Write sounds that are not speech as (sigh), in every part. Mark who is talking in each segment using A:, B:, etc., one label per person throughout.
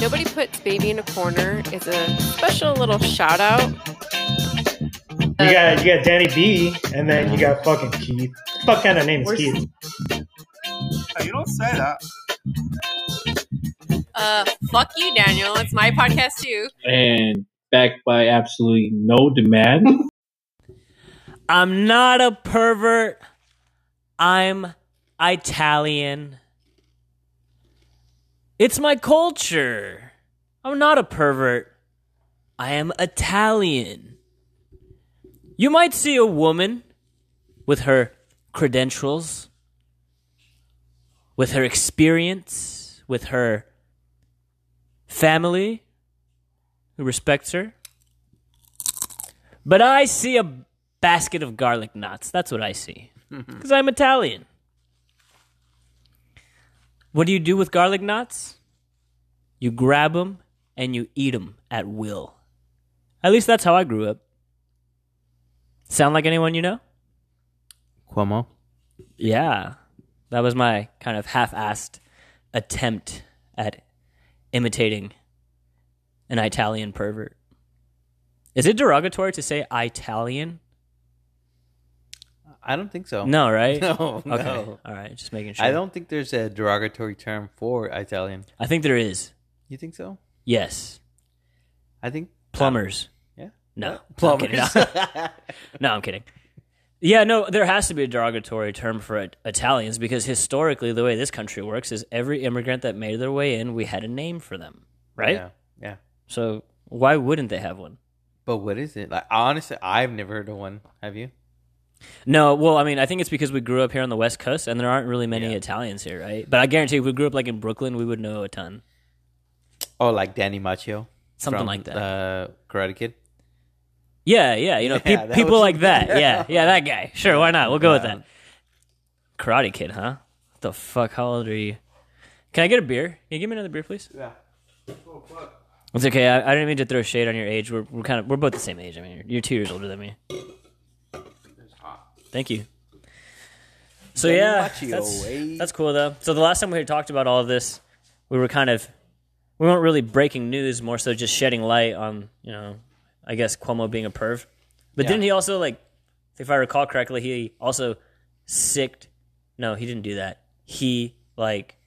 A: Nobody Puts Baby in a Corner is a special little shout out.
B: You got you got Danny B, and then you got fucking Keith. Fuck kind of name is
A: Where's-
B: Keith?
C: You don't say that.
A: Uh, fuck you, Daniel. It's my podcast too.
D: and backed by absolutely no demand.
E: I'm not a pervert. I'm Italian. It's my culture. I'm not a pervert. I am Italian. You might see a woman with her credentials, with her experience, with her family who respects her. But I see a basket of garlic knots. That's what I see. Because I'm Italian. What do you do with garlic knots? You grab them and you eat them at will. At least that's how I grew up. Sound like anyone you know?
F: Cuomo.
E: Yeah. That was my kind of half assed attempt at imitating an Italian pervert. Is it derogatory to say Italian?
F: I don't think so.
E: No, right?
F: (laughs) No,
E: Okay.
F: no.
E: All right. Just making sure.
F: I don't think there's a derogatory term for Italian.
E: I think there is.
F: You think so?
E: Yes.
F: I think
E: Plumbers.
F: yeah.
E: No. I'm kidding. (laughs)
F: (laughs)
E: No, I'm kidding. Yeah, no, there has to be a derogatory term for it, Italians because historically, the way this country works is every immigrant that made their way in, we had a name for them, right?
F: Yeah. yeah.
E: So why wouldn't they have one?
F: But what is it? Like honestly, I've never heard of one. Have you?
E: No, well, I mean, I think it's because we grew up here on the West Coast and there aren't really many Italians here, right? But I guarantee if we grew up like in Brooklyn, we would know a ton.
F: Oh, like Danny Macchio.
E: Something
F: from,
E: like that.
F: Uh, Karate Kid.
E: Yeah, yeah, you know,
F: Yeah,
E: peop
F: that
E: people
F: was- (laughs)
E: like that. Yeah, yeah, that guy. Sure, why not? We'll go with
F: Yeah.
E: that. Karate Kid, huh? What the fuck? How old are you? Can I get a beer? Can you give me another beer, please? Yeah. It's okay. I, I didn't mean to throw shade on your age. We're, we're kind of we're both the same age. I mean, you're, you're two years older than me. Thank you. So
F: Very
E: yeah,
F: much
E: that's,
F: your way.
E: that's cool though. So the last time we had talked about all of this, we were kind of we weren't really breaking news, more so just shedding light on you know, I guess Cuomo being a perv. But
F: Yeah.
E: didn't he also like, if I recall correctly, he also sicked. No, he didn't do that. He like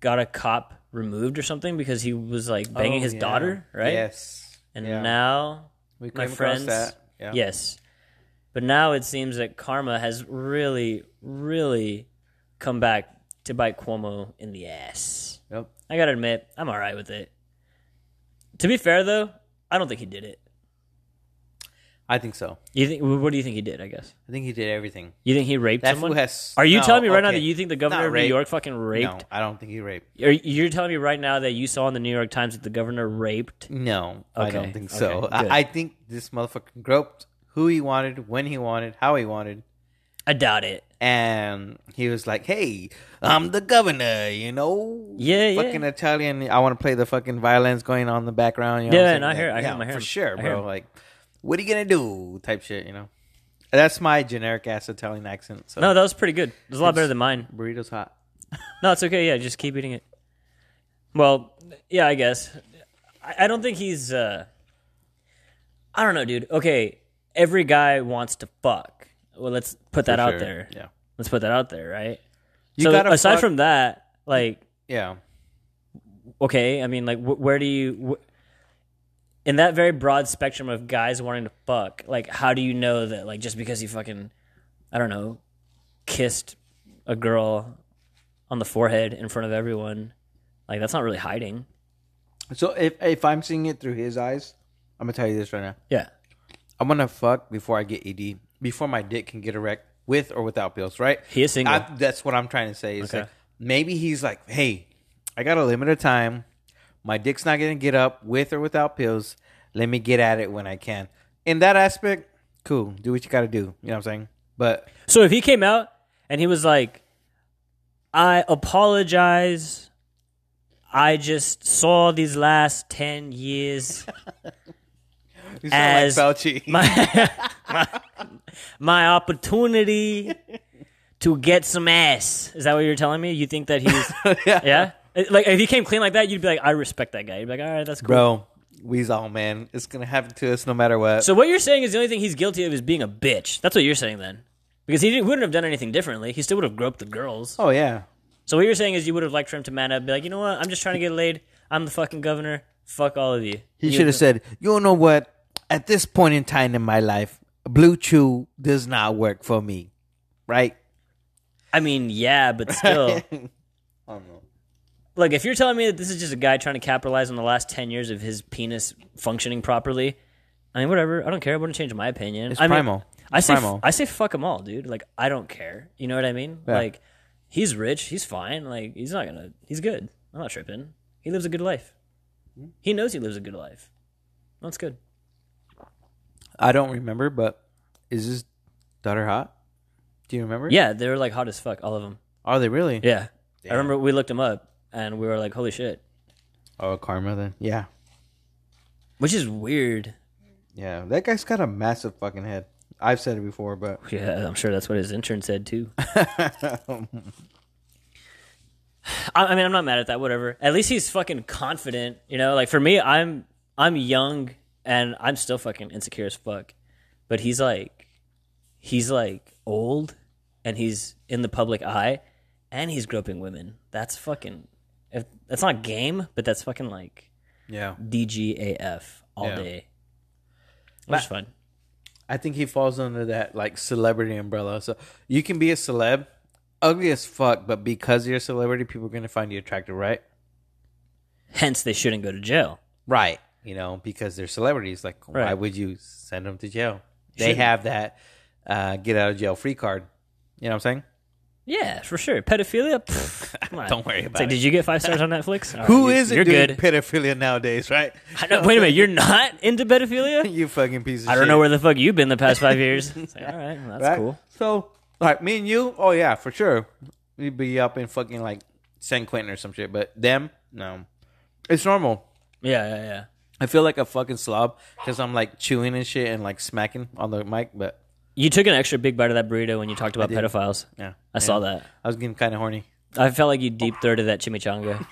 E: got a cop removed or something because he was like banging
F: Oh,
E: his
F: yeah.
E: daughter, right?
F: Yes.
E: And
F: Yeah.
E: now
F: we
E: my
F: came across
E: friends.
F: That. Yeah.
E: Yes. But now it seems that karma has really, really come back to bite Cuomo in the ass.
F: Yep.
E: I gotta admit, I'm all right with it. To be fair, though, I don't think he did it.
F: I think so.
E: You think? What do you think he did? I guess.
F: I think he did everything.
E: You think he raped
F: That
E: someone?
F: fool has-
E: Are you
F: no,
E: telling me right now
F: okay.
E: that you think the governor
F: Not
E: of New
F: rape.
E: York fucking
F: No,
E: raped?
F: I don't think he raped.
E: Are, you're telling me right now that you saw in the New York Times that the governor raped?
F: No, I
E: Okay,
F: don't think so.
E: okay, good.
F: I, I think this motherfucker groped who he wanted, when he wanted, how he wanted,
E: I doubt it.
F: and he was like, "Hey, I'm the governor," you know.
E: Yeah, yeah.
F: fucking Italian. I want to play the fucking violins going on in the background. You know
E: Yeah,
F: what I'm
E: and I
F: saying?
E: hear- I
F: Like,
E: hear
F: yeah,
E: him, I hear
F: for
E: him,
F: sure,
E: I hear
F: bro.
E: him.
F: Like, what are you gonna do? Type shit, you know. That's my generic ass Italian accent. So
E: No, that was pretty good. It was a lot better than mine.
F: burritos hot.
E: No, it's okay. Yeah, just keep eating it. Well, yeah, I guess. I, I don't think he's. uh I don't know, dude. Okay, every guy wants to fuck. Well, let's put that
F: For
E: out
F: sure.
E: there.
F: Yeah,
E: Let's put that out there, right?
F: You
E: so
F: gotta
E: aside
F: fuck-
E: from that, like,
F: yeah.
E: okay, I mean, like, wh- where do you? Wh- in that very broad spectrum of guys wanting to fuck, like, how do you know that, like, just because he fucking, I don't know, kissed a girl on the forehead in front of everyone, like, that's not really hiding.
F: So if if I'm seeing it through his eyes, I'm gonna tell you this right now.
E: Yeah.
F: I'm gonna fuck before I get ED, before my dick can get erect with or without pills, right?
E: He is single.
F: I, that's what I'm trying to say. It's
E: Okay.
F: like maybe he's like, hey, I got a limit of time. My dick's not gonna get up with or without pills. Let me get at it when I can. In that aspect, cool. Do what you gotta do. You know what I'm saying? But
E: So if he came out and he was like, I apologize. I just saw these last 10 years.
F: you
E: As
F: sound like Fauci. (laughs)
E: my, (laughs) my
F: (laughs)
E: opportunity to get some ass. Is that what you're telling me? You think that he's yeah? It- Like if he came clean like that, you'd be like, I respect that guy. You'd be like, all right, that's cool.
F: Bro, we's all man. It's gonna happen to us no matter what.
E: So what you're saying is the only thing he's guilty of is being a bitch. That's what you're saying then, because he didn't, wouldn't have done anything differently. He still would have groped the girls.
F: oh yeah.
E: So what you're saying is you would have liked for him to man up, and be like, you know what? I'm just trying to get laid. I'm the fucking governor. Fuck all of you.
F: He should have said, "You know what? At this point in time in my life, Blue Chew does not work for me." Right?
E: I mean, yeah,
F: (laughs)
E: but still. Look, if you're telling me that this is just a guy trying to capitalize on the last ten years of his penis functioning properly, I mean, whatever. I don't care. I wouldn't change my opinion.
F: It's
E: I mean,
F: primal.
E: I
F: It's
E: say,
F: primal.
E: I say, fuck them all, dude. Like, I don't care. You know what I mean?
F: Yeah.
E: Like, he's rich. He's fine. Like, he's not gonna. He's good. I'm not tripping. He lives a good life. He knows he lives a good life. That's good.
F: I don't remember, but is his daughter hot? Do you remember?
E: Yeah, they were like hot as fuck, all of them.
F: Are they really?
E: Yeah, I remember we looked them up and we were like, holy shit,
F: Oh, karma then. Yeah.
E: which is weird.
F: Yeah. That guy's got a massive fucking head. I've said it before, but
E: Yeah, I'm sure that's what his intern said too. I, I mean, I'm not mad at that. Whatever. At least he's fucking confident. You know, like for me, I'm I'm young and I'm still fucking insecure as fuck. But he's like, he's like old, and he's in the public eye, and he's groping women. That's fucking. If, that's not game, but that's fucking like
F: (laughs) yeah.
E: DGAF all
F: Yeah.
E: day.
F: But-
E: Which is fun.
F: I think he falls under that like celebrity umbrella. So you can be a celeb, ugly as fuck, but because you're a celebrity, people are gonna find you attractive, right?
E: Hence, they shouldn't go to jail.
F: Right. You know, because they're celebrities. Like, why
E: Right.
F: would you send them to jail? They
E: Shouldn't.
F: have that uh, get out of jail free card. You know what I'm saying?
E: Yeah, for sure. Pedophilia. Pfft,
F: (laughs)
E: come on.
F: Don't worry about
E: It's like,
F: it.
E: Did you get five stars on
F: (laughs)
E: Netflix? All
F: Who
E: right, you-
F: is it
E: You're
F: doing
E: good.
F: pedophilia nowadays, right?
E: I know, wait a minute. You're not into pedophilia.
F: (laughs) you fucking piece of
E: I
F: shit.
E: don't know where the fuck you've been the past five
F: (laughs)
E: years. It's like, all right, well, that's
F: Right?
E: cool.
F: So, like, me and you, oh, yeah, for sure. We'd be up in fucking, like, San Quentin or some shit. But them, no. It's normal.
E: Yeah, yeah, yeah.
F: I feel like a fucking slob because I'm, like, chewing and shit and, like, smacking on the mic. But,
E: You took an extra big bite of that burrito when you talked about pedophiles.
F: yeah.
E: I saw that.
F: I was getting kind of horny.
E: I felt like you deep throated that chimichanga.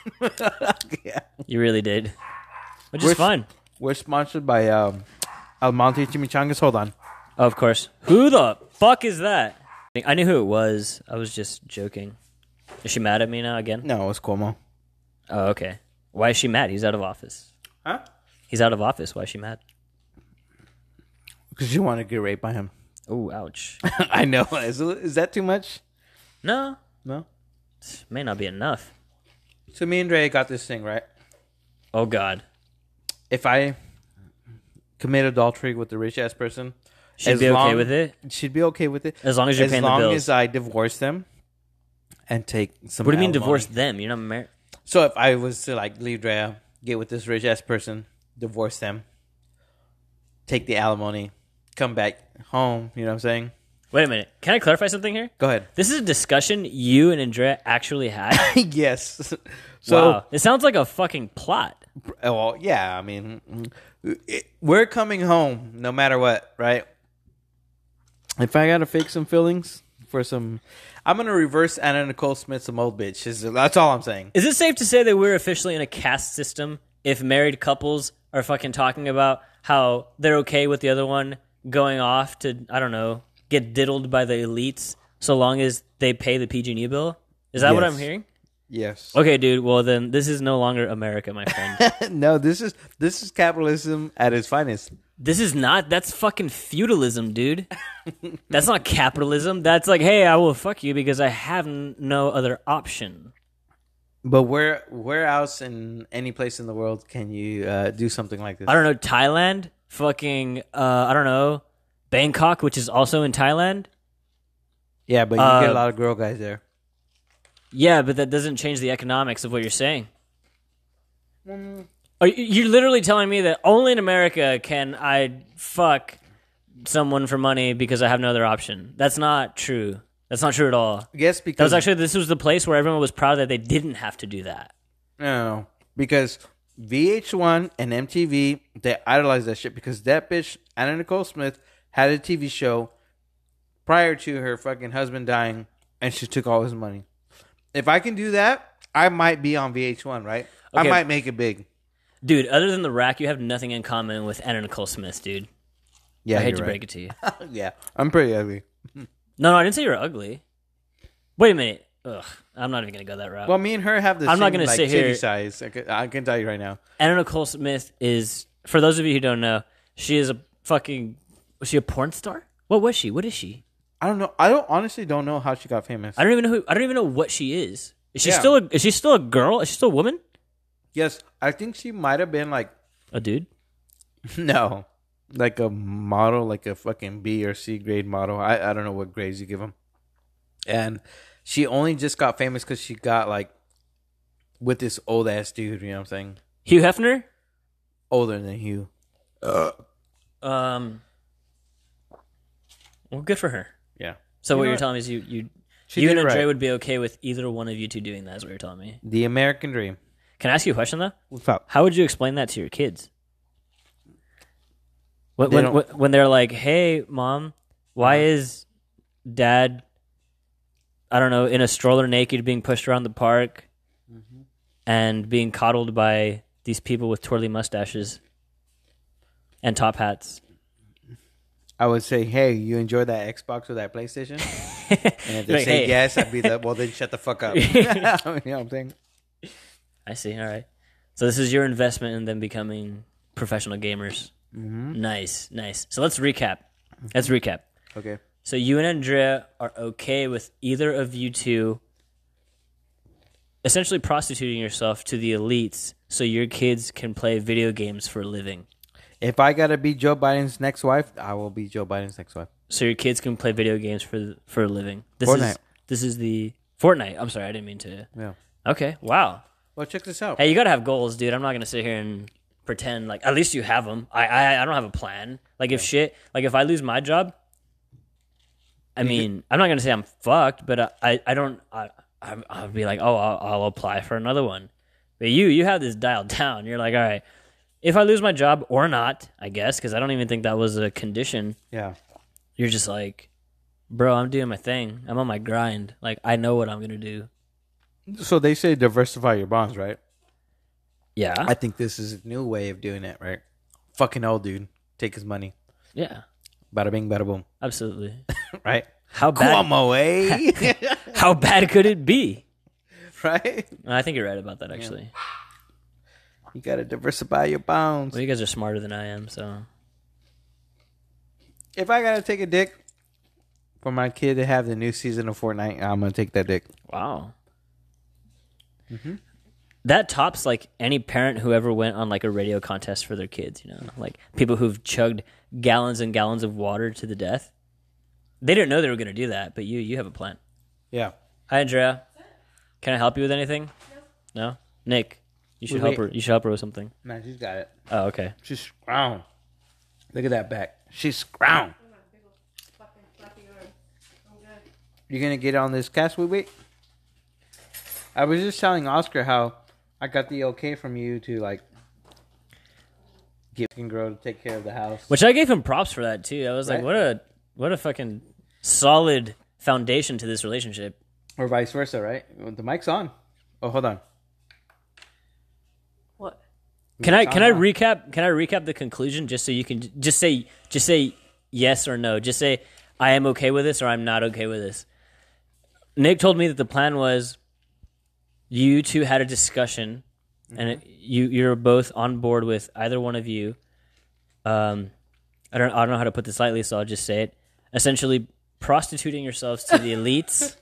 F: (laughs) Yeah.
E: You really did, which
F: We're
E: is
F: s-
E: fun.
F: We're sponsored by um, Almonte Chimichangas. Hold on.
E: Of course. Who the fuck is that? I knew who it was. I was just joking. Is she mad at me now again?
F: No, it's Cuomo.
E: Oh, okay. Why is she mad? He's out of office.
F: Huh?
E: He's out of office. Why is she mad?
F: Because you want to get raped by him.
E: Oh, ouch.
F: (laughs)
E: (laughs)
F: I know. Is, is that too much?
E: no,
F: No.
E: may not be enough.
F: So me and Dre got this thing, right?
E: Oh God,
F: If I commit adultery with the rich ass person,
E: she'd
F: as
E: be okay
F: long-
E: with it
F: She'd be okay with it.
E: as long as you're
F: as
E: paying
F: long
E: the bills.
F: as I divorce them and take some
E: what do you mean
F: alimony.
E: divorce them? You're not married.
F: So if I was to like leave Drea, get with this rich ass person, divorce them, take the alimony, come back home, you know what I'm saying?
E: Wait a minute. Can I clarify something here?
F: Go ahead.
E: This is a discussion you and Andrea actually (laughs) had.
F: (laughs) yes. So
E: wow, it sounds like a fucking plot.
F: well, yeah, I mean it, we're coming home no matter what, right? If I got to fake some feelings for some I'm going to reverse Anna Nicole Smith some old bitch. Is- That's all I'm saying.
E: Is it safe to say that we're officially in a caste system if married couples are fucking talking about how they're okay with the other one going off to I don't know, get diddled by the elites so long as they pay the PG&E E bill? Is that what
F: Yes.
E: I'm hearing?
F: Yes. (laughs)
E: Okay, dude. Well, then this is no longer America, my friend.
F: no, this is this is capitalism at its finest.
E: this is not. That's fucking feudalism, dude. That's not capitalism. That's like, hey, I will fuck you because I have n- no other option.
F: But where where else in any place in the world can you uh, do something like this?
E: I don't know Thailand, fucking. Uh, I don't know Bangkok, which is also in Thailand.
F: yeah, but you get a
E: Uh,
F: lot of girl guys there.
E: Yeah, but that doesn't change the economics of what you're saying. Are you- You're literally telling me that only in America can I fuck someone for money because I have no other option. That's not true. That's not true at all.
F: Yes,
E: That
F: because
E: was actually this was the place where everyone was proud that they didn't have to do that.
F: no, no, because VH1 and MTV they idolized that shit because that bitch Anna Nicole Smith had a TV show prior to her fucking husband dying, and she took all his money. If I can do that, I might be on VH1, right? I
E: Okay.
F: might make it big.
E: dude. Other than the rack, you have nothing in common with Anna Nicole Smith, dude.
F: Yeah,
E: I hate
F: you're
E: to
F: right.
E: break it to you. (laughs)
F: yeah, I'm pretty ugly.
E: No, no, I didn't say you were ugly. Wait a minute. Ugh, I'm not even gonna go that route.
F: Well, me and her have the
E: I'm
F: same
E: not gonna
F: like,
E: sit
F: titty
E: here-
F: size. I can, I can tell you right now.
E: Anna Nicole Smith is, for those of you who don't know, she is a fucking. Was she a porn star? What was she? What is she?
F: I don't know. I don't honestly don't know how she got famous.
E: I don't even know who. I don't even know what she is. Is she
F: Yeah.
E: still? A, is she still a girl? Is she still a woman?
F: yes, I think she might have been
E: (laughs)
F: like
E: A dude?
F: no, like a model, like a fucking B or C grade model. I I don't know what grades you give them. And she only just got famous because she got like with this old ass dude. You know what I'm saying?
E: Hugh Hefner?
F: Older than Hugh.
E: Um. Well, good for her.
F: Yeah.
E: So what
F: know
E: you're
F: what?
E: telling me is you you
F: She
E: you and
F: did it
E: Andre
F: right.
E: would be okay with either one of you two doing that. Is what you're telling me.
F: The American Dream.
E: Can I ask you a question though?
F: What's up?
E: How would you explain that to your kids? When,
F: They
E: when,
F: don't- Uh-huh.
E: when- when they're like, "Hey, mom, why is dad, I don't know, in a stroller naked, being pushed around the park,
F: Mm-hmm.
E: and being coddled by these people with twirly mustaches and top hats?"
F: I would say, hey, you enjoy that Xbox or
E: (laughs)
F: that PlayStation? and if they
E: Like,
F: say
E: hey.
F: yes, I'd
E: (laughs)
F: be like, well, then shut the fuck up. (laughs) you know what I'm saying?
E: I see. All right. So this is your investment in them becoming professional gamers.
F: Mm-hmm.
E: Nice, nice. So let's recap. Let's recap.
F: Okay.
E: So you and Andrea are okay with either of you two essentially prostituting yourself to the elites so your kids can play video games for a living.
F: If I gotta be Joe Biden's next wife, I will be Joe Biden's next wife.
E: So your kids can play video games for for a living. This
F: Fortnite.
E: is this is the Fortnite. I'm sorry, I didn't mean to.
F: Yeah.
E: Okay. Wow.
F: Well, check this out.
E: Hey, you gotta have goals, dude. I'm not gonna sit here and pretend like at least you have them. I I, I don't have a plan. Like if shit, like if I lose my job, I mean, I'm not gonna say I'm fucked, but I I, I don't I I'm- I'll be like, oh, I'll, I'll apply for another one. But you you have this dialed (laughs) down. You're like, all right, if I lose my job or not, I guess because I don't even think that was a condition.
F: Yeah.
E: You're just like, bro, I'm doing my thing. I'm on my grind. Like I know what I'm gonna do.
F: So they say diversify your bonds, right?
E: Yeah,
F: I think this is a new way of doing it, right? Fucking old dude. Take his money.
E: yeah,
F: Bada bing, bada boom.
E: absolutely.
F: Right?
E: (laughs) How bad?
F: Cuomo,
E: (laughs)
F: eh? (laughs)
E: How bad could it be?
F: right?
E: I think you're right about that, actually.
F: You gotta diversify your bonds.
E: Well, you guys are smarter than I am, so
F: If I gotta take a dick for my kid to have the new season of Fortnite, I'm gonna take that dick.
E: wow. That tops like any parent who ever went on like a radio contest for their kids. You know, like people who've chugged gallons and gallons of water to the death. They didn't know they were going to do that, but you you have a plan.
F: Yeah.
E: Hi, Andrea. Can I help you with anything? No. No. Nick, you should
F: Wait,
E: help
F: wait.
E: her. You should help her with something.
F: Man, she's got it.
E: Oh, okay.
F: She's scrown. Look at that back. She's scrown. You're gonna get on this cast we wait. I was just telling Oscar how I got the okay from you to like get fucking girl to take care of the house.
E: Which I gave him props for that too. I was like,
F: Right.
E: what a what a fucking solid foundation to this relationship.
F: Or vice versa, right? The mic's on. Oh hold on.
A: What?
E: Can I can I
F: Uh-huh.
E: recap can I recap the conclusion just so you can just say just say yes or no. Just say I am okay with this or I'm not okay with this. Nick told me that the plan was you two had a discussion and it, you you're both on board with either one of you. Um I don't I don't know how to put this lightly so I'll just say it. Essentially prostituting yourselves to the elites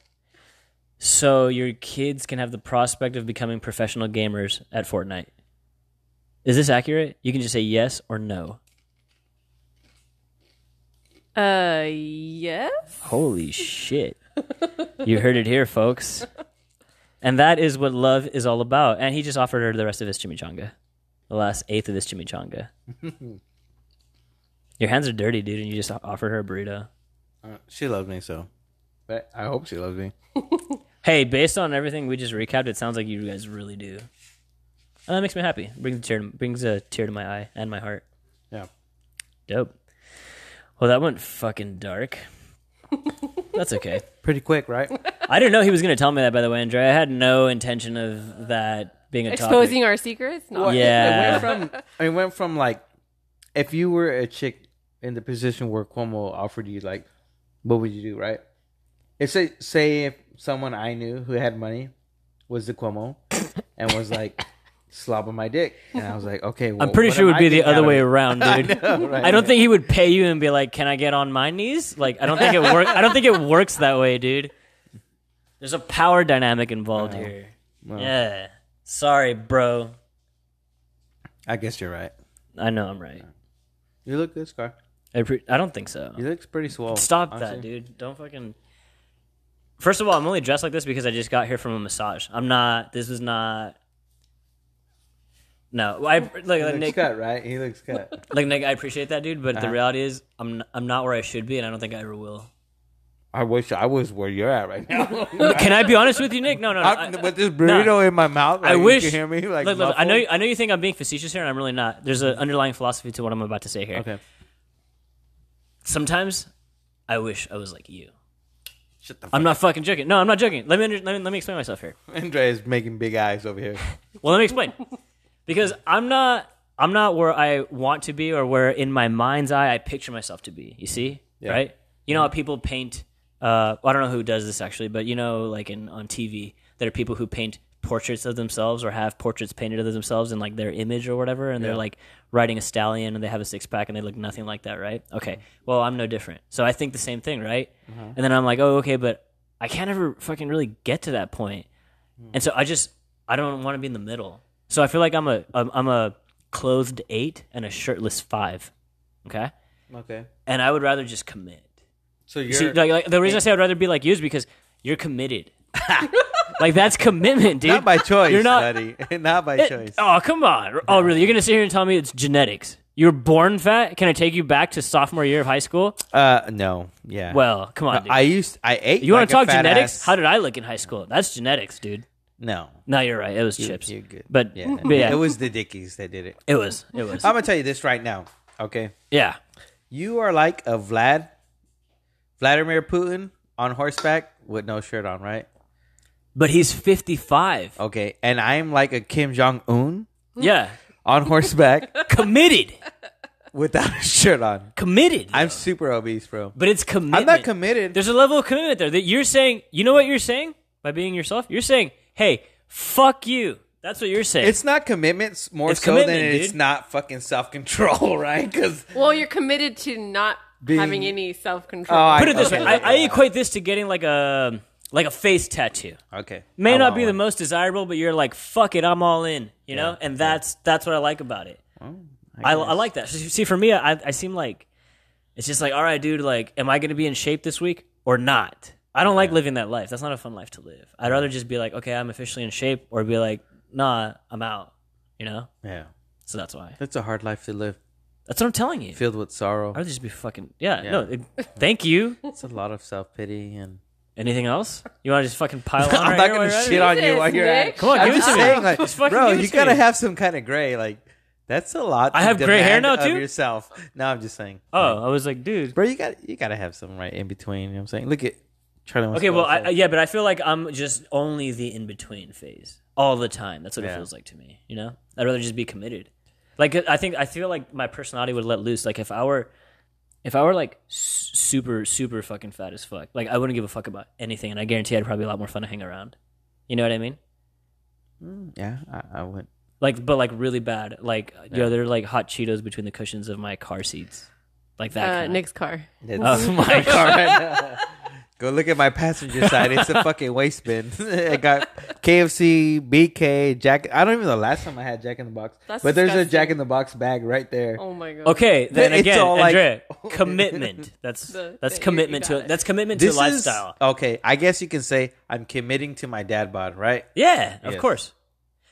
E: so your kids can have the prospect of becoming professional gamers at Fortnite. Is this accurate? You can just say yes or no.
A: Uh, yes.
E: Holy shit. you heard it here, folks. And that is what love is all about. And he just offered her the rest of his chimichanga, the last eighth of his chimichanga. Your hands are dirty, dude, and you just o- offered her a burrito.
F: Uh, she loves me so. But I hope she loves me.
E: Hey, based on everything we just recapped, it sounds like you guys really do. And that makes me happy. Brings a tear, to, brings a tear to my eye and my heart.
F: Yeah.
E: Dope. Well, that went fucking dark. That's okay.
F: (laughs) Pretty quick, right?
E: I didn't know he was going to tell me that. By the way, Andre, I had no intention of that being a
A: Exposing
E: topic.
A: our secrets? No.
E: Well, Yeah.
F: It went from it went from like if you were a chick in the position where Cuomo offered you like what would you do, right? If say say if someone I knew who had money was the Cuomo and
E: (laughs)
F: was like slobbing my dick and I was like, okay, well,
E: I'm pretty
F: what
E: sure it
F: am
E: would
F: I
E: be the
F: getting
E: other
F: out
E: way
F: of
E: around, dude.
F: it? (laughs) I know, right?
E: I don't think he would pay you and be like, "Can I get on my knees?" Like, I don't think it works. I don't think it works that way, dude. There's a power dynamic
F: Oh,
E: involved here. Yeah. Sorry, bro.
F: I guess you're right.
E: I know I'm right.
F: You look good, Scar.
E: I, pre- I don't think so.
F: You look pretty swole.
E: Stop
F: honestly.
E: that, dude. Don't fucking. First of all, I'm only dressed like this because I just got here from a massage. I'm not. This is not. No, I like,
F: He
E: like
F: looks
E: Nick.
F: cut, right? He looks cut.
E: Like Nick, I appreciate that, dude.
F: Uh-huh.
E: But the reality is, I'm n- I'm not where I should be, and I don't think I ever will.
F: (laughs) I wish I was where you're at (laughs) right
E: (laughs)
F: now.
E: Can I be honest with you, Nick? No, no. no I,
F: I'm, with this burrito in my mouth, like,
E: I wish.
F: you can hear me. Like,
E: look, look, I know.
F: muffled.
E: You, I know you think I'm being facetious here, and I'm really not. There's an underlying philosophy to what I'm about to say here.
F: Okay.
E: Sometimes, I wish I was like you.
F: Shut the
E: I'm not fucking joking. No, I'm not joking. Let me under, let me, let me explain myself here.
F: Andre is making big eyes over here.
E: Well, let me explain. because I'm not I'm not where I want to be or where in my mind's eye I picture myself to be. You see? Right? You know how people paint uh I don't know who does this actually, but you know like in on TV there are people who paint portraits of themselves or have portraits painted of themselves in like their image or whatever and they're like riding a stallion and they have a six pack and they look nothing like that, right? Okay. Well, I'm no different. So I think the same thing, right? And then I'm like, "Oh, okay, but I can't ever fucking really get to that point." And so I just I don't want to be in the middle. So I feel like I'm a I'm, I'm a clothed eight and a shirtless five. Okay,
F: (laughs) Okay.
E: and I would rather just commit.
F: So you're.
E: See, like, like, the reason I say I'd rather be like you is because you're committed. (laughs) like that's commitment, dude.
F: not by
E: (laughs)
F: choice,
E: You're not-
F: buddy. (laughs) not by
E: It-
F: choice.
E: oh come on! Oh really? You're gonna sit here and tell me it's genetics? You were born fat? Can I take you back to sophomore year of high school?
F: Uh, no. Yeah.
E: Well, come on, dude.
F: I used. I ate.
E: you
F: want to
E: talk genetics? How did I look in high school? That's genetics, dude.
F: no.
E: No, you're right. It was chips.
F: You're good.
E: But
F: yeah.
E: (laughs) but yeah,
F: It was the Dickies that did it.
E: it was. It was.
F: I'm gonna tell you this right now. Okay.
E: Yeah.
F: You are like a Vlad, Vladimir Putin on horseback with no shirt on, right?
E: But he's 55.
F: Okay. And I'm like a Kim Jong Un
E: Yeah. (laughs)
F: on horseback
E: Committed.
F: without a shirt on.
E: Committed.
F: I'm super obese, bro.
E: but it's commitment.
F: I'm not committed.
E: There's a level of commitment there that you're saying, you know what you're saying by being yourself? You're saying, hey, fuck you. That's what you're saying.
F: It's not commitments more
E: It's
F: so than
E: commitment,
F: it's
E: dude.
F: not fucking self control, (laughs) right? Because
A: (laughs) Well, you're committed to not
F: Being-
A: having any self control.
F: Oh, I-
E: Put it this way.
F: okay,
E: I,
F: okay,
E: I
F: yeah.
E: equate this to getting like a like a face tattoo.
F: okay,
E: May
F: I
E: not
F: want
E: be the
F: one.
E: most desirable, but you're like, fuck it, I'm all in. You know? And that's that's what I like about it. I, I like that. See, for me, I, I seem like it's just like, all right, dude, like, am I going to be in shape this week or not? I don't like living that life. That's not a fun life to live. I'd rather just be like, okay, I'm officially in shape, or be like, nah, I'm out. You know.
F: Yeah,
E: So that's why.
F: that's a hard life to live,
E: That's what I'm telling you.
F: filled with sorrow.
E: I'd rather just be fucking yeah. No, it, thank you.
F: It's a lot of self pity, and
E: Anything else? You want to just fucking pile on?
F: (laughs) I'm
E: right
F: not
E: here
F: gonna
E: already?
F: shit on you
A: Jesus,
F: while you're at
A: Nick.
E: Come on,
A: Shut
E: give it
F: I'm
E: to
A: up.
E: me.
F: saying, like,
E: Just fucking
F: bro,
E: give it
F: you
E: to
F: gotta
E: me.
F: have some kind of gray. Like, that's a lot.
E: I
F: to
E: have gray hair
F: demand
E: now,
F: of
E: too?
F: Yourself. No, I'm just saying,
E: Oh, I was like, dude.
F: bro, you got you gotta have some right in between. You know what I'm saying? Look at Charlie. wants
E: Okay,
F: to go
E: well, I,
F: outside.
E: I- yeah, but I feel like I'm just only the in between phase all the time. That's what it
F: Yeah.
E: feels like to me. You know, I'd rather just be committed. Like I think I feel like my personality would let loose. Like if I were, if I were like s- super super fucking fat as fuck, like I wouldn't give a fuck about anything, and I guarantee I'd probably be a lot more fun to hang around. You know what I mean?
F: yeah, I, I would.
E: Like, but like really bad. Like yo, there are like hot Cheetos between the cushions of my car seats, like that.
A: Uh,
E: kind.
A: Nick's car. (laughs)
E: Oh (laughs) my
F: All (laughs) right. Go look at my passenger side. It's a fucking waste bin. (laughs) it got KFC, BK, Jack. I don't even know the last time I had Jack in the Box.
A: That's
F: but there's a
A: disgusting.
F: Jack in the Box bag right there.
A: Oh my god.
E: Okay, then
F: It's
E: again,
F: all like- (laughs)
E: Andrea, (laughs) commitment. That's
A: The-
E: that's
A: the- you
E: commitment
A: got
E: to
A: it.
E: that's commitment
F: This
E: to lifestyle.
F: Is, okay, I guess you can say I'm committing to my dad bod, right?
E: Yeah, of
F: Yes.
E: course.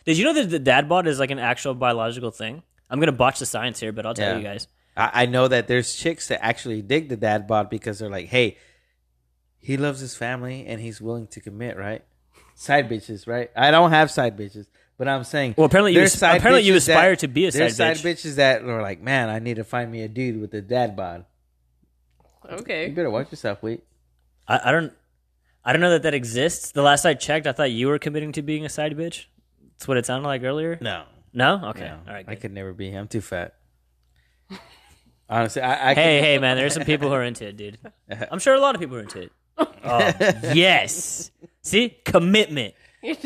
E: Did you know that the dad bod is like an actual biological thing? I'm gonna botch the science here, but I'll tell
F: Yeah.
E: you guys.
F: I, I know that there's chicks that actually dig the dad bod because they're like, hey, he loves his family and he's willing to commit, right? Side bitches, right? I don't have side bitches, but I'm saying.
E: Well, apparently you
F: there's
E: as- apparently you
F: bitches
E: aspire to be a
F: there's
E: side
F: side bitches that are like, man, I need to find me a dude with a dad bod. You
A: Okay.
F: better watch yourself, wait.
E: I, I don't. I don't know that that exists. The last I checked, I thought you were committing to being a side bitch. That's what it sounded like earlier.
F: No,
E: No? Okay.
F: no.
E: All right.
F: I
E: good.
F: could never be. I'm too fat. Honestly, I, I
E: Hey, hey, man, there's some people who are into it,
F: (laughs)
E: dude. I'm sure a lot of people are into it. Oh, yes. See? Commitment.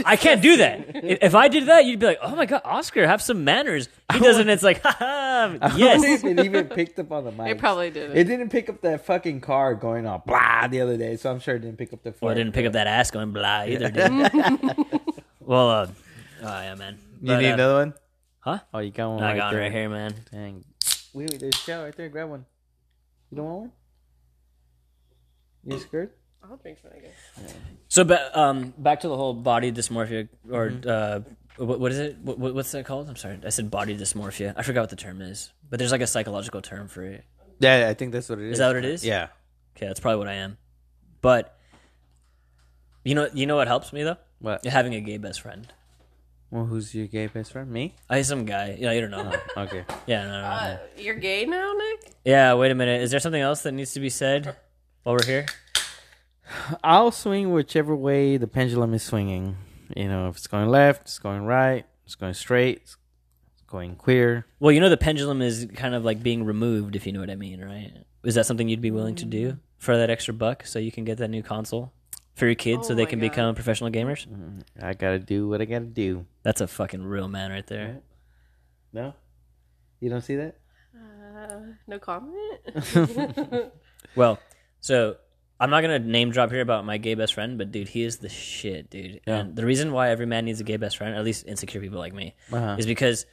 E: I can't do that. If if I did that, you'd be like, "Oh my god, Oscar, have some manners." He doesn't. It's like, "Ha ha,
F: Could, (laughs)
E: yes."
F: it even picked up on the mic.
A: It probably didn't.
F: It didn't pick up that fucking car going on blah the other day, so I'm sure it didn't pick up the.
E: Well, I
F: phone.
E: didn't pick up that ass going blah either. Did
F: (laughs)
E: it? well, uh, oh yeah, man.
F: You
E: But,
F: need
E: uh,
F: another one?
E: huh?
F: Oh, you got one.
E: I
F: right
E: got it
F: there.
E: right here, man.
F: Dang. Wait, wait, there's a shell right there. Grab one. You don't want one? You scared?
A: I'll drink some, I guess.
E: So, ba- um, back to the whole body dysmorphia, or
F: Mm-hmm.
E: uh, what, what is it? What, what- what's that called? I'm sorry, I said body dysmorphia. I forgot what the term is, but there's like a psychological term for it.
F: Yeah, I think that's what it is.
E: Is that what it is?
F: Yeah.
E: Okay, that's probably what I am. But you know, you know what helps me though?
F: What?
E: Having a gay best friend.
F: Well, who's your gay best friend? (laughs) Me? Oh,
E: I some guy. Yeah, you
A: (laughs)
E: don't know.
F: Okay.
E: Yeah, no, no, no.
A: Uh, you're gay now, Nick?
E: Yeah, wait a minute. Is there something else that needs to be said while we're here?
F: (laughs) I'll swing whichever way the pendulum is swinging. You know, if it's going left, it's going right, it's going straight, it's going queer.
E: Well, you know the pendulum is kind of like being removed, if you know what I mean, right? Is that something you'd be willing to
A: Mm.
E: do for that extra buck so you can get that new console for your kids so
A: Oh
E: they
A: my
E: can
A: God.
E: become professional gamers?
F: Mm, I gotta do what I gotta do.
E: That's a fucking real man right there.
F: No? You don't see that?
A: Uh, no
E: (laughs)
A: comment?
E: Well, so I'm not gonna name drop here about my gay best friend, but dude, he is the shit, dude.
F: Yeah.
E: And the reason why every man needs a gay best friend, at least insecure people like me,
F: Uh-huh.
E: is because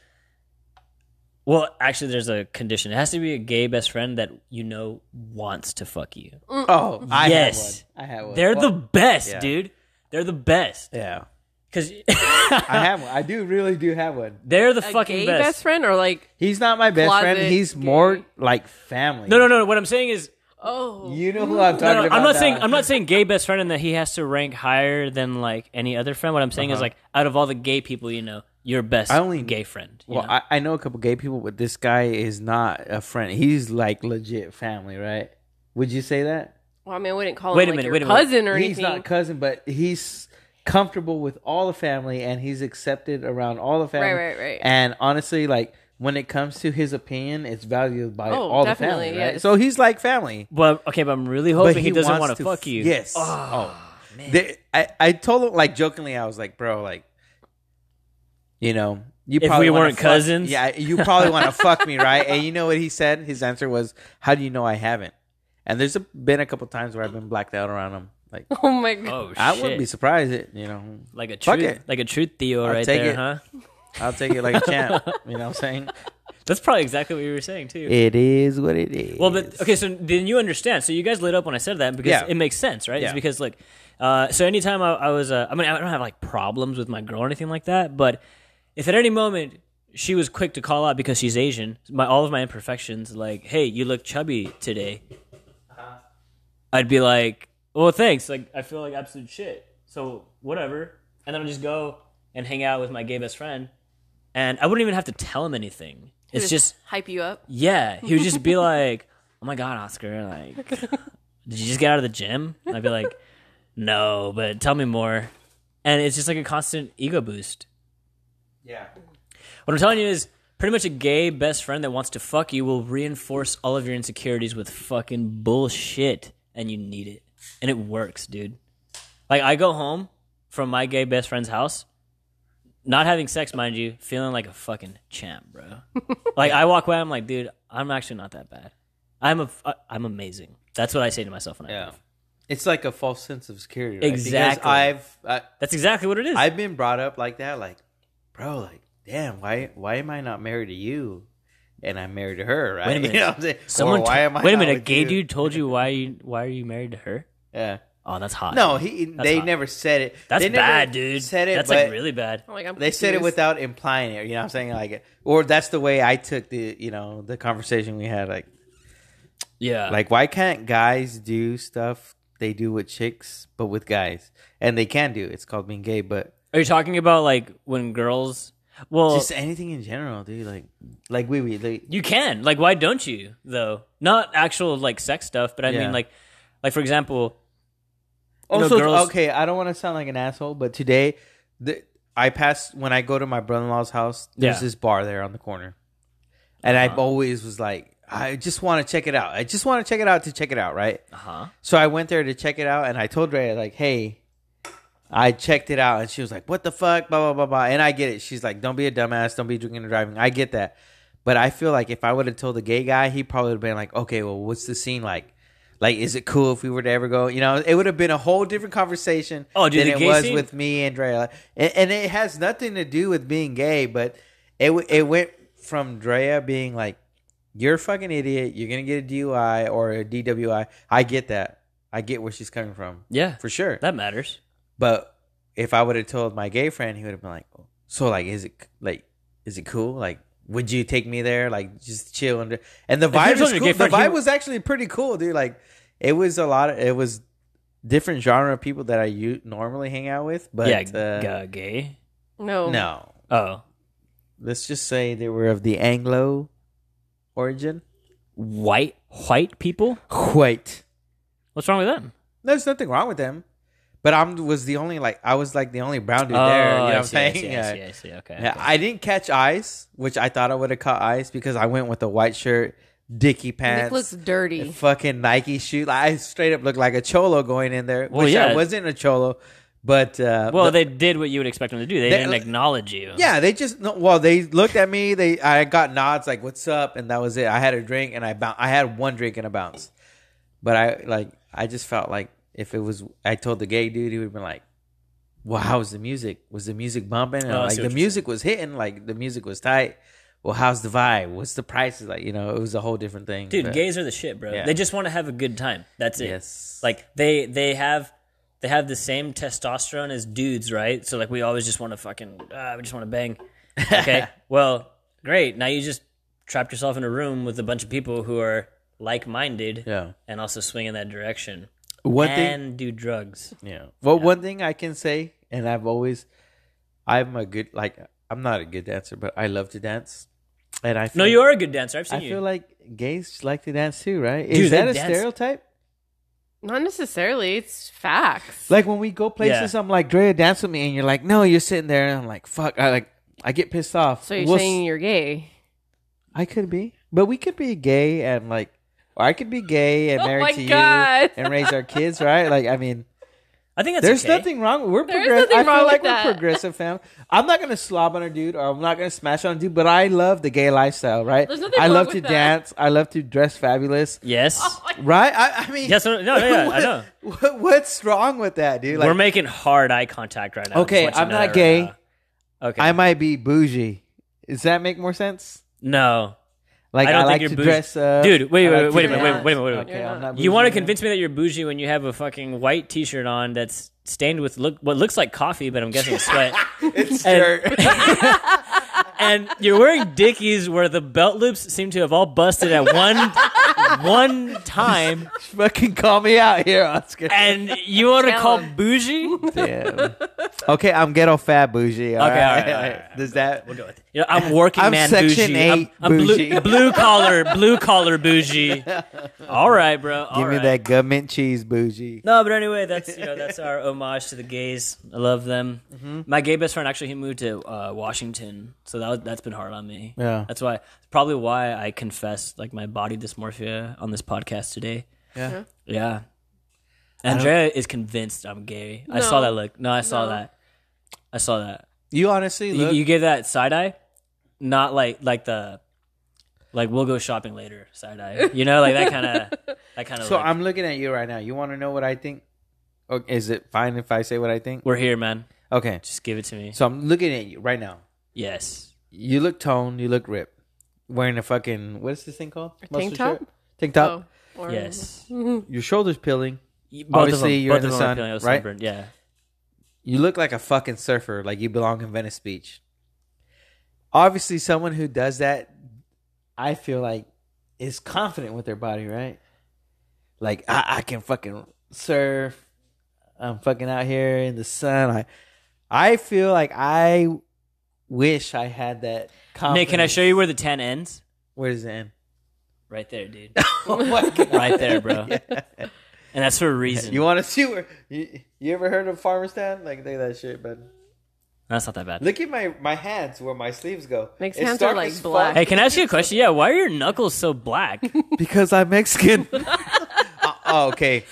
E: well, actually there's a condition. It has to be a gay best friend that you know wants to fuck you.
F: Oh, I
E: Yes.
F: have one. I have one.
E: They're the best,
F: yeah.
E: dude. They're the best.
F: Yeah.
E: (laughs) Cuz
F: I have one. I do really do have one.
E: they're the
A: A
E: fucking
A: gay
E: best.
A: best friend or like,
F: He's not my best
A: Closet
F: friend. He's
A: gay.
F: more like family.
E: No, no, no, what I'm saying is
A: oh.
F: You know who I'm talking
E: no, no,
F: about.
E: I'm not
F: now.
E: saying I'm not saying gay best friend and that he has to rank higher than like any other friend. What I'm saying is like out of all the gay people you know, your best
F: Uh-huh. I only-
E: gay friend. you
F: Well,
E: know?
F: I, I know a couple gay people, but this guy is not a friend. He's like legit family, right? Would you say that?
A: Well, I mean, I wouldn't call
E: Wait a
A: him like,
E: minute,
A: your
E: wait a minute.
A: cousin or
F: he's
A: anything.
F: not cousin, but he's comfortable with all the family, and he's accepted around all the family.
A: Right, right, right.
F: And honestly, like when it comes to his opinion, it's valued by
A: Oh,
F: all the
A: definitely,
F: family. Right?
A: yes.
F: So he's like family.
E: Well, okay, but I'm really hoping he, doesn't
F: wants
E: want to
F: to
E: fuck
F: f-
E: you.
F: Yes. Oh, They- I, I told him like jokingly, I was like, bro, like, you know, you
E: If
F: probably
E: we
F: wanna
E: weren't
F: fuck-
E: cousins?
F: yeah, you probably
E: (laughs)
F: want to fuck me, right? And you know what he said? His answer was, "How do you know I haven't?" And there's a, been a couple times where I've been blacked out around him. Like,
A: (laughs) Oh my god.
E: Oh shit!
F: I wouldn't be surprised. It, you know,
E: like a
F: Fuck
E: truth,
F: it.
E: like a truth Theo
F: I'll
E: right
F: take
E: there,
F: it.
E: huh?
F: I'll take it like a champ. You know what
E: (laughs)
F: I'm saying?
E: That's probably exactly what you were saying too.
F: It is what it is.
E: well, but okay, so then you understand. So you guys lit up when I said that because
F: Yeah.
E: it makes sense, right? It's
F: Yeah.
E: because like, uh, so anytime I, I was, uh, I mean, I don't have like problems with my girl or anything like that, but if at any moment she was quick to call out because she's Asian, my all of my imperfections, like, hey, you look chubby today,
F: Uh-huh.
E: I'd be like, well, thanks. Like, I feel like absolute shit. So whatever. And then I'll just go and hang out with my gay best friend, and I wouldn't even have to tell him anything. It's just
A: hype you up.
E: yeah, he would just be like, "Oh my god, Oscar! Like, did you just get out of the gym?" And I'd be like, "No, but tell me more." And it's just like a constant ego boost.
F: yeah.
E: What I'm telling you is, pretty much a gay best friend that wants to fuck you will reinforce all of your insecurities with fucking bullshit, and you need it, and it works, dude. Like I go home from my gay best friend's house, not having sex, mind you, feeling like a fucking champ, bro. like I walk away, I'm like, dude, I'm actually not that bad. I'm a, f- uh, I'm amazing. That's what I say to myself when I.
F: Yeah.
E: leave.
F: It's like a false sense of security. Right?
E: Exactly.
F: Because I've I,
E: That's exactly what it (laughs) is.
F: I've been brought up like that, like, bro, like, damn, why why am I not married to you? And I'm married to her, right? (laughs)
E: Wait a minute.
F: You know what I'm saying?
E: Someone.
F: Or why am I
E: wait a
F: not
E: minute. A
F: with
E: gay
F: you?
E: dude told you why you why are you married to her?
F: Yeah.
E: Oh, that's hot.
F: No, he they
E: hot.
F: never said it.
E: That's
F: They never
E: bad, dude.
F: Said it,
E: that's
F: but
E: like really bad.
A: I'm like, I'm
F: They said it
A: confused.
F: without implying it. You know what I'm saying? Like, or that's the way I took the you know the conversation we had. Like,
E: Yeah.
F: like why can't guys do stuff they do with chicks, but with guys, and they can do. it. It's called being gay, but
E: Are you talking about like when girls? Well,
F: just anything in general, dude. Like, like we we like,
E: you can. Like, why don't you though? Not actual like sex stuff, but I
F: Yeah.
E: mean like, like for example, know,
F: Also,
E: girls-
F: okay, I don't want to sound like an asshole, but today, the, I pass when I go to my brother in law's house. There's
E: Yeah. Uh-huh.
F: this bar there on the corner, and I've always was like, I just want to check it out. I just want to check it out to check it out, right?
E: Uh huh.
F: So I went there to check it out, and I told Ray like, "Hey, I checked it out," and she was like, "What the fuck?" Blah blah blah blah. And I get it. She's like, "Don't be a dumbass. Don't be drinking and driving." I get that, but I feel like if I would have told the gay guy, he probably would have been like, "Okay, well, what's the scene like?" Like, is it cool if we were to ever go? You know, it would have been a whole different conversation
E: Oh, dude,
F: than
E: the
F: it
E: gay
F: was
E: scene?
F: with me and Drea. Like, And, and it has nothing to do with being gay, but it w- it went from Drea being like, "You're a fucking idiot. You're gonna get a DUI or a DWI." I get that. I get where she's coming from
E: Yeah,
F: for sure.
E: that matters.
F: But if I would have told my gay friend, he would have been like, "So like, is it like, is it cool? Like, would you take me there? Like, just chill and and the
E: you
F: vibe
E: told
F: was
E: your
F: cool.
E: gay
F: The
E: friend, he
F: vibe
E: would-
F: was actually pretty cool, dude. Like, it was a lot. Of, it was different genre of people that I u- normally hang out with, but
E: yeah,
F: uh,
E: g- uh, gay.
A: No.
F: no.
E: Oh,
F: Let's just say they were of the Anglo origin.
E: white white people.
F: White.
E: What's wrong with them?
F: There's nothing wrong with them, but I'm was the only like I was like the only brown dude there. You know
E: Oh, I
F: what I'm
E: see, I
F: saying?
E: see,
F: Yeah.
E: I see, I see. Okay.
F: Yeah,
E: okay.
F: I didn't catch ice, which I thought I would have caught ice because I went with a white shirt, dicky
A: Nick looks
F: pants,
A: dirty.
F: fucking Nike shoe. Like, I straight up looked like a cholo going in there.
E: Well,
F: which I
E: yeah.
F: wasn't a cholo, but uh,
E: well,
F: but-
E: they did what you would expect them to do. They,
F: They- uh,
E: didn't acknowledge you.
F: yeah, they just no, well, they looked at me. They I got nods like "What's up?" and that was it. I had a drink and I bou- I had one drink and a bounce, but I like I just felt like if it was I told the gay dude, he would have been like. Well, how was the music? Was the music bumping? And,
E: Oh, I
F: like
E: see
F: the
E: what you're
F: music was hitting, like the music was tight. Well, how's the vibe? What's the prices? Like you know, it was a whole different thing.
E: dude,
F: but-
E: gays are the shit, bro.
F: Yeah.
E: They just want to have a good time. That's it.
F: Yes.
E: Like they they have they have the same testosterone as dudes, right? So like we always just want to fucking uh, we just want to bang.
F: (laughs)
E: Okay. well, great. Now you just trapped yourself in a room with a bunch of people who are like minded
F: yeah.
E: and also swing in that direction
F: One thing
E: and do drugs.
F: Yeah. Well, one thing I can say, and I've always, I'm a good like I'm not a good dancer, but I love to dance, and I feel,
E: No, you are a good dancer. I've seen
F: I
E: you.
F: feel like gays like to dance too, right?
E: Dude,
F: Is
E: they
F: that a
E: dance-
F: stereotype?
A: Not necessarily. It's facts.
F: Like when we go places, I'm like, Drea, dance with me, and you're like, no, you're sitting there, and I'm like, fuck, I like, I get pissed off.
A: so you're
F: We'll s-
A: saying you're gay?
F: I could be, but we could be gay and like, or I could be gay
A: (laughs)
F: and
A: Oh
F: married
A: my
F: to
A: God.
F: you and raise our kids, right? Like, I mean.
E: I think that's
F: There's
E: okay.
F: nothing wrong. We're
A: There is
F: progressive.
A: nothing
F: I feel
A: wrong
F: like
A: with
F: we're
A: that.
F: progressive, fam. I'm not gonna slob on a dude, or I'm not gonna smash on a dude. But I love the gay lifestyle, right?
A: There's nothing
F: I
A: wrong
F: love
A: with
F: to
A: that.
F: dance. I love to dress fabulous,
E: Yes.
F: (laughs)
A: (laughs)
F: right? I, I mean,
E: Yes, no, no, yeah, I know.
F: (laughs) what- what's wrong with that, dude?
E: We're
F: Like,
E: making hard eye contact right now. I just
F: Okay,
E: want you to
F: I'm
E: know
F: not
E: that right
F: gay.
E: now. okay.
F: I might be bougie. Does that make more sense?
E: no.
F: Like,
E: I
F: I,
E: don't think
F: like
E: you're
F: to
E: bougie.
F: dress up,
E: Dude, wait,
F: I
E: wait,
F: like
E: wait
F: to
E: a minute, wait,
F: dance.
E: wait a minute, wait a
A: minute.
F: Okay, I'm not
E: You want to
F: bougie, man.
E: convince me that you're bougie when you have a fucking white T-shirt on that's stained with look what looks like coffee, but I'm guessing
F: (laughs)
E: sweat,
F: (laughs) It's dirt. (laughs)
E: and you're wearing Dickies where the belt loops seem to have all busted at
F: (laughs)
E: one one time,
F: Fucking call me out here, Oscar.
E: and you want to
A: Tell
E: call
A: him.
F: (laughs)
E: bougie?
F: Damn. Okay, I'm ghetto fat bougie. all
E: Okay, all
F: right?
E: right, all right, all right.
F: Does that? We'll
E: You know, I'm working
F: I'm
E: man
F: Section
E: bougie. I'm-
F: eight
E: I'm,
F: bougie.
E: blue, blue collar, blue collar
F: (laughs)
E: bougie. All right, bro. all
F: Give me
E: right.
F: that government cheese bougie.
E: No, but anyway, that's you know
F: (laughs)
E: that's our homage to the gays. I love them.
F: Mm-hmm.
E: My gay best friend actually he moved to uh, Washington, so that was, that's been hard on me.
F: Yeah.
E: that's why probably why I confessed like my body dysmorphia on this podcast today.
F: Yeah.
E: yeah. Andrea is convinced I'm gay. I saw
A: No.
E: that look. No, I saw
A: No.
E: that. I saw that.
F: You honestly
E: You,
F: look.
E: you gave that side eye, not like like the like we'll go shopping later side eye. You know, like that kind of that kind of.
F: (laughs) so I'm looking at you right now. You want to know what I think? Or is it fine if I say what I think?
E: we're here, man.
F: Okay.
E: Just give it to me.
F: So I'm looking at you right now.
E: Yes.
F: You look toned. You look ripped. Wearing a fucking what is this thing called?
A: A tank
F: Mustard
A: top?
F: shirt? Tank top.
A: Oh, or-
E: Yes.
F: Your shoulders peeling.
E: You-
F: Obviously, you're in the sun,
E: feeling those
F: right?
E: sunburn, Yeah.
F: You look like a fucking surfer. Like you belong in Venice Beach. Obviously, someone who does that, I feel like, is confident with their body, right? Like I, I can fucking surf. I'm fucking out here in the sun. I, I feel like I wish I had that. Confidence.
E: Nick, can I show you where the tan ends?
F: Where does it end?
E: (laughs) Right there, dude.
F: Oh my God. (laughs)
E: Right there, bro. and that's for a reason.
F: You want to see where you, you ever heard of farmer stand? Like they that shit, man.
E: that's not that bad.
F: Look at my my hands where my sleeves go.
A: Nick's
F: It's
A: hands
F: dark
A: are, like,
F: as fuck.
A: black.
E: Hey, can I ask you a question? Yeah, why are your knuckles so (laughs) black?
F: Because
A: (laughs)
F: I'm Mexican. Uh, oh, okay.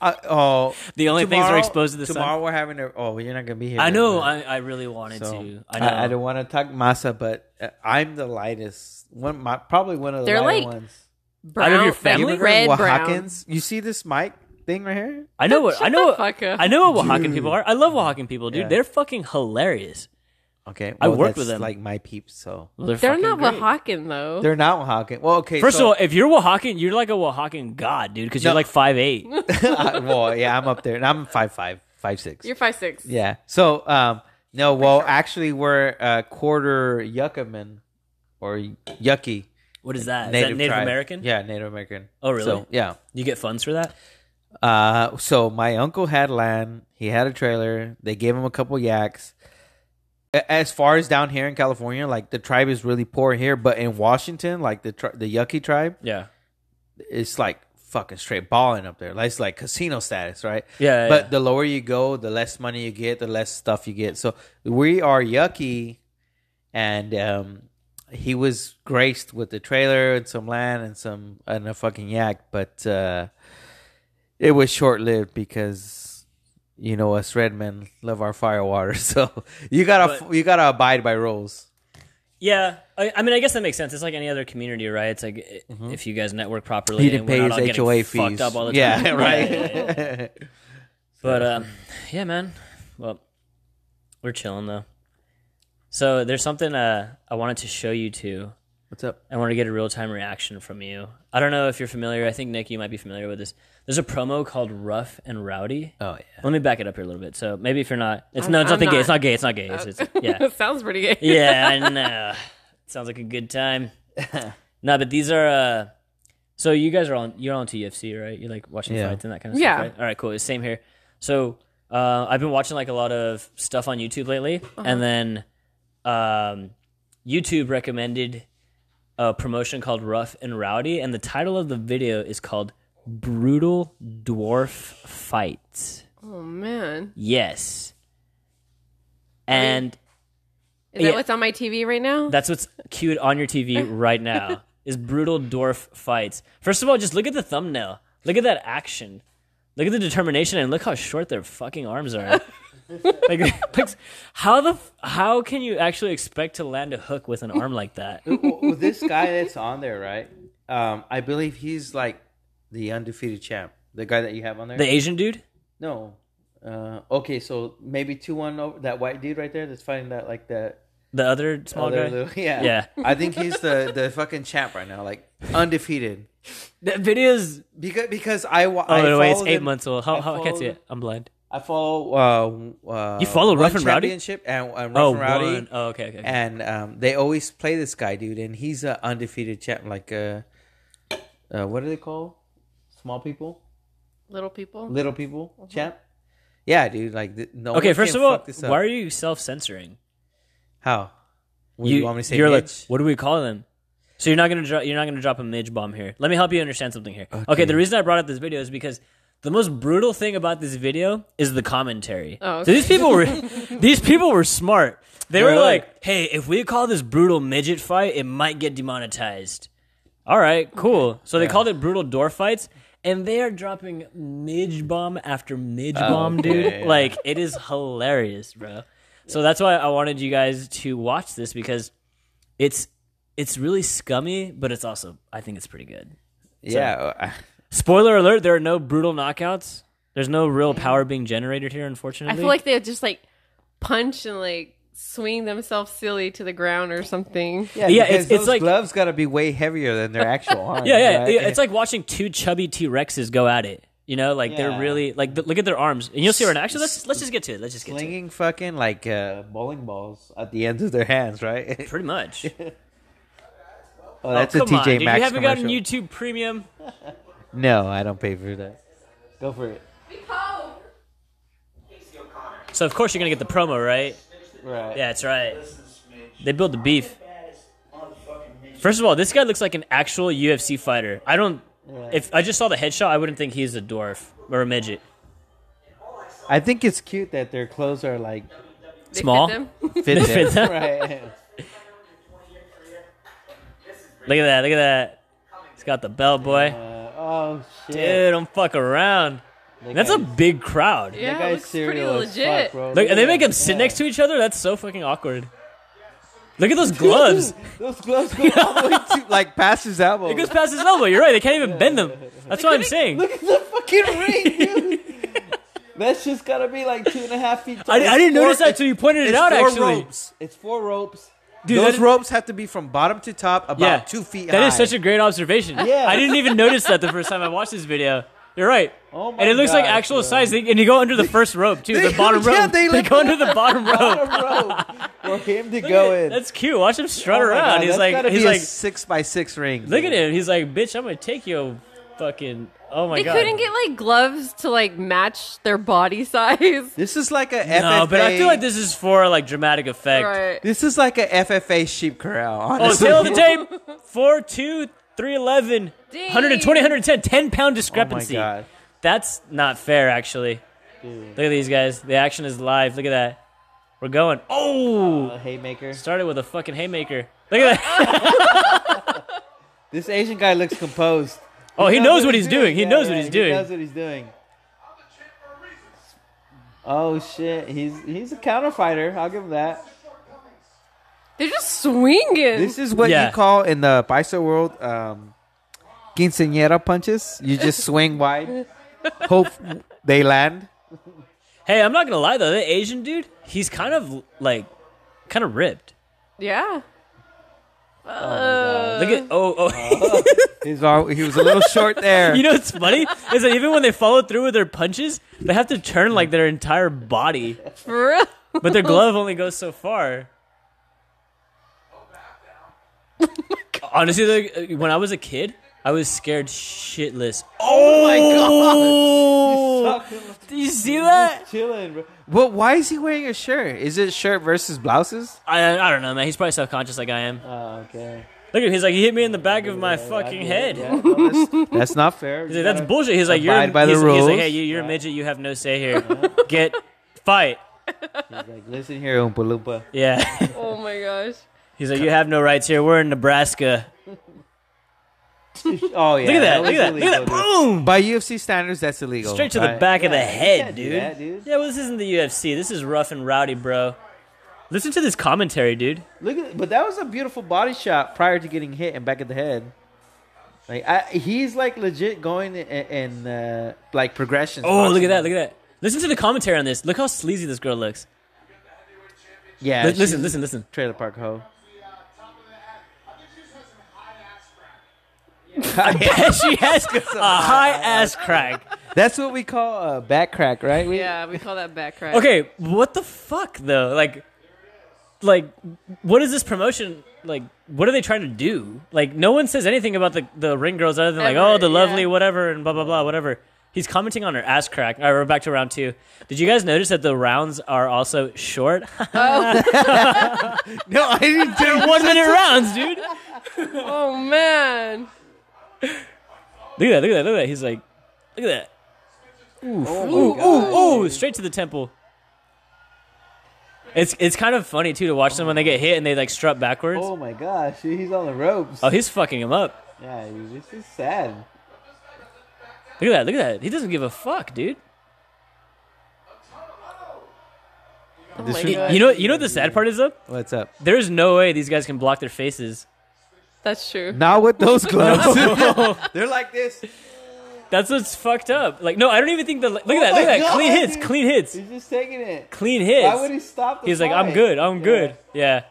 F: Uh, oh,
E: The only things that are exposed to the sun.
F: tomorrow we're having a. Oh, you're not gonna be here.
E: I know.
F: but-
E: I, I really wanted to. I know.
F: I, don't want to talk masa, but uh, I'm the lightest one. My, probably one of the
A: They're
F: lighter
A: like
F: ones.
A: Brown,
E: your
A: like
E: family?
F: Remember
A: red, brown.
F: Oaxacans? You see this mic thing right here?
E: I know what
A: Shut
E: I know.
A: the
E: What,
A: fuck up.
E: I know what Oaxacan people are. I love Oaxacan people, dude.
F: Yeah.
E: They're fucking hilarious.
F: Okay,
E: I
F: well,
E: worked
F: that's
E: with them.
F: Like my peeps, so
E: Well, they're
A: They're
E: fucking
A: not
E: great.
A: Oaxacan though.
F: they're not Oaxacan. Well, okay.
E: First
F: so-
E: of all, if you're Oaxacan, you're like a Oaxacan god, dude, because you're
F: No.
E: like five eight.
F: (laughs) I- well, yeah, I'm up there, and I'm five five, five six.
A: You're five six. (laughs)
F: yeah. So, um, no, well, actually, we're uh, quarter Yuccaman or Yucky
E: What Uh, is that? Is that Native
F: tribe.
E: American?
F: Yeah, Native American.
E: Oh, really?
F: So, yeah.
E: You get funds for that?
F: Uh, so my uncle had land. He had a trailer. They gave him a couple yaks. A- As far as down here in California, like the tribe is really poor here, but in Washington, like the tri- the Yucky tribe,
E: Yeah.
F: it's like fucking straight balling up there. Like it's like casino status, right?
E: Yeah.
F: but
E: yeah.
F: the lower you go, the less money you get, the less stuff you get. So we are yucky, and um, he was graced with the trailer and some land and some and a fucking yak, but uh, it was short lived because you know us red men love our firewater. (laughs) So you gotta you gotta abide by rules.
E: yeah. I, I mean, I guess that makes sense. It's like any other community, right? It's like i
F: Mm-hmm.
E: if you guys network properly,
F: He didn't
E: and we're
F: pay
E: not
F: his
E: all getting
F: HOA
E: fucked
F: fees.
E: Up all the time.
F: yeah, (laughs) right.
E: yeah, yeah. (laughs) But um, yeah, man. Well, we're chilling though. So there's something uh, I wanted to show you two.
F: What's up?
E: I want to get a real time reaction from you. I don't know if you're familiar. I think Nick, you might be familiar with this. There's a promo called Rough and Rowdy.
F: Oh yeah.
E: Let me back it up here a little bit. So maybe if you're not, it's
A: I'm-
E: no, it's
A: I'm
E: nothing gay. It's
A: not. Uh,
E: not gay. It's not gay. It's, it's
A: (laughs)
E: yeah,
A: That sounds pretty gay.
E: yeah. I know. (laughs) Sounds like a good time. no, but these are. uh So you guys are on. You're on to UFC, right? You're like watching
F: Yeah.
E: fights and that kind of
A: Yeah.
E: stuff. Right? All right, cool. It's Same here. So uh, I've been watching like a lot of stuff on YouTube lately, and then um, YouTube recommended a promotion called Rough and Rowdy, and the title of the video is called Brutal Dwarf Fights.
A: Oh man,
E: Yes. And
A: is
E: Yeah.
A: that what's on my TV right now?
E: that's what's cued on your TV right now is brutal dwarf fights. First of all, just look at the thumbnail. Look at that action. Look at the determination and look how short their fucking arms are. (laughs) like, like, how the f- how can you actually expect to land a hook with an arm like that?
F: well, well, this guy
E: (laughs)
F: that's on there, right? Um, I believe he's like the undefeated champ. The guy that you have on there.
E: The Asian dude?
F: no. Uh, okay, so maybe two one over that white dude right there that's fighting that like that.
E: The other small
F: other
E: guy?
F: little- (laughs) yeah,
E: Yeah.
F: I think he's the the fucking champ right now, like undefeated.
E: That video's
F: Because because I wa-
E: Oh
F: I
E: no, wait, it's
F: follow
E: eight
F: them-
E: months old. How, how I can't
F: follow
E: see
F: them-
E: it. I'm blind.
F: I follow. Uh, uh,
E: You follow
F: One
E: Rough and Rowdy?
F: championship and, and Rough
E: Oh,
F: and Rowdy.
E: one. Oh, okay, okay. okay.
F: and um, they always play this guy, dude, and he's an undefeated champ. Like, uh, uh, what are they called? Small people,
A: Little people.
F: little people, champ. Yeah, dude. Like, th- no.
E: Mm-hmm. okay,
F: one
E: first
F: can
E: of all,
F: fuck this up.
E: why are you self-censoring?
F: How? What, you want me to say?
E: are
F: bitch?
E: like, what do we call them? So you're not gonna dro- you're not gonna drop a midge bomb here. Let me help you understand something here. Okay. the reason I brought up this video is because the most brutal thing about this video is the commentary.
A: Oh,
E: So these people were (laughs) these people were smart. They were
F: Really?
E: like, hey, if we call this brutal midget fight, it might get demonetized. All right, cool. So they called it brutal door fights. And they are dropping midge bomb after midge
F: Oh,
E: bomb, dude.
F: okay.
E: Like it is hilarious, bro. So that's why I wanted you guys to watch this because it's it's really scummy, but it's also I think it's pretty good.
F: yeah. uh,
E: Spoiler alert: there are no brutal knockouts. There's no real power being generated here, unfortunately.
A: I feel like they just like punch and like swing themselves silly to the ground or something.
F: yeah,
E: yeah,
F: because
E: it's- it's
F: those
E: like-
F: gloves got to be way heavier than
E: (laughs)
F: their actual arms.
E: yeah, yeah,
F: right?
E: yeah, It's like watching two chubby T Rexes go at it. You know, like they're
F: Yeah.
E: really like th- look at their arms, and you'll see right now. Actually, let's let's just get to it. Let's just get to it.
F: slinging fucking like uh, bowling balls at the ends of their hands, right?
E: Pretty much.
F: (laughs) oh, that's
E: oh,
F: a
E: come on,
F: TJ
E: dude.
F: Maxx
E: You haven't
F: commercial.
E: gotten YouTube Premium.
F: No, I don't pay for that. Go for it.
E: So of course you're gonna get the promo, right?
F: Right.
E: Yeah, that's right. They build the beef. First of all, this guy looks like an actual UFC fighter. I don't If I just saw the headshot, I wouldn't think he's a dwarf or a midget.
F: I think it's cute that their clothes
E: (laughs)
F: are like
A: They
E: Small.
A: fit them? (laughs)
F: fit
E: Fit
F: them.
E: them.
F: (laughs) right.
E: Look at that. Look at that. He's got the belt, boy.
F: Uh, oh shit.
E: Dude, don't fuck around.
F: That
E: That's a
F: guy's-
E: big crowd.
A: Yeah,
F: that
A: it
F: guy's
A: looks pretty
F: serial as
A: legit.
F: fuck, bro.
E: Look, and they make them sit
F: Yeah.
E: next to each other. That's so fucking awkward. Look at those
F: (laughs)
E: gloves.
F: Those gloves go all the way to like past his elbow.
E: it goes past his elbow. You're right. They can't even
F: (laughs)
E: bend them. That's what I'm saying.
F: Look at (laughs) the fucking ring, dude. That's just gotta be like two and a half feet. Tall.
E: I, I didn't
F: It's
E: notice
F: four-
E: that till you pointed it
F: It's
E: out.
F: four
E: Actually,
F: ropes. It's four ropes.
E: Dude,
F: Those
E: that-
F: ropes have to be from bottom to top, about
E: yeah,
F: two feet
E: That
F: high.
E: is such a great observation.
F: Yeah.
E: I didn't even notice that the first time I watched this video. You're right.
F: Oh my
E: and it looks like
F: gosh,
E: actual
F: bro.
E: size, They- and you go under the first rope too,
F: They-
E: the bottom rope.
F: (laughs) yeah, they like-
E: go under the
F: (laughs)
E: bottom rope.
F: (laughs) bottom rope for him to
E: (laughs) Look
F: go
E: at-
F: in.
E: That's cute. Watch him strut
F: Oh my
E: around.
F: God,
E: he's
F: that's
E: like,
F: gotta
E: he's
F: be a
E: like,
F: six by six ring.
E: look at him. He's like, bitch, I'm gonna take you, fucking. Oh my
A: They
E: god.
A: couldn't get like gloves to like match their body (laughs) size.
F: This is like a FFA.
E: no, but I feel like this is for like dramatic effect.
A: Right.
F: This is like a FFA sheep corral.
E: Oh,
F: Honestly. (laughs)
E: tail of the tape. Four, two, three, eleven.
A: Dang.
E: 120, 110, 10 pound
F: Oh my
E: discrepancy.
F: god!
E: That's not fair, actually. Look at these guys. The action is live. Look at that. We're going. Oh!
F: A haymaker.
E: Started with a fucking haymaker. Look at that.
F: (laughs) This Asian guy looks composed.
E: Oh, (laughs) he knows what he's doing. He
F: Yeah,
E: knows what
F: yeah,
E: he's
F: He
E: doing.
F: knows what he's doing. Oh shit! He's he's a counter fighter. I'll give him that.
A: They're just swinging.
F: This is what
E: Yeah.
F: you call in the bicep world, um, quinceañera punches. You just swing
E: (laughs)
F: wide, hope they land.
E: Hey, I'm not going to lie, though. The Asian dude, he's kind of like, kind of ripped.
A: yeah.
E: Look
F: Uh.
E: at. Oh, oh. (laughs)
F: He's all, he was a little short there.
E: you know what's funny? Is that even when they follow through with their punches, they have to turn like their entire body.
A: For real.
E: But
F: (laughs)
E: their glove only goes so far. Honestly, like, uh, when I was a kid, I was scared shitless. Oh,
F: (laughs)
E: my god! Did you see that?
F: chilling, bro. Well, why is he wearing a shirt? Is it shirt versus (laughs) blouses?
E: I, I don't know, man. He's probably self conscious like I am.
F: Oh, okay.
E: Look at him. He's like, he hit me in the back of my fucking head.
F: Yeah, no, that's, that's not fair.
E: He's like, That's bullshit. He's like, you're,
F: Abide by the
E: he's, he's like,
F: rules.
E: hey, you, you're a midget. You have no say
F: (laughs)
E: here. Get fight.
F: Like, listen here, Oompa Loompa. (laughs)
E: Yeah.
A: (laughs) Oh my gosh.
E: He's like, you have no rights here. We're in Nebraska.
F: Oh yeah,
E: Look at that.
F: was
E: Look at that. Look
F: illegal,
E: at that.
F: dude.
E: Boom.
F: By UFC standards, that's illegal.
E: Straight to the
F: right?
E: back of the
F: Yeah, you
E: head,
F: can't do
E: dude.
F: that, dude.
E: Yeah, well, this isn't the UFC. This is rough and rowdy, bro. Listen to this commentary, dude.
F: Look at, but that was a beautiful body shot prior to getting hit and back of the head. Like I, he's like legit going in, in uh, like progressions.
E: Oh, look
F: Boxing.
E: at that. Look at that. Listen to the commentary on this. Look how sleazy this girl looks.
F: Yeah,
E: Li-
F: she's
E: listen,
F: a
E: listen, listen. (laughs)
F: Trailer park hoe.
E: she (laughs) has a high ass crack.
F: That's what we call a back crack, right? We-
A: Yeah, we call that back crack.
E: Okay, what the fuck though? Like, like, what is this promotion? Like, what are they trying to do? Like, no one says anything about the the ring girls other than like,
A: Ever,
E: oh, the lovely
A: yeah.
E: whatever and blah blah blah whatever. He's commenting on her ass crack. All right, we're back to round two. Did you guys notice that the rounds are also short?
F: (laughs)
E: (laughs)
F: No, I (laughs) didn't.
E: They're one minute rounds, dude. Look at
A: Oh man.
E: that! Look at that! Look at that! He's like, look at that!
F: Oh, my God.
E: Oh, straight to the temple. It's it's kind of funny too to watch them when they get hit and they like strut backwards.
F: oh my gosh, he's on the ropes.
E: Oh, he's fucking him up.
F: Yeah, he's just he's sad.
E: Look at that, look at that. He doesn't give a fuck, dude.
A: Oh
F: This
A: my
F: should-
A: gosh.
E: You know you know what the sad part is though?
F: What's up?
E: There's no way these guys can block their faces.
A: That's true.
F: Not
E: (laughs)
F: with those gloves. (laughs) They're like this.
E: That's what's fucked up. Like no, I don't even think the look at that,
F: Oh
E: look
F: my
E: at that.
F: God,
E: Clean hits,
F: dude.
E: clean hits.
F: He's just taking it.
E: Clean hits.
F: Why would he stop? The
E: He's like, I'm
F: fight?
E: good, I'm
F: Yeah.
E: good. Yeah.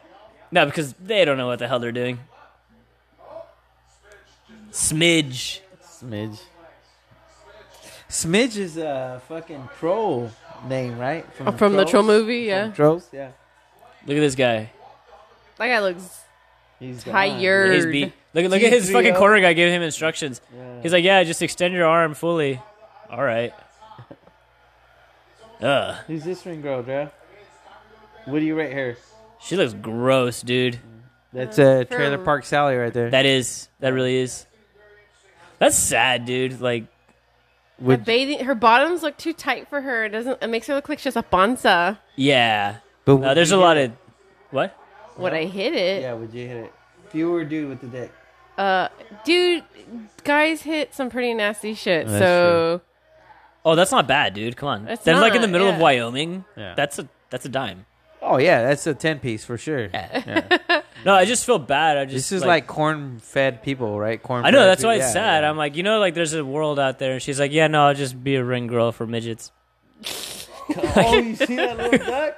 E: No, because they don't know what the hell they're doing. Smidge.
F: Smidge. Smidge is a fucking troll name, right? From,
A: Oh, From the troll
F: Trolls?
A: movie, yeah.
F: From Trolls, yeah.
E: Look at this guy.
A: That guy looks
F: He's
A: Tired.
E: His beat. Look, look at his
F: G3O.
E: fucking corner guy giving him instructions.
F: Yeah.
E: He's like, yeah, just extend your arm fully. All right. Ugh.
F: gone. Who's this ring girl, bro? What do you rate her?
E: She looks gross, dude.
F: That's
A: Trailer
F: a Trailer
A: Park
F: Park Sally right there.
E: That is. That really is. That's sad, dude. Like,
A: her bathing, her bottoms look too tight for her. It doesn't. It makes her look like she's a bonza.
E: yeah.
F: But
E: No, there's a lot of what?
A: Would I hit it?
F: Yeah, would you hit it? If you were a dude with the dick.
A: Uh, dude, guys hit some pretty nasty shit.
F: That's
A: so
E: Oh, that's not bad, dude. Come on.
A: It's
E: That's like in
A: not,
E: the middle of
A: yeah.
E: Wyoming.
F: Yeah.
E: That's a that's a dime.
F: Oh yeah, that's a ten piece for sure. Yeah.
E: No, I just feel bad. I just
F: This is like, corn fed people, right? Corn.
E: I know that's why it's sad. I'm like, you know, like there's a world out there, and she's like, yeah, no, I'll just be a ring girl for midgets.
F: oh, you see that little (laughs) duck?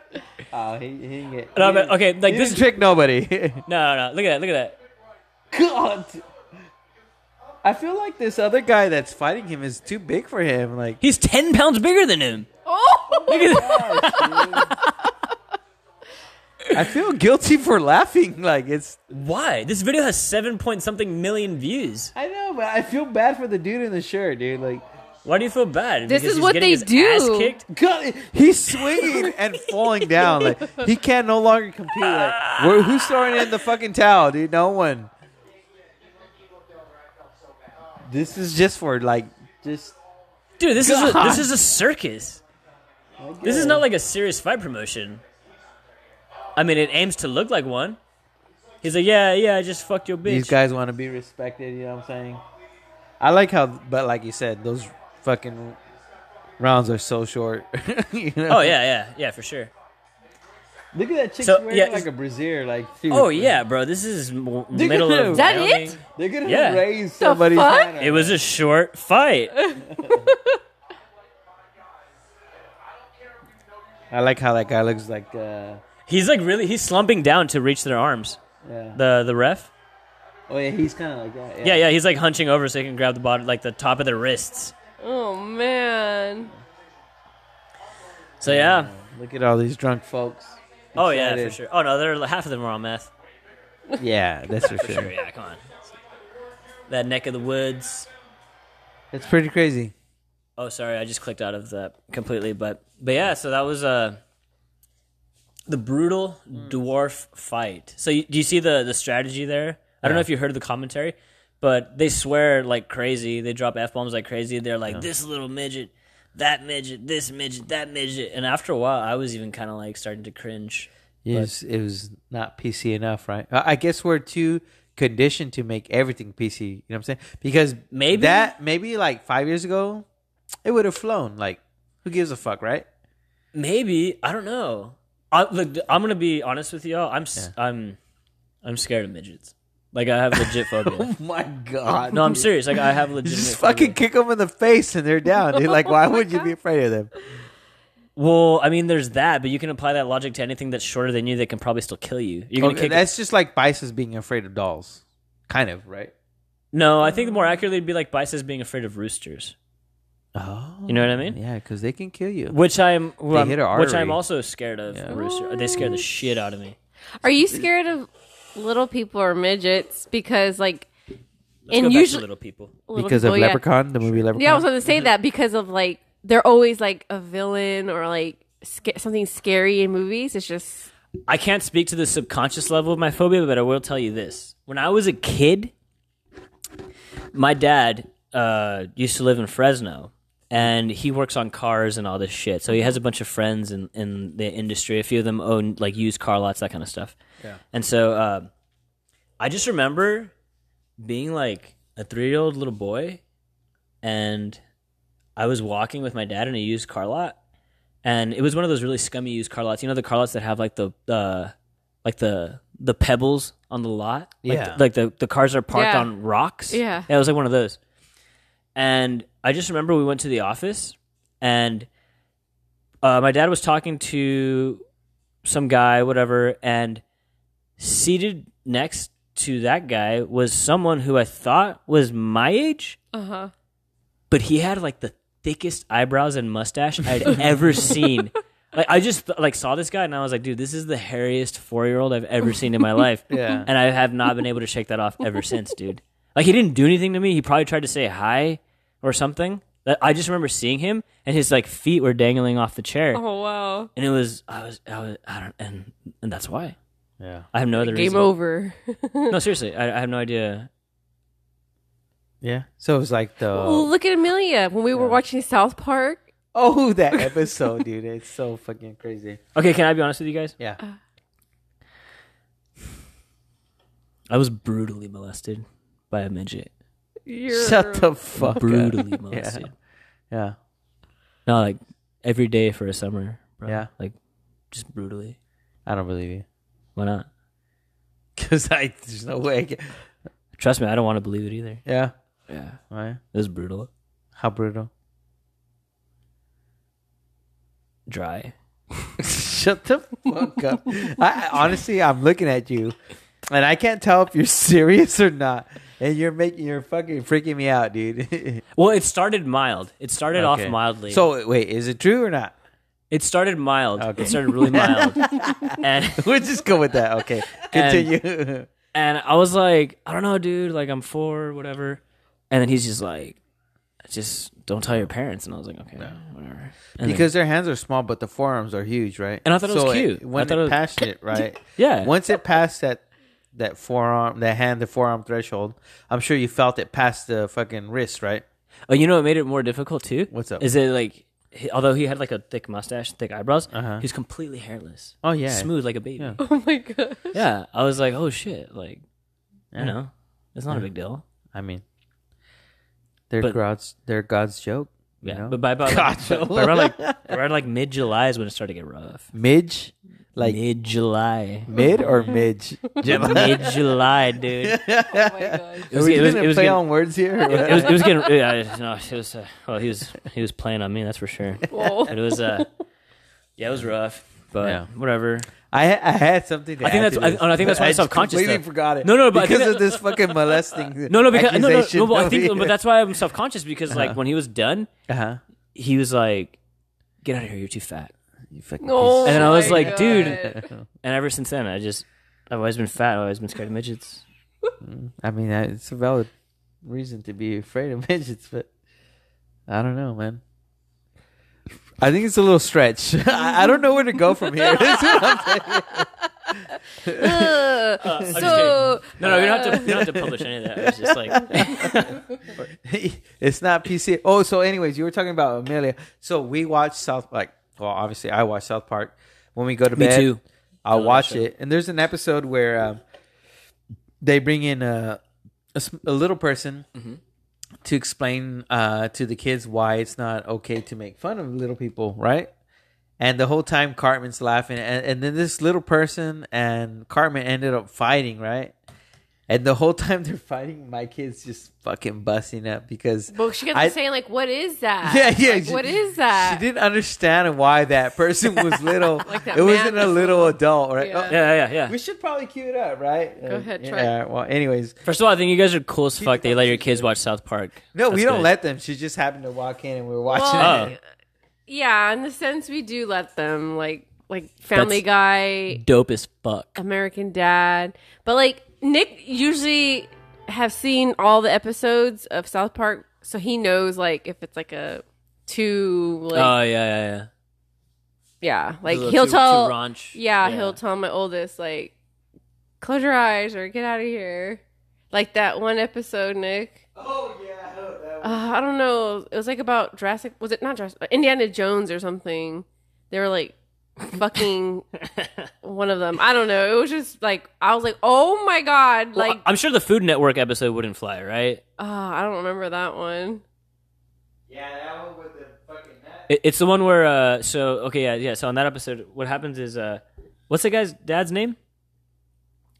F: Oh, he, he didn't get.
E: No, but
F: he didn't-
E: okay, like
F: he
E: this.
F: didn't trick nobody. (laughs)
E: no, no, no, look at that, look at that.
F: God. I feel like this other guy that's fighting him is too big for him. Like,
E: He's ten pounds bigger than him.
A: oh,
F: I feel guilty for laughing. (laughs) Like, it's.
E: Why? This video has seven point something million views.
F: I know, but I feel bad for the dude in the shirt, dude. Like,
E: Why do you feel bad?
A: This
E: Because
A: is
E: he's
A: what
E: getting
A: they
E: his
A: do.
E: Ass kicked?
F: God, he's
E: (laughs)
F: swinging and falling down. Like, he can no longer compete. Like, where, who's throwing in the fucking towel, dude? No one. This is just for, like, just.
E: Dude, this is a,
F: God.
E: this is a circus. This is not like a serious fight promotion. I mean, it aims to look like one. He's like, yeah, yeah, I just fucked your bitch.
F: These guys want to be respected, you know what I'm saying? I like how, but like you said, those fucking rounds are so short. (laughs) you know?
E: oh yeah, yeah, yeah, for sure.
F: Look at that chick
E: So,
F: wearing
E: yeah,
F: like a brassiere. Like, dude,
E: Oh yeah, bro, this is m- middle
F: at
E: of
F: him.
A: that
E: Wyoming.
A: it?
F: They're going to
E: Yeah.
F: raise somebody's
A: fuck?
F: hand.
E: It was a short fight.
F: I like how that guy looks like, uh,
E: He's like really he's slumping down to reach their arms.
F: yeah.
E: The the ref.
F: oh, yeah, he's kind of like that. Yeah.
E: Yeah, yeah, he's like hunching over so he can grab the bottom like the top of their wrists.
A: oh man.
E: So yeah.
F: Look at all these drunk folks.
E: Oh yeah, for
F: Excited.
E: sure. Oh no, they're half of them are on meth.
F: Yeah, that's for
E: Sure,
F: sure.
E: yeah, come on. That neck of the woods.
F: That's pretty crazy.
E: Oh, sorry, I just clicked out of that completely, but but yeah, so that was uh the brutal dwarf fight. So you, do you see the the strategy there? I don't know if you heard the commentary, but they swear like crazy. They drop f bombs like crazy. They're like this little midget, that midget, this midget, that midget, and after a while, I was even kind of like starting to cringe.
F: It was, it was not PC enough, right? I I guess we're too conditioned to make everything PC. You know what I'm saying? Because
E: Maybe.
F: that maybe like five years ago, it would have flown. Like, who gives a fuck, right?
E: Maybe I don't know. I, look, I'm gonna be honest with y'all. I'm s am I'm scared of midgets. Like I have legit phobia.
F: my god!
E: Uh, (laughs) No, I'm serious. Like I
F: (laughs)
E: have
F: You
E: legit.
F: just fucking kick them in the face and they're down. Dude. Like, why would you be afraid of them?
E: Well, I mean, there's that, but you can apply that logic to anything that's shorter than you that can probably still kill you. You're gonna
F: Okay,
E: kick.
F: that's just like Bison's being afraid of dolls, kind of, right?
E: No, I think more accurately it'd be like Bice's being afraid of roosters,
F: Oh,
E: You know what I mean?
F: Yeah, because they can kill you.
E: which I'm well,
F: hit a
E: which
F: artery.
E: I'm also scared of. Rooster, they scare the shit out of me.
A: Are you scared of little people or midgets? Because like,
E: Let's
A: and
E: go back to
A: usually
E: little people.
A: little
F: Because of
A: people, yeah.
F: Leprechaun, the movie Leprechaun.
A: Yeah, I was going to say that because of like they're always like a villain or like sca- something scary in movies. It's just
E: I can't speak to the subconscious level of my phobia, but I will tell you this. When I was a kid, my dad uh, used to live in Fresno and he works on cars and all this shit. So he has a bunch of friends in, in the industry. A few of them own like used car lots, that kind of stuff. Yeah. And so uh, I just remember being like a three year old little boy and I was walking with my dad in a used car lot and it was one of those really scummy used car lots. You know the car lots that have like the uh, like the the pebbles on the lot. Like
F: Yeah.
E: the- like the the cars are parked
A: Yeah.
E: on rocks.
A: Yeah.
E: it was like one of those. And I just remember we went to the office, and uh, my dad was talking to some guy, whatever, and seated next to that guy was someone who I thought was my age,
A: uh huh.
E: but he had like the thickest eyebrows and mustache I'd ever seen. Like I just like saw this guy and I was like, dude, this is the hairiest four year old I've ever seen in my life.
F: Yeah.
E: (laughs) And I have not been able to shake that off ever since, dude. Like he didn't do anything to me. He probably tried to say hi or something. That- I just remember seeing him and his like feet were dangling off the chair.
A: Oh wow.
E: And it was I was I was I don't and and that's why.
F: Yeah.
E: I have no other
A: Game
E: reason.
A: over.
E: No, seriously, I, I have no idea
F: Yeah. So it was like the
E: Oh.
A: Well, look at Amelia when we were watching South Park.
F: (laughs) oh that episode, dude. It's so fucking crazy.
E: Okay, can I be honest with you guys?
F: Yeah.
E: I was brutally molested by a midget.
A: You're-
F: Shut the fuck up. (laughs)
E: Brutally molested.
F: Yeah.
E: No, like every day for a summer, bro.
F: Yeah.
E: Like just brutally.
F: I don't believe you. (laughs)
E: Why not?
F: Cause I there's no way. I can-
E: Trust me, I don't want to believe it either.
F: Yeah.
E: Yeah.
F: Right.
E: It was brutal.
F: How brutal. (laughs)
E: Dry.
F: Shut the fuck up. I, I- honestly, I'm looking at you, and I can't tell if you're serious or not. And you're making you're fucking freaking me out, dude. (laughs)
E: Well, it started mild. It started
F: Okay.
E: off mildly.
F: So wait, is it true or not? (laughs)
E: it started mild.
F: Okay.
E: It started really
F: (laughs)
E: mild. and
F: We'll just go with that. Okay,
E: And-
F: continue. (laughs)
E: and I was like, I don't know, dude. Like I'm four, whatever. And then he's just like, just don't tell your parents. And I was like, okay, whatever. And then-
F: because their hands are small, but the forearms are huge, right?
E: And I thought it was
F: So
E: cute.
F: when
E: I thought
F: it,
E: it was-
F: passed it, right?
E: (laughs) Yeah.
F: Once it passed that that forearm, that hand, the forearm threshold, I'm sure you felt it past the fucking wrist, right?
E: oh, you know, what made it more difficult too.
F: What's up?
E: Is it like, he- although he had like a thick mustache, thick eyebrows, he's completely hairless.
F: Oh Uh-huh. yeah,
E: smooth like a baby. Yeah.
A: (laughs) oh my (laughs) god.
E: I was like, oh shit, like,
F: Yeah.
E: you know, it's not a big deal.
F: I mean, they're
E: But-
F: God's they're God's joke.
E: Yeah,
F: know?
E: but by about like,
F: Gotcha.
E: by around
F: (laughs)
E: like around like mid July is when it started to get rough.
F: Midge, like
E: mid July,
F: mid
E: (laughs)
F: or midge.
E: mid July,
F: (laughs)
E: dude.
A: Oh my god.
E: It was, it was, it was,
F: play
E: getting-
F: on words here.
E: it was, it was getting yeah, I- no, it was uh, well, he was he was playing on me, that's for sure.
A: Whoa.
E: But it was
F: (laughs)
E: uh, yeah, it was rough, but
F: Yeah.
E: whatever.
F: (laughs) I I had something. To
E: I think
F: add
E: that's-
F: to this,
E: I- I think that's
F: but
E: why
F: I
E: it's subconscious,
F: Completely
E: though.
F: forgot it.
E: No, no, but I think
F: because of
E: that-
F: this fucking molesting.
E: (laughs) No, no, because no, no, no,
F: accusation
E: but I
F: over
E: think,
F: here.
E: but that's why I'm self conscious because like when he was done,
F: uh-huh.
E: he was like, "Get out of here, you're too fat."
F: You
A: (laughs)
F: fucking
A: Oh
E: And then
A: my
E: I was like,
A: God.
E: dude. And ever since then, I just I've always been fat. I've always been scared of midgets.
F: (laughs) I mean, that- it's a valid reason to be afraid of (laughs) midgets, but I don't know, man. I think it's a little stretch. (laughs) I I don't know where to go from here. (laughs) That's what I'm
A: Uh,
F: saying.
E: (laughs) Oh,
A: Ugh. so
E: No, no, we
A: (laughs)
E: don't have to. We don't have to publish any of that. It's just like
F: (laughs) it's not PC. Oh, so anyways, you were talking about Amelia. So we watch South Park. Well, obviously, I watch South Park when we go to
E: Me
F: bed.
E: too.
F: I'll
E: love that
F: watch
E: show.
F: it. And there's an episode where um, they bring in a a, s- a little person to explain uh, to the kids why it's not okay to make fun of little people, right? And the whole time Cartman's laughing, and, and then this little person and Cartman ended up fighting, right? And the whole (laughs) time they're fighting, my kid's just fucking busting up because
A: But she kept
F: I-
A: saying like, "What is that?
F: (laughs) yeah, yeah.
A: Like,
F: she-
A: what is that?"
F: She didn't understand why
A: (laughs)
F: that person was little.
A: that
F: it wasn't
A: man
F: a
A: was
F: little adult, right? Oh,
A: Yeah.
E: yeah, yeah,
A: (laughs)
E: yeah.
F: We should probably cue it up, right? Go
A: ahead, try.
F: Yeah. Well, anyways,
E: First of all, I think you guys are cool as fuck. They let your kids watch South Park.
F: no, we
E: That's
F: don't
E: good.
F: let them. She just happened to walk in and we were watching
A: Well, uh,
F: it.
A: yeah, in the sense we do let them like like Family
E: That's-
A: Guy,
E: Dope as fuck.
A: American Dad, but like Nick usually have seen all the episodes of South Park, so he knows like if it's like a too like
E: Oh yeah, yeah, yeah.
A: yeah like
E: little
A: he'll
E: too-
A: tell
E: too raunch.
A: Yeah,
E: Yeah. (laughs)
A: he'll tell my oldest like close your eyes or get out of here like that one episode Nick
F: Oh yeah.
A: uh, I don't know. It was like about Jurassic. Was it not Jurassic? uh, Indiana Jones or something? They were like
E: (laughs)
A: fucking one of them. I don't know. It was just like I was like, oh my god!
E: Well,
A: Like
E: I- I'm sure the Food Network episode wouldn't fly, right?
A: uh, I don't remember that one.
F: Yeah, that one with the fucking net.
E: It, it's the one where uh, so okay, yeah, yeah. So on that episode, what happens is uh, what's the guy's dad's name?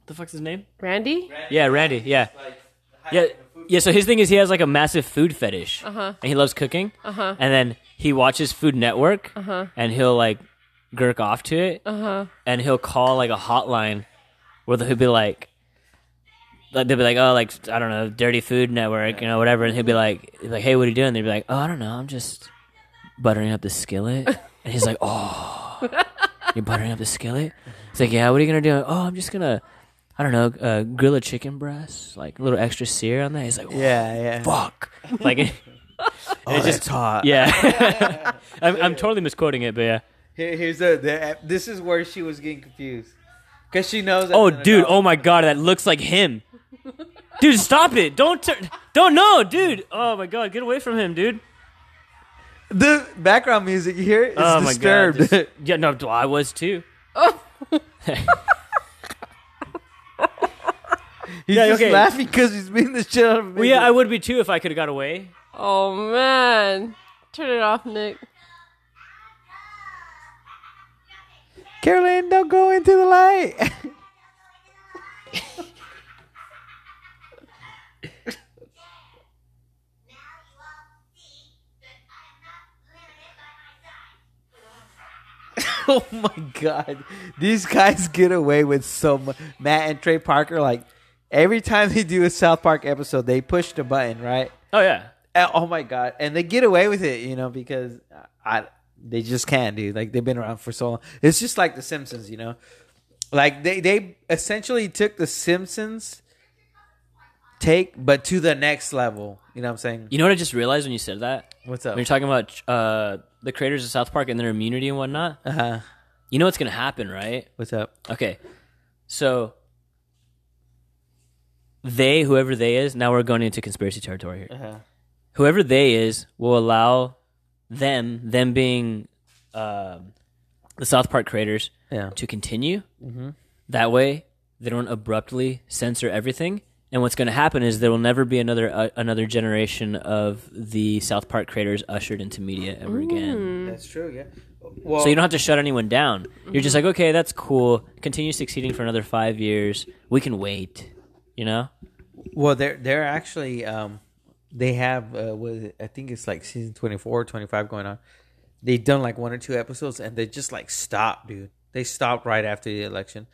E: The fuck's his name?
A: Randy?
E: Yeah, Randy. Yeah, yeah, yeah. So his thing is he has like a massive food fetish,
A: Uh-huh.
E: and he loves cooking,
A: Uh-huh.
E: and then he watches Food Network,
A: Uh-huh.
E: and he'll like gurk off to it,
A: Uh huh.
E: and he'll call like a hotline where he'll be like, like they'll be like, oh, like I don't know, Dirty Food Network, you know, whatever, and he'll be like, he'll be like, hey, what are you doing? They'd be like, oh, I don't know, I'm just buttering up the skillet, and he's like, oh, you're buttering up the skillet. He's like, yeah, what are you gonna do? Oh, I'm just gonna, I don't know, uh, grill a chicken breast, like a little extra sear on that. He's like, oh,
F: Yeah, yeah.
E: fuck, like,
F: Oh, it's just hot.
E: (laughs) yeah, I'm, I'm totally misquoting it, but yeah.
F: Here, here's the, the. This is where she was getting confused because she knows.
E: Oh, dude! Oh my god, that looks like him. dude, stop it! Don't turn. Don't know, dude. Oh my god, get away from him, dude.
F: The background music you hear is
E: oh
F: disturbed. (laughs)
E: my god. Just- yeah, no, I was too.
F: he's
E: Yeah,
F: just
E: okay.
F: laughing because he's beating the shit out of me.
E: Well, yeah, I would be too if I could have got away.
A: Oh man, turn it off, Nick.
F: Carolyn, don't go into the light. (laughs) oh my god, these guys get away with so much. Matt and Trey Parker, like every time they do a South Park episode, they push the button, right?
E: Oh yeah.
F: Uh, Oh my god! And they get away with it, you know, because I they just can, dude. Like they've been around for so long. It's just like The Simpsons, you know. Like they they essentially took The Simpsons take, but to the next level. You know what I'm saying?
E: You know what I just realized when you said that?
F: What's up?
E: When you're talking about uh, the creators of South Park and their immunity and whatnot,
F: Uh huh.
E: you know what's gonna happen, right?
F: What's up?
E: Okay. So they, whoever they is, now we're going into conspiracy territory here. Whoever they is will allow them, them being um the South Park creators,
F: Yeah.
E: to continue. That way, they don't abruptly censor everything. And what's going to happen is there will never be another uh, another generation of the South Park creators ushered into media ever again.
F: That's true. Yeah. Well,
E: So you don't have to shut anyone down. You're just like, okay, that's cool. Continue succeeding for another five years. We can wait. You know?
F: well, they're they're actually um they have uh what is it? I think it's like season 24 25 going on. They've done like one or two episodes and they just like stopped, dude. They stopped right after the election.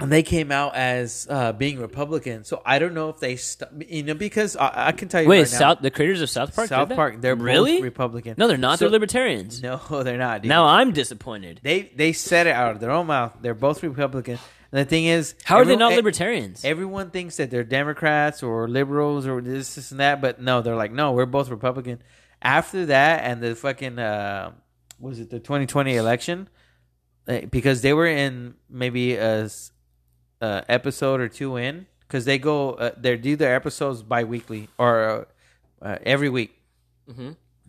F: and they came out as uh, being Republican. So I don't know if they, st- you know, because I, I can tell you
E: Wait,
F: right now,
E: South the creators of South Park.
F: South
E: did that?
F: Park, they're both
E: really
F: Republican.
E: No, they're not.
F: So-
E: they're libertarians.
F: (laughs) no, they're not. Dude.
E: Now I'm disappointed.
F: they they said it out of their own mouth. They're both Republican. And the thing is,
E: How are
F: everyone-
E: they not
F: e-
E: libertarians?
F: Everyone thinks that they're Democrats or liberals or this, this, and that, but no, they're like, no, we're both Republican. After that, and the fucking uh, was it the 2020 election? Uh, Because they were in maybe a, s- uh episode or two in, because they go, uh, they do their episodes bi-weekly or uh, uh, every week.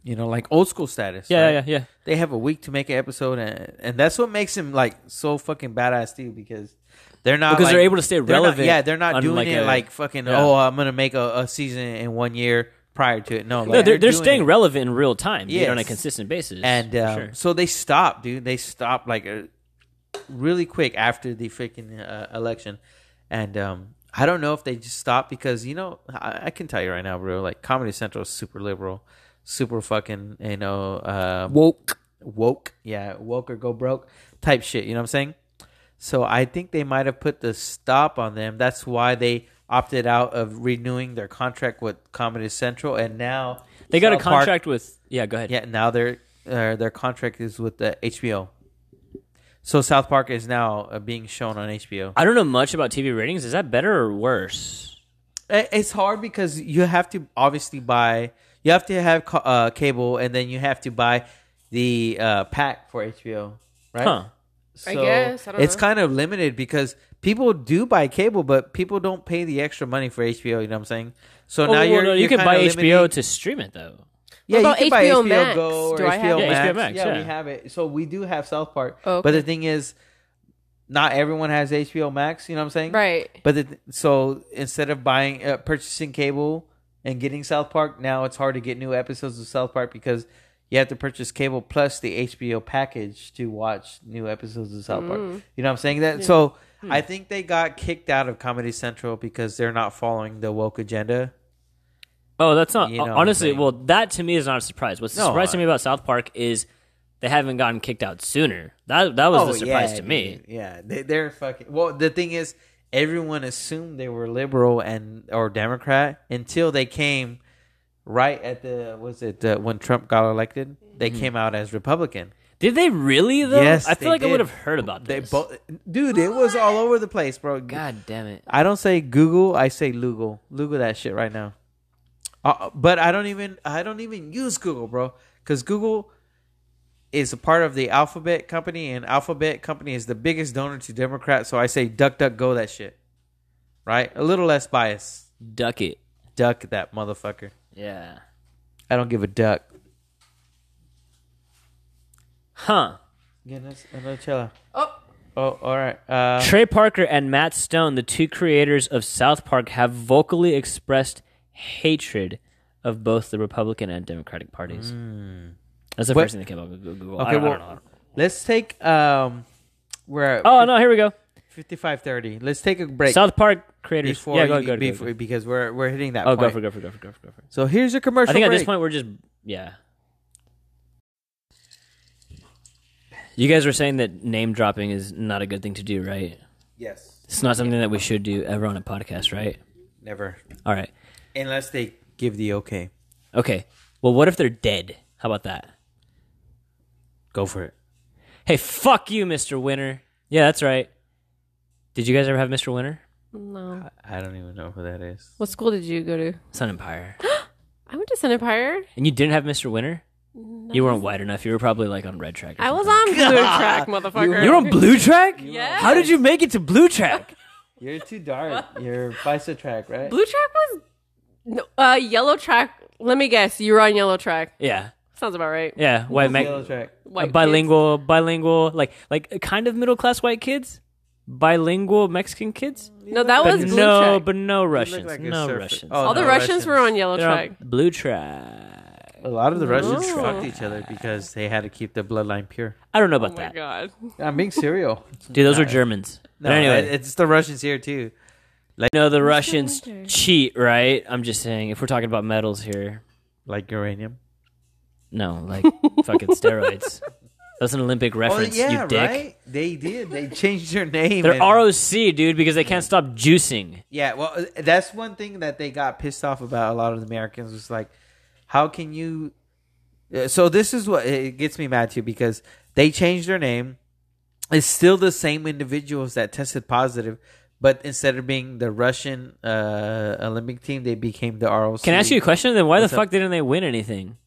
F: You know, like old school status.
E: Mm-hmm. yeah,
F: right?
E: yeah, yeah.
F: they have a week to make an episode, and, and that's what makes them like so fucking badass too, because they're not
E: Because
F: like-
E: they're able to stay
F: they're not-
E: relevant
F: yeah, they're not
E: on,
F: doing
E: like,
F: it
E: a-
F: like fucking.
E: yeah.
F: Oh, I'm gonna make a, a season in one year prior to it. No, like,
E: No, they're, they're
F: doing
E: staying
F: it.
E: relevant in real time you know, on a
F: Yes.
E: consistent basis.
F: And
E: for
F: um,
E: sure.
F: so they stopped, dude. They stopped like uh, really quick after the freaking uh, election, and um, I don't know if they just stopped because you know I, I can tell you right now, bro. Like Comedy Central is super liberal, super fucking you know uh, woke, woke, yeah, woke or go broke type shit. You know what I'm saying? So I think they might have put the stop on them. That's why they opted out of renewing their contract with Comedy Central, and now
E: they got a
F: South Park-
E: contract with. Yeah, go ahead.
F: yeah, now their uh, their contract is with the HBO. So South Park is now uh, being shown on HBO.
E: I don't know much about TV ratings. Is that better or worse?
F: I- It's hard because you have to obviously buy, you have to have ca- uh, cable, and then you have to buy the uh, pack for HBO, right?
E: Huh.
A: I guess, I don't
F: it's
A: know.
F: kind of limited because people do buy cable, but people don't pay the extra money for HBO. You know what I'm saying? So
E: Oh,
F: now
E: well,
F: you're,
E: no, you
F: you're
E: can
F: kinda
E: buy HBO
F: limiting-
E: to stream it though.
F: Yeah,
A: about HBO
F: you can buy HBO
A: Max?
F: Go or
A: Do
F: HBO,
A: I have
E: it? Yeah,
F: Max.
E: HBO Max,
F: Yeah,
E: yeah.
F: we have it. So we do have South Park.
A: Oh,
F: But
A: okay.
F: the thing is, not everyone has HBO Max. You know what I'm saying?
A: Right.
F: But the, so instead of buying, uh, purchasing cable and getting South Park, now it's hard to get new episodes of South Park because you have to purchase cable plus the HBO package to watch new episodes of South
A: Mm.
F: Park. You know what I'm saying? That so I think they got kicked out of Comedy Central because they're not following the woke agenda.
E: Oh, that's not
F: You know what I'm
E: honestly.
F: saying.
E: Well, that to me is not a surprise. What's
F: No,
E: surprising surprise to
F: I-
E: me about South Park is they haven't gotten kicked out sooner. That that was the surprise
F: Oh, yeah,
E: to me.
F: dude. Yeah, they, they're fucking. Well, the thing is, everyone assumed they were liberal and or Democrat until they came right at the was it uh, when Trump got elected? They
E: Mm-hmm.
F: came out as Republican.
E: Did they really though?
F: Yes,
E: I feel
F: they
E: like I
F: did.
E: would have heard about
F: They
E: this.
F: both, dude, it was all over the place, bro.
E: God damn it!
F: I don't say Google, I say Lugal. Lugal that shit right now. Uh, but I don't even I don't even use Google, bro, because Google is a part of the Alphabet company, and Alphabet company is the biggest donor to Democrats. So I say DuckDuckGo that shit. right? A little less bias.
E: Duck it.
F: Duck that motherfucker.
E: Yeah.
F: I don't give a duck.
E: Huh.
F: Yeah, that's another cello.
A: Oh.
F: Oh, all right. Uh,
E: Trey Parker and Matt Stone, the two creators of South Park, have vocally expressed hatred of both the Republican and Democratic parties. Hmm. That's the
F: What-
E: first thing that came up with Google. I
F: okay,
E: don't- I
F: well,
E: don't know.
F: let's take um, we're at
E: Oh no, here we go.
F: fifty-five thirty. Let's take a break
E: South Park creators.
F: before,
E: yeah, go,
F: you-
E: go, go, go,
F: before-
E: go.
F: because we're we're hitting that.
E: Oh,
F: point.
E: go for, go for, go for, go for, go for.
F: So here's your commercial.
E: I think at this
F: break.
E: point we're just yeah. You guys were saying that name dropping is not a good thing to do, right?
F: yes,
E: It's not something that we should do ever on a podcast, right?
F: never
E: All right.
F: unless they give the okay.
E: Okay. Well, what if they're dead? How about that?
F: Go for it.
E: Hey, fuck you, Mr. Winner. Yeah, that's right. Did you guys ever have Mr. Winner?
A: No.
F: I don't even know who that is.
A: What school did you go to?
E: Sun Empire.
A: I went to Sun Empire.
E: And you didn't have Mr. Winner? You weren't white enough. You were probably like on red track. or
A: I was
F: Oh
E: something.
A: on blue track, motherfucker.
E: You were
A: (laughs)
E: on blue track?
A: Yeah.
E: How did you make it to blue track?
F: You're too dark. You're bicep track, right?
A: blue track was no, uh yellow track. Let me guess. You were on yellow track.
E: (laughs) yeah.
A: Sounds about right.
E: Yeah. White mag-
F: Yellow track.
A: White
E: uh,
A: kids.
E: bilingual, bilingual, like like kind of middle class white kids, bilingual Mexican kids,
A: No, that
E: but
A: was blue
E: no,
A: track.
E: but no Russians,
F: like a
E: no
F: surfer.
E: Russians.
F: Oh,
A: All the
F: no,
A: Russians, were on yellow
E: They're
A: track.
E: on blue track.
F: A lot of the Russians
A: No.
F: fucked each other because they had to keep the bloodline pure.
E: I don't know
A: Oh
E: about
A: my
E: that,
A: god.
F: I'm
E: (laughs)
F: being serial.
E: dude. Those were Germans.
F: No,
E: but anyway,
F: it- it's the Russians here too.
E: you know the Russians
A: winter?
E: cheat, right? I'm just saying, if we're talking about metals here,
F: Like uranium.
E: no,
A: (laughs)
E: like fucking steroids. That's an Olympic reference, you dick.
F: They did. They changed their name.
E: (laughs) They're
F: and-
E: ROC, dude, because they can't stop juicing.
F: Yeah, well, uh, that's one thing that they got pissed off about. A lot of the Americans was like, "How can you?" Uh, So this is what it gets me mad too because they changed their name. It's still the same individuals that tested positive, but instead of being the Russian uh, Olympic team, they became the ROC.
E: Can I ask you a question? Then why
F: What's
E: the
F: up?
E: fuck didn't they win anything?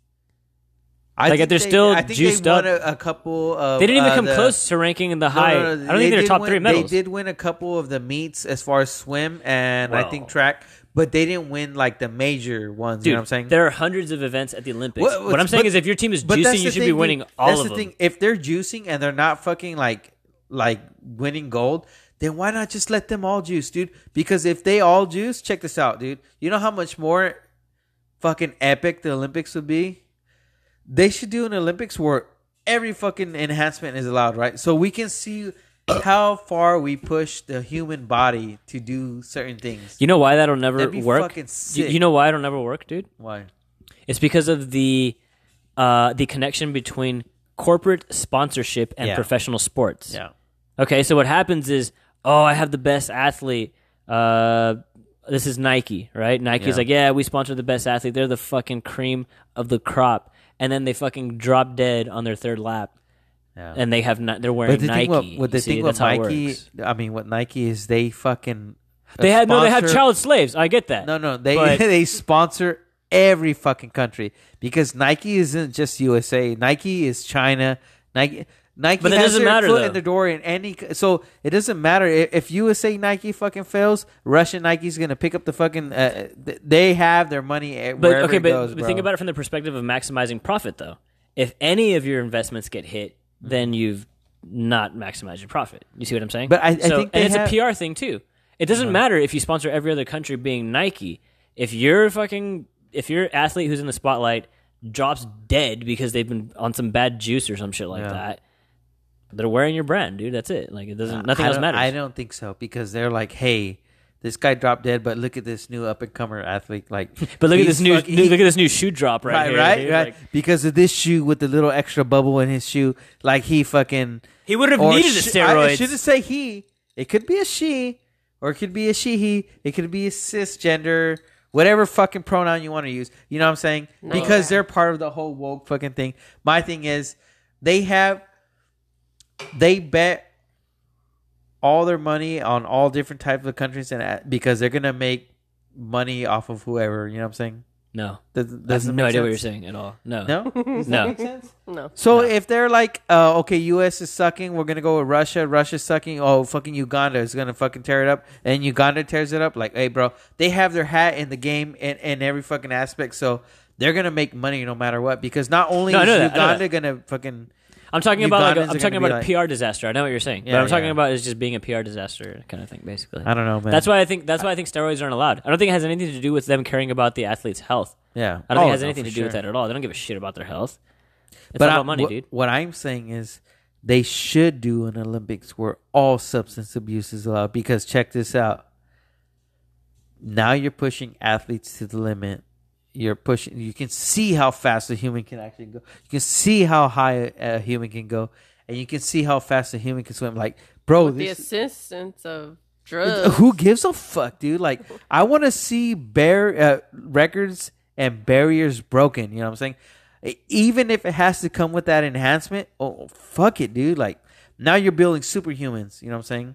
F: I
E: Like,
F: think
E: they're
F: they-
E: still
F: I think
E: juiced
F: they won
E: up.
F: A, a couple of
E: They didn't even
F: uh,
E: come
F: the-
E: close to ranking in the
F: No,
E: high. I
F: no, no,
E: don't think they're
F: did
E: top
F: win-
E: three medals.
F: They did win a couple of the meets as far as swim and I think
E: Wow.
F: track, but they didn't win like the major ones.
E: Dude,
F: you know what I'm saying?
E: there are hundreds of events at the Olympics.
F: What-
E: What,
F: what's-
E: I'm saying
F: but-
E: is, if your team is
F: But that's
E: juicing,
F: the
E: you should be
F: thing,
E: winning
F: dude.
E: all
F: that's
E: of
F: the
E: them.
F: thing. If they're juicing and they're not fucking like like winning gold, then why not just let them all juice, dude? Because if they all juice, check this out, dude. You know how much more fucking epic the Olympics would be? They should do an Olympics where every fucking enhancement is allowed, right? So we can see how far we push the human body to do certain things.
E: You know why that'll never
F: That'd be
E: work?
F: fucking
E: You-
F: sick.
E: You, know why it'll never work, dude?
F: Why?
E: It's because of the uh, the connection between corporate sponsorship and
F: Yeah.
E: professional sports. Okay, so what happens is, oh, I have the best athlete. Uh, this is Nike, right? Nike's
F: Yeah.
E: like, yeah, we sponsor the best athlete. They're the fucking cream of the crop, and then they fucking drop dead on their third lap,
F: Yeah.
E: and they have not. They're wearing
F: But the
E: Nike.
F: thing, what, what the
E: See,
F: thing
E: that's
F: with
E: how it
F: Nike,
E: works.
F: I mean, what Nike is, they fucking
E: They had no, they had
F: sponsor-
E: child slaves. I get that.
F: No, no, they
E: But-
F: (laughs) they sponsor every fucking country because Nike isn't just USA. Nike is China. Nike. Nike
E: But that
F: has
E: doesn't
F: their
E: matter,
F: foot
E: though.
F: in the door in any. c- So it doesn't matter if, if USA Nike fucking fails. Russian Nike's gonna pick up the fucking. Uh, th- they have their money eh,
E: But
F: wherever
E: okay,
F: it
E: but,
F: goes.
E: but think about it from the perspective of maximizing profit, though. If any of your investments get hit,
F: Mm-hmm.
E: then you've not maximized your profit. You see what I'm saying?
F: But I- I
E: So-
F: think they
E: and it's
F: have- Mm-hmm.
E: a PR thing too. It doesn't matter if you sponsor every other country being Nike. If your fucking if your athlete who's in the spotlight drops dead because they've been on some bad juice or some shit like
F: Yeah.
E: that, they're wearing your brand, dude. That's it. Like it doesn't.
F: I
E: Nothing else
F: don't-
E: matters.
F: I don't think so because they're like, hey. This guy dropped dead, but look at this new up and comer athlete. Like,
E: (laughs) But look at
F: he's
E: this new
F: fucking-
E: new- look at this new shoe drop right,
F: (laughs) right,
E: here.
F: right,
E: dude.
F: right.
E: Like,
F: because of this shoe with the little extra bubble in his shoe, like he fucking
E: he would have
F: or
E: needed the
F: sh-
E: steroids.
F: I shouldn't say he. It could be a she, or it could be a she. He. It could be a cisgender. Whatever fucking pronoun you want to use, you know what I'm saying? Because they're part of the whole woke fucking thing. My thing is, they have, they bet all their money on uh, all different types of countries, and because they're gonna make money off of whoever. You know what I'm saying?
E: No,
F: Does,
E: I have
F: doesn't
E: no
F: make
E: idea what you're
F: sense?
E: saying at all. No,
F: No, Does
E: No.
F: that make sense?
A: (laughs) No.
F: So if they're like, uh, okay, U.S. is sucking, we're gonna go with Russia. Russia's sucking. Oh, fucking Uganda is gonna fucking tear it up, and Uganda tears it up. Like, hey, bro, they have their hat in the game and in every fucking aspect. So they're gonna make money no matter what because not only
E: No, I
F: is
E: know that, I know
F: Uganda
E: that.
F: gonna fucking
E: I'm talking about like
F: Ugandans are
E: a, I'm
F: gonna
E: talking
F: be
E: about
F: like-
E: a PR disaster. I know what you're saying,
F: Yeah,
E: but I'm talking
F: yeah.
E: about is just being a PR disaster kind of thing, basically.
F: I don't know, man.
E: That's why I think that's why I think steroids aren't allowed. I don't think it has anything to do with them caring about the athlete's health.
F: yeah.
E: I don't think
F: Oh,
E: it has
F: no,
E: anything
F: for
E: to do with
F: sure.
E: that at all. They don't give a shit about their health. It's
F: But
E: all
F: I-
E: about money,
F: what-
E: dude.
F: What I'm saying is they should do an Olympics where all substance abuse is allowed. Because check this out. Now you're pushing athletes to the limit. You're pushing. You can see how fast a human can actually go. You can see how high a, a human can go, and you can see how fast a human can swim. Like, bro,
A: The
F: this,
A: assistance of
F: it-
A: drugs.
F: who gives a fuck, dude? Like, I want to see bar- uh, records and barriers broken. You know what I'm saying? E- Even if it has to come with that enhancement, oh fuck it, dude. Like, now you're building superhumans. You know what I'm saying?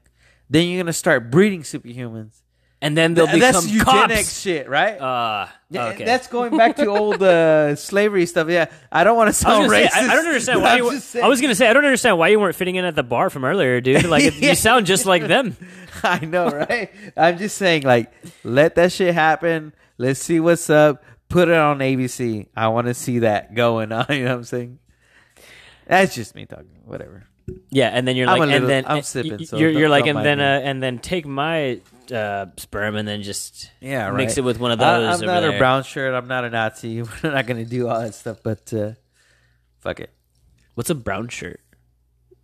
F: Then you're gonna start breeding superhumans.
E: And then they'll
F: Th- that's
E: become
F: eugenics
E: cops.
F: shit, right?
E: Uh,
F: Yeah,
E: okay.
F: That's going back to old uh, slavery stuff. Yeah, I don't want
E: I
F: to
E: was
F: sound
E: gonna say,
F: racist.
E: I, I don't understand
F: but
E: why
F: (laughs) I'm
E: you were,
F: just
E: I was gonna say I don't understand why you weren't fitting in at the bar from earlier, dude. Like
F: (laughs)
E: it- you sound just like them.
F: I know, right? I'm just saying, like, let that shit happen. Let's see what's up. Put it on ABC. I want to see that going on. (laughs) You know what I'm saying? That's just me talking. Whatever.
E: Yeah, and then you're
F: I'm
E: like,
F: a little-
E: and then eh,
F: I'm
E: y-
F: sipping,
E: y-
F: so
E: you're
F: don't-
E: you're like,
F: don't
E: and
F: mind
E: then
F: me.
E: uh, and then take my uh, sperm and then just
F: Yeah, right.
E: mix it with one of
F: I-
E: those.
F: I'm
E: over
F: not
E: there.
F: a brown shirt. I'm not a Nazi. (laughs) We're not gonna do all that stuff. But uh, fuck it.
E: What's a brown shirt?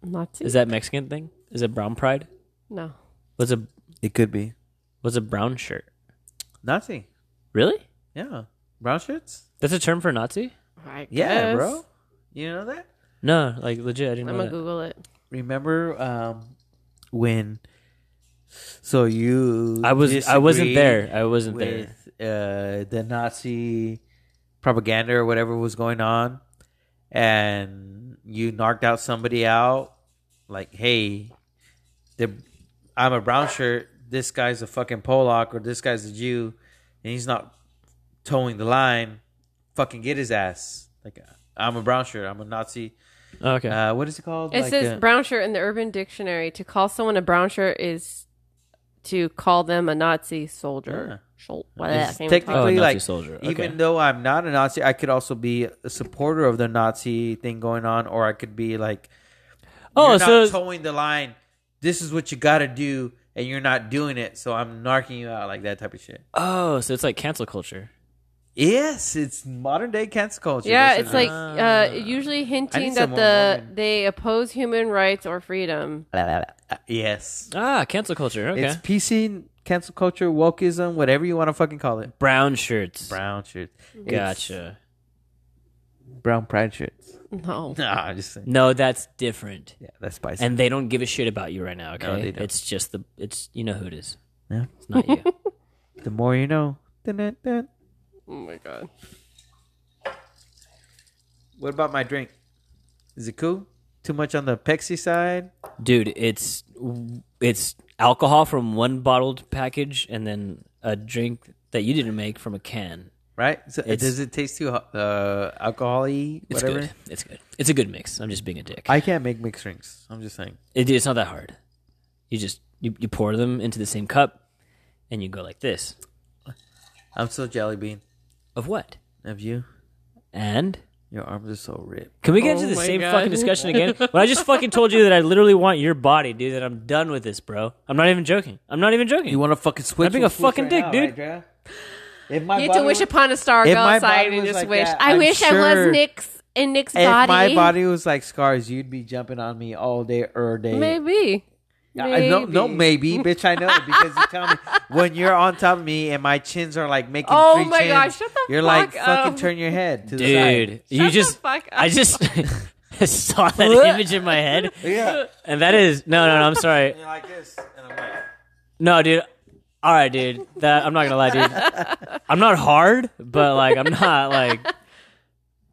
A: Not to.
E: Is that Mexican thing? Is it brown pride?
A: no.
E: What's a
F: It could be
E: what's a brown shirt?
F: Nazi.
E: Really?
F: Yeah, brown shirts.
E: That's a term for Nazi?
A: I
F: Yeah,
A: guess.
F: bro. You know that?
E: No, like legit. I didn't
A: I'm
E: know
A: gonna
E: that.
A: Google it.
F: Remember um, when? So you?
E: I was I wasn't
F: disagreed
E: there. I wasn't there.
F: with uh, the Nazi propaganda or whatever was going on, and you knocked out somebody out, like, hey, the I'm a brown shirt. This guy's a fucking Polak or this guy's a Jew, and he's not towing the line. Fucking get his ass. Like, I'm a brown shirt. I'm a Nazi.
E: Oh, okay.
F: Uh, what is it called?
A: It
F: Like,
A: says
F: uh,
A: brown shirt in the Urban Dictionary. To call someone a brown shirt is to call them a Nazi soldier. Shol- what
F: It's
A: that
E: oh,
F: technically
E: Nazi
F: like
E: soldier. Okay.
F: even though I'm not a Nazi, I could also be a supporter of the Nazi thing going on, or I could be like,
E: oh,
F: you're
E: so
F: not towing the line. This is what you got to do, and you're not doing it, so I'm narking you out like that type of shit.
E: oh, so it's like cancel culture.
F: Yes, it's modern day cancel culture.
A: Yeah,
F: That's
A: it's
F: what it
A: like uh, usually hinting that
F: Ah. some
A: the
F: Mormon.
A: they oppose human rights or freedom.
F: is. (laughs) yes,
E: Ah, cancel culture. Okay.
F: it's PC cancel culture, wokeism, whatever you want to fucking call it.
E: brown shirts.
F: Brown shirts, It's
E: Gotcha.
F: brown pride shirts. (laughs)
A: No,
F: Nah, I'm just saying.
E: No, that's different.
F: Yeah, that's spicy.
E: And they don't give a shit about you right now, okay?
F: they don't.
E: It's just the it's you know who it is.
F: Yeah.
E: It's not you.
F: the more you know. Dun-dun-dun.
A: oh my god,
F: What about my drink? Is it cool? Too much on the Pepsi side?
E: Dude, it's it's alcohol from one bottled package and then a drink that you didn't make from a can.
F: Right? So
E: It's-
F: does it taste too uh, alcohol-y?
E: It's
F: Whatever.
E: good. It's good. It's a good mix. I'm just being a dick.
F: I can't make mixed drinks. I'm just saying.
E: It- it's not that hard. You just you, you pour them into the same cup, and you go like this.
F: I'm so jelly bean
E: Of what?
F: of you.
E: And
F: Your arms are so ripped.
E: can we get into
A: Oh
E: the
A: my
E: same
A: God.
E: fucking discussion again? when I just fucking told you that I literally want your body, dude. That I'm done with this, bro. I'm not even joking. I'm not even joking.
F: You want to fucking switch?
E: I'm being
F: with
E: a
F: foods
E: fucking dick, dude.
F: Drea? if my
A: you have to
F: body
A: wish
F: was-
A: upon a star,
F: If
A: go
F: my
A: outside
F: body
A: and
F: was
A: just
F: like
A: wish.
F: that,
A: I
F: I'm
A: wish I
F: sure
A: was Nick's in Nick's
F: If
A: body.
F: my body was like scars, you'd be jumping on me all day or day.
A: maybe.
F: I, no, no,
A: Maybe.
F: maybe,
A: (laughs)
F: bitch. I know because you tell me when you're on top of me and my chins are like making.
A: Oh
F: three
A: my
F: chins,
A: gosh, shut the
F: You're like
A: fuck
F: fucking
A: up.
F: turn your head to the side.
E: dude? You
A: Shut the
E: just
A: fuck up.
E: I just (laughs) saw
F: (laughs)
E: that image in my head,
F: Yeah.
E: and that is no, no, no. I'm sorry.
F: You're like this, and I'm like,
E: No, dude. All right, dude. That I'm not gonna lie, dude. I'm not hard, but like I'm not like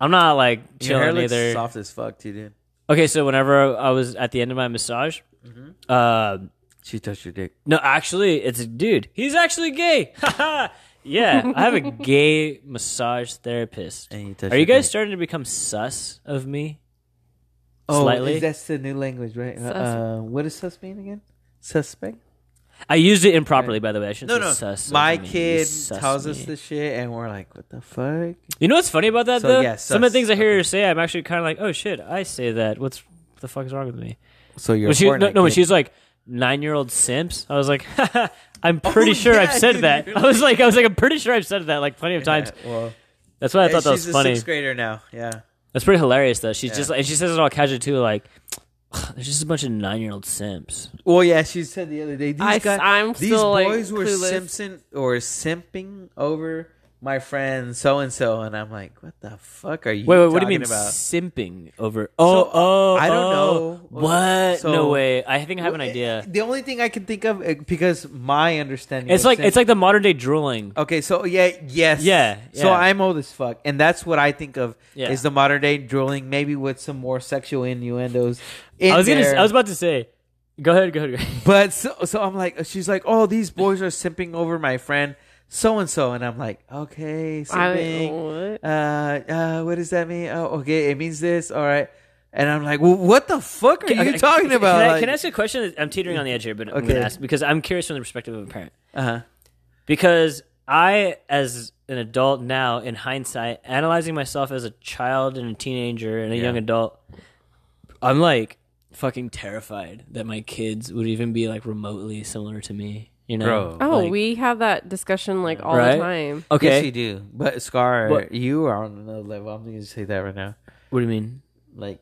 E: I'm not like
F: your hair
E: chilling
F: looks
E: either.
F: soft as fuck, too, dude.
E: Okay, so whenever I was at the end of my massage, uh,
F: Mm-hmm. She touched your dick.
E: no, actually, it's a dude. He's actually gay. (laughs) Yeah, I have a gay massage therapist.
F: And you touch
E: Are you
F: your
E: guys
F: dick.
E: starting to become sus of me?
F: Oh,
E: Slightly.
F: is that's the new language, right? Uh, what does sus mean again? Suspect.
E: I used it improperly, by the way. I shouldn't
F: No,
E: say
F: no.
E: sus. of
F: My
E: me. You
F: kid
E: sus
F: tells us
E: me.
F: this shit, and we're like, "What the fuck?"
E: You know what's funny about that
F: So,
E: though?
F: yeah,
E: Some of the
F: sus.
E: things I hear
F: Okay.
E: her say, I'm actually kind of like, oh shit, I say that. What's the fuck is wrong with me?
F: So you're
E: When she, no,
F: Fortnite
E: no, when
F: kid.
E: she's like nine year old simps, I was like, (laughs) I'm pretty
F: (laughs) Oh,
E: sure
F: yeah,
E: I've said
F: dude,
E: that.
F: you're
E: I was like, I was like, I'm pretty sure I've said that like plenty of times.
F: Yeah, well,
E: That's why I thought that was
F: she's a
E: funny.
F: sixth grader now. Yeah.
E: That's pretty hilarious though. She's
F: Yeah.
E: just like, and she says it all casual too, like. There's just a bunch of nine year old simps.
F: Well, yeah, she said the other day. These
A: I-
F: guys,
A: I'm
F: these
A: still, like,
F: boys were
A: clueless.
F: Simpson or simping over my friend so and so, and I'm like, what the fuck are you?
E: Wait, wait, what do you
F: talking
E: mean
F: about?
E: simping
F: uh,
E: over? Oh, oh,
F: I don't
E: oh.
F: know.
E: What?
F: So-
E: no way. I think I have an idea.
F: The only thing I can think of uh, because my understanding,
E: It's
F: of
E: like
F: simp- Oh,
E: it's like the modern day drooling.
F: Okay, so yeah, yes,
E: Yeah,
F: So
E: yeah.
F: I'm old as fuck, and that's what I think of
E: Yeah.
F: is the modern day drooling, maybe with some more sexual innuendos. In
E: I was gonna.
F: there.
E: I was about to say. Go ahead. Go ahead. Go ahead.
F: But so, so I'm like, she's like, oh, these boys are simping over my friend so and so, and I'm like, okay, simping.
A: I, what?
F: Uh, uh, what does that mean? Oh, okay, it means this. All right, and I'm like, well, what the fuck are you
E: (laughs) Okay,
F: talking about?
E: Can I,
F: Like-
E: can I ask you a question? I'm teetering on the edge here, but I'm
F: Okay.
E: gonna ask because I'm curious from the perspective of a parent.
F: uh-huh.
E: Because I, as an adult now, in hindsight, analyzing myself as a child and a teenager and a young adult, I'm like fucking terrified that my kids would even be like remotely similar to me. You know?
F: Bro.
A: Oh,
E: Like,
A: we have that discussion like all
E: Right?
A: the time.
E: Okay.
F: Yes, you do. But Scar,
E: What?
F: you are on another level. I'm gonna say that right now.
E: What do you mean?
F: Like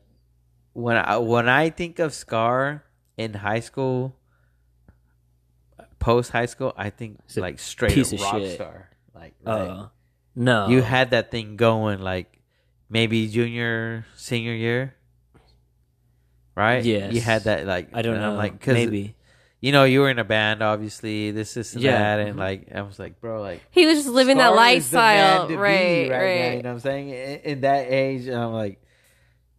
F: when I when I think of Scar in high school, post high school, I think
E: a
F: like straight
E: piece
F: up
E: of
F: rock
E: shit.
F: star. Like,
E: Oh
F: like
E: no.
F: you had that thing going like maybe junior senior year right
E: Yes.
F: you had that like
E: I don't
F: and
E: know.
F: I'm like
E: like
F: cause,
E: maybe.
F: you know you were in a band obviously this this and
E: Yeah.
F: that and
E: Mhm.
F: like i was like bro like
A: He was just living that
F: Star is the
A: lifestyle,
F: man to be
A: right? Right.
F: now, you know what i'm saying in, in that age and i'm like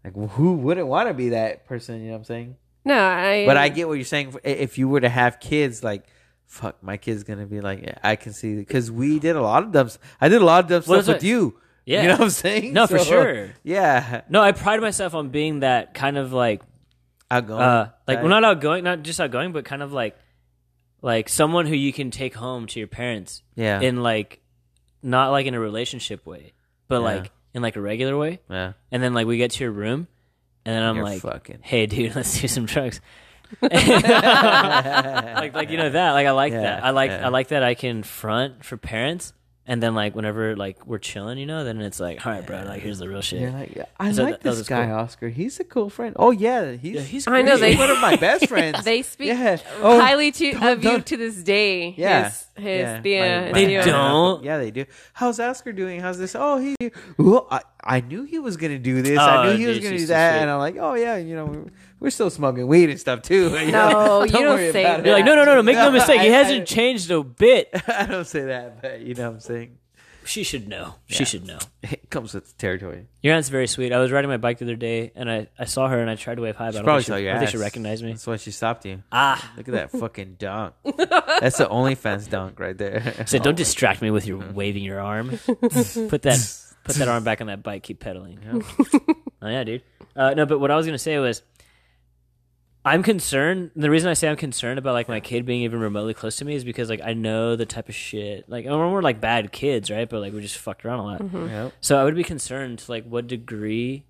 F: like who wouldn't want to be that person you know what i'm saying
A: No, I.
F: but i get what you're saying I- if you were to have kids like fuck my kid's gonna be like i can see because we did a lot of dumb s- i did a lot of dumb
E: Well,
F: stuff with
E: that's what-
F: you
E: Yeah.
F: you know what i'm saying
E: No, for
F: So-
E: sure.
F: yeah.
E: No, I pride myself on being that kind of like,
F: Outgoing.
E: uh, like well,
F: Right.
E: not outgoing, not just outgoing, but kind of like, like someone who you can take home to your parents
F: Yeah.
E: in like, not like in a relationship way, but
F: Yeah.
E: like in like a regular way.
F: yeah.
E: And then like we get to your room, and then I'm
F: You're
E: like, (laughs)
F: fucking- (laughs)
E: hey dude, let's do some drugs. (laughs) like like you know that like I like
F: Yeah,
E: that I like
F: yeah.
E: I like that I can front for parents. And then, like, whenever like we're chilling, you know, then it's like, all right, bro, like here's the real shit.
F: You're like, I
E: So
F: like
E: that- that
F: this
E: was
F: guy,
E: cool.
F: Oscar. He's a cool friend. Oh yeah, he's,
E: Yeah, he's
A: I know
F: he's
A: they.
F: one
E: (laughs)
F: of my best friends.
A: They speak
F: Yeah. Oh,
A: highly to, of you
F: don't-
A: to this day.
F: yeah,
A: His, his, uh, yeah.
F: Like,
A: his
E: They
A: deal.
F: my-
E: don't.
F: Yeah, they do. How's Oscar doing? How's this? Oh, he. Well, I, I knew he was gonna do this. I
E: Oh,
F: knew he was
E: dude,
F: gonna
E: she's
F: do
E: so
F: that.
E: sweet.
F: And I'm like, oh yeah, you know, we're, we're still smoking weed and stuff too. (laughs) You
A: No,
F: know,
A: you don't
F: worry
A: say
F: about it.
E: You're like, no, no, no, no, make no
F: No,
E: mistake. He
F: I-
E: hasn't
F: I-
E: changed a bit.
F: (laughs) I don't say that, but you know what I'm saying.
E: She should know. She should know.
F: (laughs) It comes with territory.
E: Your aunt's very sweet. I was riding my bike the other day and I, I saw her and I tried to wave hi, but I don't
F: Probably
E: think she,
F: saw your
E: I don't think she
F: ass.
E: recognized
F: (laughs)
E: me.
F: That's why she stopped you.
E: Ah.
F: Look at
E: (laughs)
F: that fucking dunk. That's the OnlyFans dunk right there. (laughs)
E: I said, don't distract me with your
F: Uh-huh.
E: waving your arm. put that put that arm back on that bike. Keep pedaling. oh yeah, dude. Uh, no, but what I was gonna say was, I'm concerned. The reason I say I'm concerned about like my kid being even remotely close to me is because like I know the type of shit. Like and we're like bad kids, right? But like we just fucked around a lot. (laughs)
F: Yep.
E: So I would be concerned to like what degree,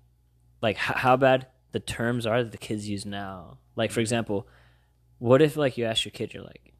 E: like h- how bad the terms are that the kids use now. Like for example, what if like you ask your kid, you're like,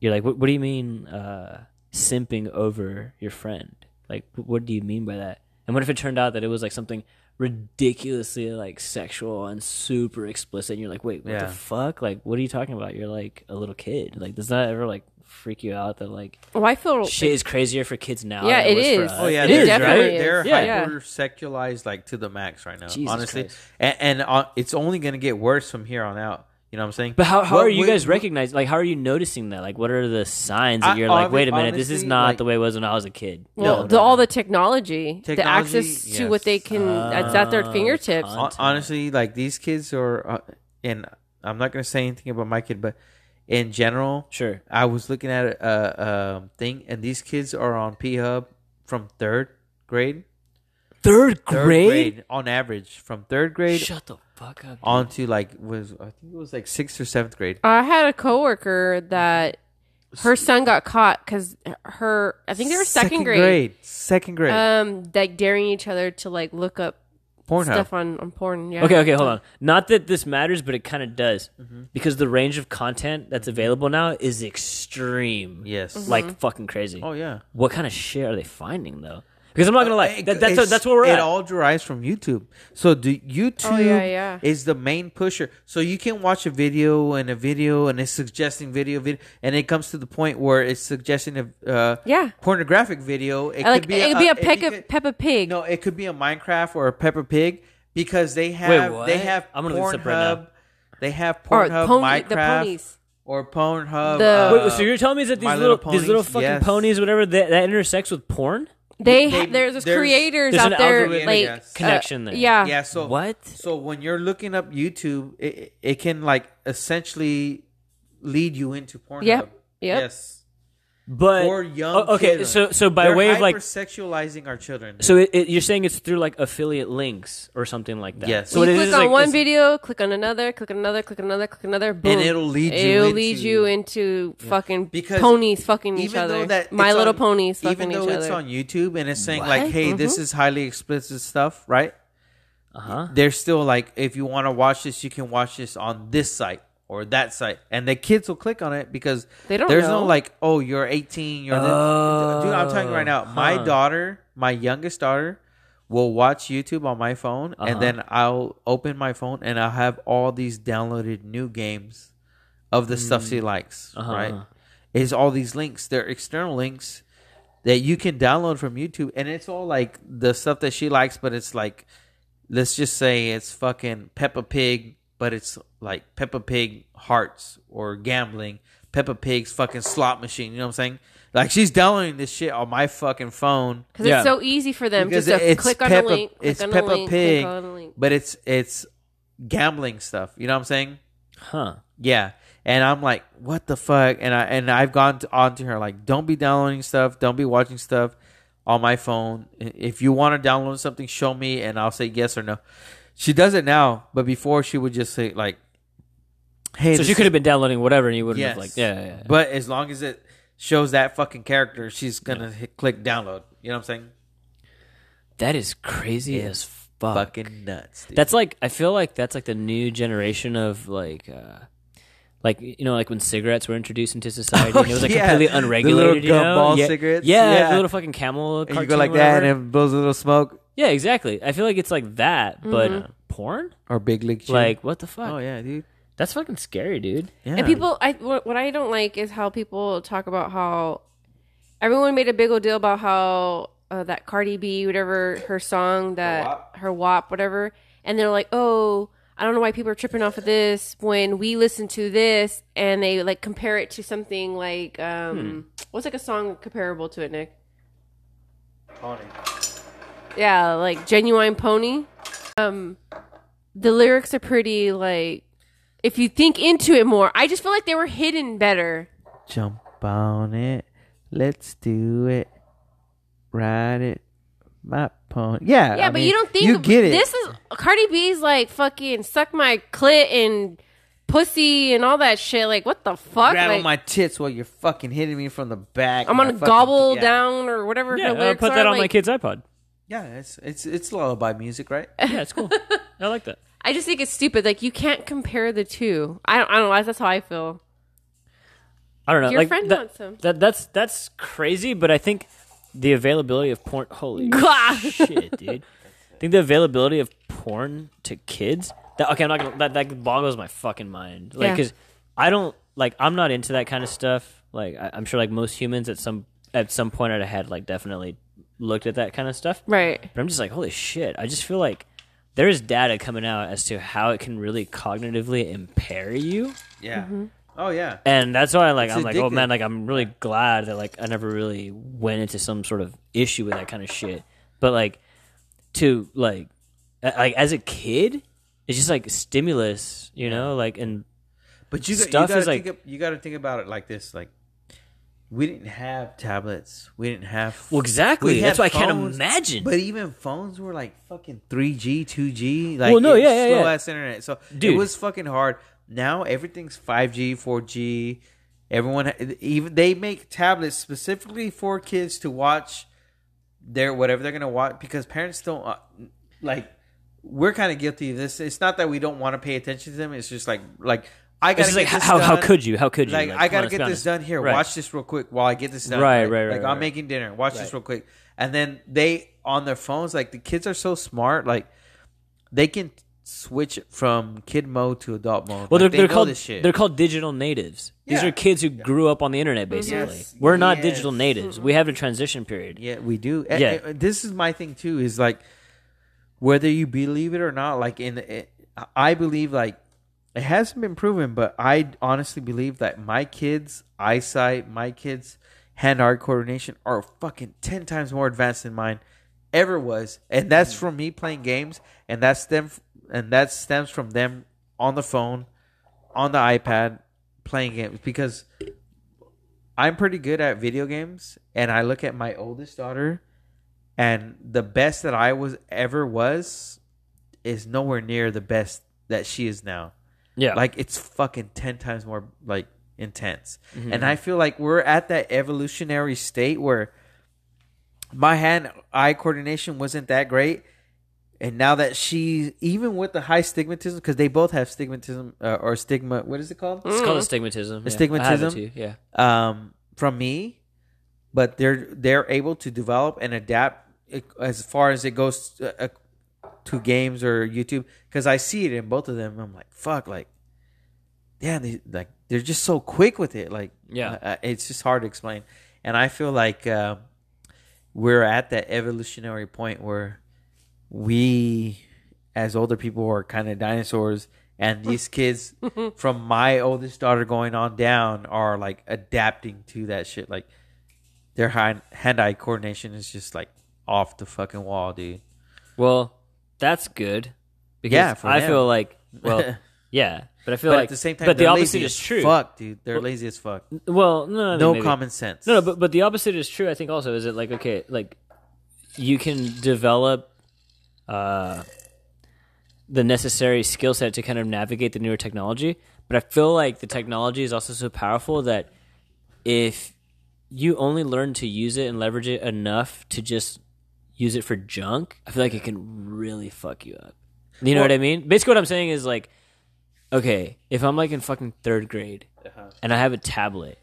E: you're like, what, what do you mean uh, simping over your friend? Like, wh- what do you mean by that? And what if it turned out that it was like something ridiculously like sexual and super explicit? And you're like, wait, what
F: Yeah.
E: the fuck? Like, what are you talking about? You're like a little kid. Like, does that ever like freak you out that like
A: Oh, I feel
E: shit is crazier for kids now?
A: Yeah, it
E: than was for
A: is.
E: us?
F: Oh yeah,
E: it
F: they're,
E: is,
A: definitely
E: right?
A: is.
F: They're
E: Yeah.
F: hyper sexualized like to the max right now.
E: Jesus
F: honestly,
E: Christ.
F: and, and uh, it's only gonna get worse from here on out. You know what I'm saying?
E: But how, how
F: What
E: are you
F: would-
E: guys recognizing? Like, how are you noticing that? Like, what are the signs that
F: I-
E: you're like,
F: obvi-
E: wait a minute, this is
F: honestly,
E: not
F: like-
E: the way it was when I was a kid?
A: Well,
F: No,
A: the,
F: no,
A: all
F: no.
A: the technology, the
F: Technology,
A: access to what
F: yes.
A: they can, it's at their fingertips.
E: con-
F: Hon- honestly, like these kids are, uh, and I'm not gonna say anything about my kid, but in general.
E: Sure.
F: I was looking at a, a thing, and these kids are on P Hub from third grade.
E: Third
F: Third
E: grade?
F: on average, from third grade
E: Shut the fuck up.
F: onto like was I think it was like sixth or seventh grade.
A: I had a coworker that her son got caught because her I think they were second, grade,
F: Second grade.
A: um like daring each other to like look up
F: Pornhub.
A: stuff on on porn. Yeah.
E: Okay, okay, hold on. Not that this matters, but it kind of does
F: Mm-hmm.
E: because the range of content that's available now is extreme.
F: Yes.
A: Mm-hmm.
E: like fucking crazy.
F: Oh yeah.
E: What kind of shit are they finding though? Because I'm not gonna lie,
F: It-
E: that, that's
F: it's-
E: that's where we're
F: it
E: at.
F: all derives from YouTube. So do YouTube
A: Oh, yeah.
F: is the main pusher. So you can watch a video and a video and it's suggesting video video and it comes to the point where it's suggesting a uh,
A: Yeah.
F: pornographic video. uh, It
A: I Uh, like it could be a peck
F: you
A: of
F: could-
A: Peppa Pig.
F: No, it could be a Minecraft or a Peppa Pig because they have
E: what?
F: they have
E: I'm gonna look this up right
F: Pornhub.
E: now.
F: They have
A: Or
F: Pornhub,
A: pony- the
F: Minecraft,
A: ponies.
F: or Pornhub.
A: The-
E: Wait,
F: uh,
E: so you're telling me that these
F: My
E: little,
F: Little
E: these little
F: Ponies,
E: fucking
F: yes.
E: ponies, whatever, that, that intersects with porn?
A: They,
F: They-
A: ha there's, those
F: there's-
A: creators
E: There's
A: out
E: an
A: there
E: algorithm,
A: like
F: yes.
A: uh,
E: Connection there.
A: Yeah.
F: yeah. So
E: What?
F: So when you're looking up YouTube, it, it can like essentially lead you into Pornhub.
A: Yep, yep.
F: Yes.
E: But
F: Or young.
E: Oh, okay,
F: children.
E: so so by
F: They're
E: way of like,
F: hypersexualizing our children.
E: so it, it, you're saying it's through like affiliate links or something like that.
F: Yes.
E: So
A: you
E: it
A: click
E: is
A: on
E: like,
A: one
E: it's-
A: video, click on another, click on another, click on another, click on another, boom.
F: it'll lead you
A: It'll
F: into-
A: lead you into fucking
F: Because
A: ponies fucking each
F: even
A: other.
F: though that
A: My
F: it's
A: Little
F: on-
A: Ponies fucking
F: even
A: each
F: though
A: other. Mm-hmm.
F: it's on YouTube and it's saying like, hey, this is highly explicit stuff, right?
E: Uh-huh.
F: They're still like, if you want to watch this, you can watch this on this site or that site, and the kids will click on it because
A: They don't
F: There's
A: know.
F: no like, oh, you're 18. You're this. dude. I'm telling you right
A: Oh,
F: now, my daughter, my youngest daughter, will watch YouTube on my phone,
A: Uh-huh.
F: and then I'll open my phone and I'll have all these downloaded new games of the stuff
A: Mm.
F: she likes.
A: Uh-huh,
F: Right? It's all these links. They're external links that you can download from YouTube, and it's all like the stuff that she likes, but it's like, let's just say it's fucking Peppa Pig, but it's like Peppa Pig hearts or gambling, Peppa Pig's fucking slot machine. You know what I'm saying? Like she's downloading this shit on my fucking phone.
A: Because
E: Yeah.
A: it's so easy for them
F: Because
A: just to
F: it's
A: click on
F: Peppa-
A: a link, click
F: it's
A: on
F: Peppa
A: a link,
F: Pig.
A: click on a link.
F: but it's it's gambling stuff. You know what I'm saying?
E: Huh.
F: Yeah. And I'm like, what the fuck? And I and I've gone to, on to her like, don't be downloading stuff, don't be watching stuff on my phone. I- If you want to download something, show me, and I'll say yes or no. She does it now, but before she would just say like, hey,
E: So
F: this
E: she
F: is-
E: could have been downloading whatever, and you wouldn't have
F: Yes.
E: like, yeah, yeah, yeah.
F: But as long as it shows that fucking character, she's gonna hit, click download. You know what I'm saying?
E: That is crazy as
F: It's
E: fuck.
F: Fucking nuts. Dude.
E: That's like I feel like that's like the new generation of like uh like you know like when cigarettes were introduced
F: (laughs)
E: into society and it was like
F: Oh, yeah.
E: completely
F: The little
E: unregulated you know?
F: gumball
E: yeah.
F: cigarettes?
E: yeah,
F: Yeah.
E: the little fucking camel
F: and
E: cartoon
F: you go like
E: or whatever.
F: that, and it blows a little smoke
E: yeah exactly I feel like it's like that but uh, porn
F: or big league. chew.
E: like what the fuck
F: Mm-hmm. oh yeah, dude.
E: that's fucking scary dude
F: Yeah.
A: And people, I what, what I don't like is how people talk about how everyone made a big old deal about how uh, that Cardi B, whatever her song that her WAP, whatever, and they're like, oh, I don't know why people are tripping off of this when we listen to this, and they like compare it to something like um, what's like a song comparable to it, Nick? Pony. Yeah, like genuine pony. Um, the lyrics are pretty like if you think into it more, I just feel like they were hidden better.
F: Jump on it. Let's do it. Ride it. My pony. Yeah.
A: Yeah,
F: I
A: but
F: mean,
A: you don't think
F: you get it.
A: This is Cardi B's like fucking suck my clit and pussy and all that shit. Like what the fuck?
F: grab on
A: Like,
F: my tits while you're fucking hitting me from the back.
A: I'm
F: My
A: gonna
F: fucking-
A: gobble
F: yeah.
A: down or whatever.
E: yeah
A: her
E: I'll
A: lyrics
E: put
A: are.
E: that on
A: like,
E: my kid's
A: (laughs)
E: iPod
F: Yeah, it's it's it's lullaby music, right?
E: yeah it's cool I like that
A: I just think it's stupid. Like you can't compare the two. I don't. I don't know. That's how I feel. (laughs)
E: I don't know
A: Your
E: like
A: friend
E: that,
A: wants them.
E: that that's that's crazy but I think the availability of porn
A: (laughs)
E: holy (laughs) Oh, shit, dude. I think the availability of porn to kids. That okay, I'm not gonna. That that boggles my fucking mind. Like,
A: Yeah.
E: because I don't like. I'm not into that kind of stuff. Like, I, I'm sure like most humans at some at some point I had like definitely looked at that kind of stuff.
A: right.
E: But I'm just like, holy shit. I just feel like there is data coming out as to how it can really cognitively impair you.
F: Yeah.
A: Mm-hmm.
F: Oh yeah.
E: And that's why, like,
F: It's
E: I'm like, oh
F: addictive.
E: man, like, I'm really glad that, like, I never really went into some sort of issue with that kind of shit. But like, to like, a- like as a kid, it's just like stimulus, you know, like, and
F: But you, got- you
E: Stuff
F: gotta
E: is, like-
F: think ab- you got to think about it like this: like we didn't have tablets, we didn't have
E: Well, exactly.
F: we
E: That's
F: had
E: why I can't
F: phones,
E: imagine.
F: But even phones were like fucking three G, two G. Like
E: Well, no,
F: it was
E: yeah, yeah, yeah.
F: slow ass internet. So
E: Dude.
F: it was fucking hard. Now everything's five G, four G. Everyone, ha- even they make tablets specifically for kids to watch their whatever they're gonna watch because parents don't uh, like. We're kind of guilty of this. It's not that we don't want to pay attention to them. It's just like like I
E: It's
F: gotta
E: just
F: get
E: like
F: this
E: how, how
F: done.
E: could you? How could you?
F: Like,
E: Like, come
F: I gotta
E: on, let's
F: get
E: be
F: this
E: honest.
F: done here.
E: Right.
F: Watch this real quick while I get this done.
E: Right, right, right,
F: Like
E: right,
F: I'm
E: right.
F: making dinner. Watch this
E: Right.
F: real quick, and then they on their phones. Like the kids are so smart. Like they can switch from kid mode to adult mode.
E: Well,
F: Like,
E: they're,
F: they
E: they're
F: know
E: called
F: this shit.
E: they're called digital natives. These
F: Yeah.
E: are kids who grew up on the internet. Basically,
F: Yes.
E: we're not
F: Yes.
E: digital natives. We have a transition period.
F: yeah, we do. And-
E: Yeah.
F: and this is my thing too. Is like whether you believe it or not. Like in, it, I believe like it hasn't been proven, but I honestly believe that my kids' eyesight, my kids' hand eye coordination are fucking 10 times more advanced than mine ever was. And that's from me playing games, and that's them and that stems from them on the phone, on the iPad playing games because I'm pretty good at video games and I look at my oldest daughter and the best that I was ever was is nowhere near the best that she is now.
E: Yeah,
F: Like it's fucking ten times more like intense. And I feel like we're at that evolutionary state where my hand eye coordination wasn't that great. And now that she, even with the high stigmatism, because they both have stigmatism uh, or stigma, what is it called?
E: it's called astigmatism. Yeah. I have it
F: Mm. Astigmatism?
E: too, Yeah,
F: um, from me, but they're they're able to develop and adapt it- as far as it goes to, uh, to games or YouTube because I see it in both of them. I'm like, fuck, like, damn, they, like they're just so quick with it. Like,
E: Yeah.
F: uh, it's just hard to explain. And I feel like um we're at that evolutionary point where we, as older people, are kind of dinosaurs.
E: (laughs)
F: And these kids, from my oldest daughter going on down, are like adapting to that shit. Like their hand eye coordination is just like off the fucking wall, dude.
E: Well, that's good. Because
F: Yeah, for
E: I
F: them.
E: feel like (laughs)
F: (laughs)
E: well, yeah, but I feel
F: But
E: like
F: at the same time,
E: but the
F: they're
E: opposite
F: lazy
E: is
F: as
E: true.
F: Fuck, dude, they're lazy as fuck.
E: Well, no,
F: No
E: maybe.
F: common sense.
E: No, no, but but the opposite is true. I think also is it like okay, like you can develop uh, the necessary skill set to kind of navigate the newer technology. But I feel like the technology is also so powerful that if you only learn to use it and leverage it enough to just use it for junk, I feel like it can really fuck you up. You know what I mean? Basically, what I'm saying is like, okay, if I'm like in fucking third grade and I have a tablet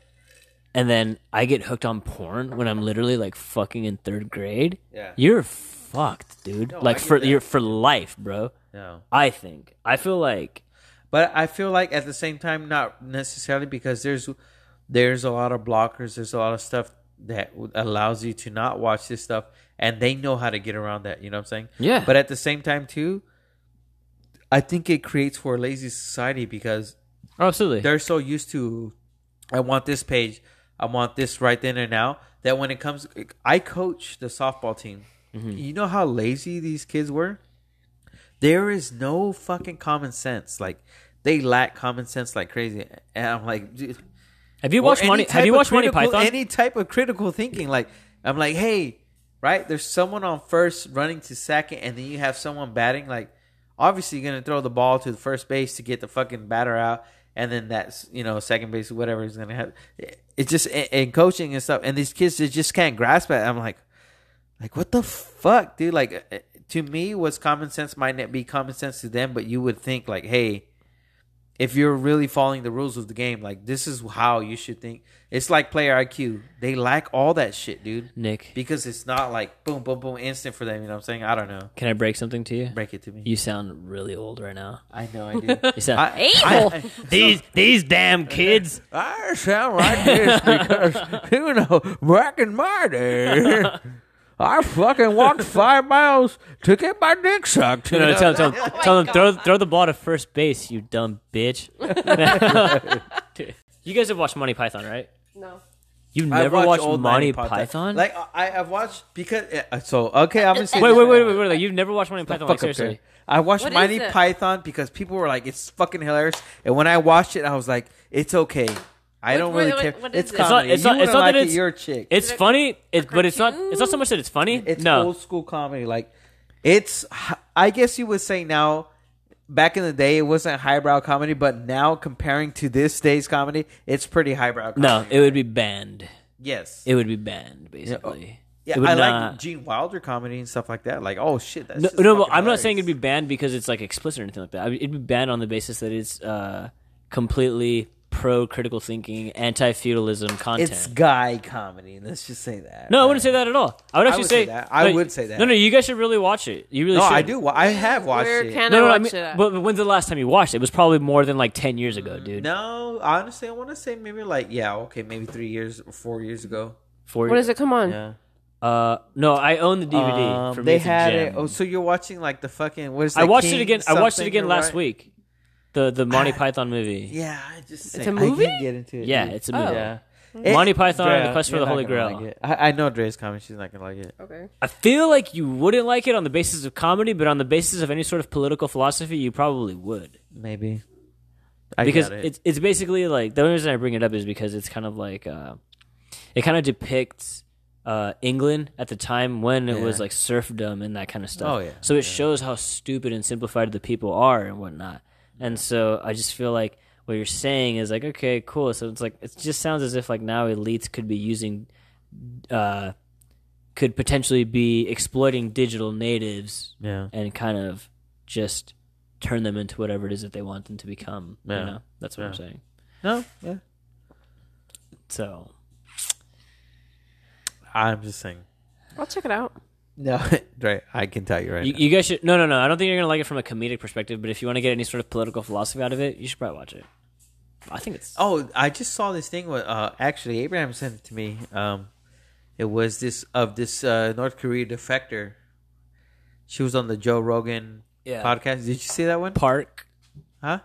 E: and then I get hooked on porn when I'm literally like fucking in third grade,
F: Yeah.
E: you're fucked, dude. like for you're for life, bro.
F: no.
E: I think. I feel like
F: But I feel like at the same time, not necessarily because there's there's a lot of blockers. There's a lot of stuff that allows you to not watch this stuff, and they know how to get around that. You know what I'm saying?
E: Yeah.
F: But at the same time, too, I think it creates for a lazy society because
E: oh, absolutely.
F: they're so used to I want this page, I want this right then and now that when it comes I coach the softball team. You know how lazy these kids were? There is no fucking common sense. Like they lack common sense like crazy. And I'm like dude,
E: have you
F: or
E: watched
F: any
E: Monty
F: type
E: have you
F: of
E: watched Monty
F: critical-
E: Python?
F: Any type of critical thinking, like I'm like, hey, right? There's someone on first running to second, and then you have someone batting. Like, obviously, you're gonna throw the ball to the first base to get the fucking batter out, and then that's you know second base, whatever is gonna happen. It's just and, and coaching and stuff, and these kids they just can't grasp it. I'm like, like what the fuck, dude? Like uh, to me, what's common sense might not be common sense to them, but you would think like, hey, if you're really following the rules of the game, like this is how you should think. It's like player IQ. They lack all that shit, dude.
E: Nick,
F: Because it's not like boom, boom, boom, instant for them. You know what I'm saying? I don't know.
E: can I break something to you?
F: Break it to me.
E: You sound really old right now.
F: I know I do.
E: You sound
F: I-
E: evil.
F: I- I-
E: these these (laughs) damn kids.
F: I sound like this because you know, back in my day, I fucking walked five miles to get my dick
E: (laughs)
F: sucked.
E: No, no, tell, tell, tell them throw throw the ball to first base, you (laughs) dumb bitch. Dude, you guys have watched Monty Python, right?
A: No.
E: You've
F: I've
E: never watched,
F: old
E: Monty,
F: Python.
E: Python?
F: Like I- I, I've watched because uh, so okay. Obviously,
G: Wait, wait, wait, wait,
F: (laughs)
G: wait! Like, you've never watched Monty
F: Fuck
G: Python? Like,
F: up there.
G: seriously?
F: I watched
A: What is
F: Monty
A: it?
F: Python because people were like, "It's fucking hilarious," and when I watched it, I was like, "It's okay." I
A: What-
F: don't
A: what-
F: really
A: what-
F: care.
A: what
F: it's
A: is it? It's not-
F: comedy.
G: it's
F: You
G: not- it's
F: wouldn't
G: not
F: like
G: that
F: it,
G: it's-
F: you're a chick.
G: It's
A: it a-
G: funny, it, but it's not.
A: cartoon?
G: It's not so much that it's funny.
F: It's
G: no,
F: old school comedy. Like it's I guess you would say now back in the day it wasn't highbrow comedy, but now comparing to this day's comedy, it's pretty highbrow comedy.
E: no, it would be banned.
F: Yes.
E: It would be banned, basically.
F: yeah,
E: it would
F: I like
E: not-
F: Gene Wilder comedy and stuff like that. Like, oh shit, that's
E: No,
F: just
E: no, but
F: fucking
E: I'm not saying it'd
F: hilarious.
E: be banned because it's like explicit or anything like that. I mean, it'd be banned on the basis that it's uh, completely pro critical thinking, anti feudalism content.
F: it's guy comedy. Let's just say that.
E: no, I
F: right?
E: wouldn't say that at all. I would actually
F: would say
E: say,
F: that. I
E: like,
F: would say that.
E: No, no, you guys should really watch it. You really
F: No,
E: should.
F: I do. wa- I have watched
A: Where
F: it.
A: can
E: No, no,
A: I
E: no,
A: watch
E: I mean,
A: it at?
E: but but when's the last time you watched it? It was probably more than like ten years ago, dude.
F: No, honestly, I want to say maybe like yeah, okay, maybe three years or four years ago.
E: Four
A: what does it come on?
E: Uh, no, I own the DVD.
F: Um,
E: for me,
F: they
E: it's a
F: had it.
E: gem.
F: Oh, so you're watching like the fucking what is?
E: I
F: that,
E: watched
F: King
E: it again. I watched it
F: something
E: again
F: or
E: last
F: what?
E: week. The the Monty Python movie. Yeah,
F: Yeah, I just
A: It's
F: saying,
A: a
F: I
A: movie?
F: can get into it. dude. Mm-hmm.
E: it's a movie.
F: yeah. Oh.
E: Monty Python and the Quest for the
F: you're not
E: Holy
F: gonna
E: Grail.
F: like it. I, I know Dre's coming. She's not gonna like it.
A: Okay.
E: I feel like you wouldn't like it on the basis of comedy, but on the basis of any sort of political philosophy, you probably would.
F: Maybe. I
E: because
F: got it.
E: it's it's basically like the only reason I bring it up is because it's kind of like uh, it kind of depicts uh, England at the time when it was
F: Yeah.
E: like serfdom and that kind of stuff.
F: Oh, yeah.
E: So it shows how stupid and simplified the people are and whatnot. And so I just feel like what you're saying is like okay, cool. So it's like it just sounds as if like now elites could be using. Uh, could potentially be exploiting digital natives
F: yeah.
E: and kind of just turn them into whatever it is that they want them to become.
F: Yeah.
E: You know, that's what I'm
F: Yeah.
E: saying.
F: No. Yeah.
E: So
F: I'm just saying.
A: I'll check it out.
F: No, (laughs) Dre. I can tell you right.
E: you,
F: now.
E: you guys should no no no. I don't think you're gonna like it from a comedic perspective, but if you want to get any sort of political philosophy out of it, you should probably watch it. I think it's
F: Oh, I just saw this thing. With, uh, actually, Abraham sent it to me. Um, it was this of this uh, North Korea defector. She was on the Joe Rogan
E: Yeah.
F: podcast. Did you see that one?
E: Park
F: Huh?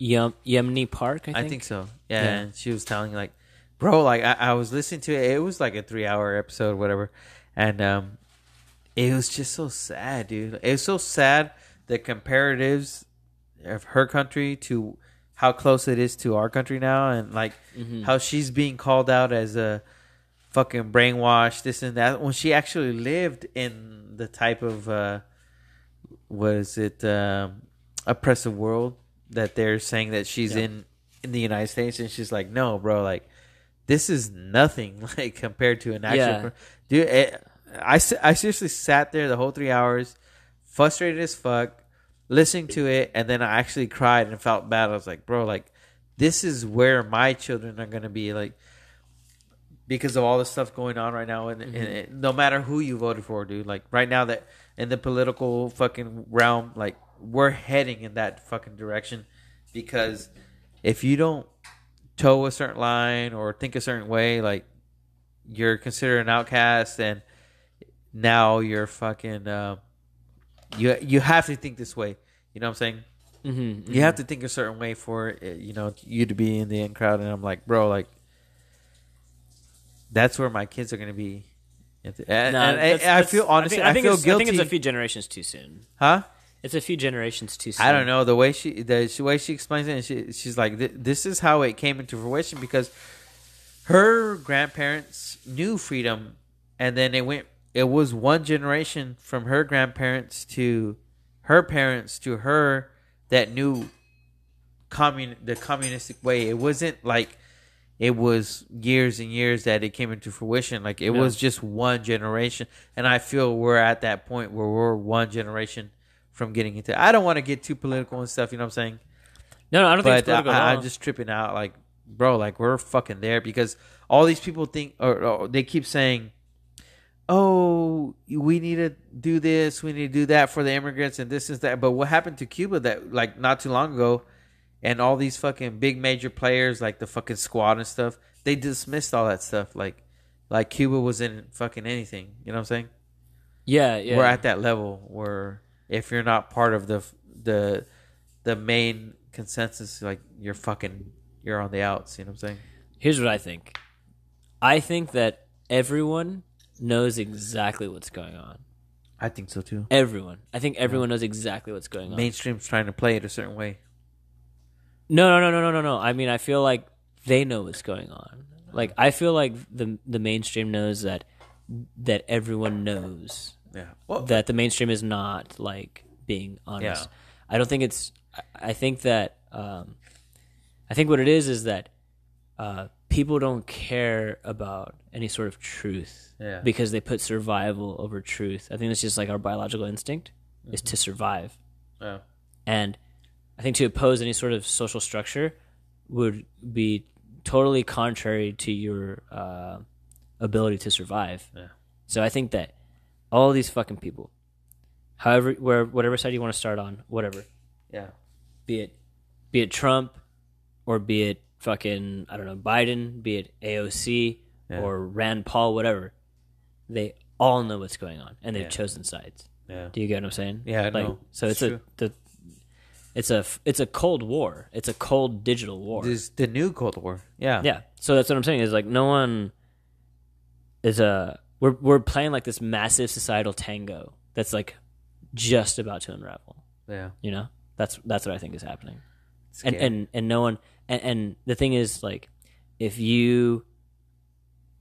E: Yem, Yemni Park. I think.
F: I think so. Yeah,
E: Yeah.
F: and she was telling like, bro, like I, I was listening to it. It was like a three-hour episode, whatever, and um, it was just so sad, dude. It was so sad the comparatives of her country to how close it is to our country now, and like
E: Mm-hmm.
F: how she's being called out as a fucking brainwashed, this and that, when she actually lived in the type of uh, was it um, oppressive world that they're saying that she's in in the United States, and she's like, no, bro, like this is nothing (laughs) like compared to an actual
E: Yeah.
F: per- dude. It, I se- I seriously sat there the whole three hours, frustrated as fuck, listening to it, and then I actually cried and felt bad. I was like, bro, like this is where my children are gonna be like because of all the stuff going on right now, and, and it- no matter who you voted for, dude, like right now that in the political fucking realm, like we're heading in that fucking direction because if you don't toe a certain line or think a certain way, like you're considered an outcast, and now you're fucking uh, you you have to think this way. You know what I'm saying?
E: Mm-hmm.
F: you have to think a certain way for uh, you know you to be in the in crowd and i'm like bro like that's where my kids are going to be and, and- and I, I feel honestly i,
E: think,
F: feel
E: it's,
F: guilty
E: I think it's a few generations too soon.
F: huh
E: It's a few generations too soon.
F: I don't know the way she the she- way she explains it. And she she's like, "Th- this is how it came into fruition because her grandparents knew freedom, and then it went. It was one generation from her grandparents to her parents to her that knew commun the communistic way. It wasn't like it was years and years that it came into fruition. Like it was just one generation, and I feel we're at that point where we're one generation from getting into. I don't want to get too political and stuff. You know what I'm saying?
E: No, no, I don't think it's
F: But I,
E: political. at
F: I,
E: all.
F: am just tripping out. Like, bro, like we're fucking there because all these people think, or, or they keep saying, "Oh, we need to do this, we need to do that for the immigrants and this and that." But what happened to Cuba that, like, not too long ago, and all these fucking big major players like the fucking squad and stuff, they dismissed all that stuff. Like, like Cuba was in fucking anything. You know what I'm saying?
E: yeah, yeah.
F: we're at that level where if you're not part of the the the main consensus, like you're fucking you're on the outs. You know what I'm saying?
E: Here's what I think. I think that everyone knows exactly what's going on.
F: I think so too.
E: Everyone. I think everyone knows exactly what's going on.
F: Mainstream's trying to play it a certain way.
E: No, no, no, no, no, no, no. I mean, I feel like they know what's going on. Like I feel like the the mainstream knows that that everyone knows
F: Yeah. Well,
E: that the mainstream is not like being honest.
F: Yeah.
E: I don't think it's. I- I think that. Um, I think what it is is that uh, people don't care about any sort of truth
F: Yeah.
E: because they put survival over truth. I think it's just like our biological instinct is
F: Mm-hmm.
E: to survive,
F: Yeah.
E: and I think to oppose any sort of social structure would be totally contrary to your uh, ability to survive. So I think that all these fucking people, however, where whatever side you want to start on, whatever,
F: yeah.
E: be it, be it Trump, or be it fucking I don't know Biden, be it AOC
F: Yeah.
E: or Rand Paul, whatever, they all know what's going on and they've
F: Yeah.
E: chosen sides.
F: Yeah.
E: Do you get what I'm saying?
F: Yeah, I know.
E: So
F: It's
E: it's,
F: true.
E: a the, it's a f- it's a cold war. It's a cold digital war.
F: This the new Cold War. Yeah.
E: Yeah. So that's what I'm saying is like no one is a we're we're playing like this massive societal tango that's like just about to unravel.
F: Yeah.
E: You know? That's that's what I think is happening. And
F: Scary.
E: and and no one and, and the thing is like if you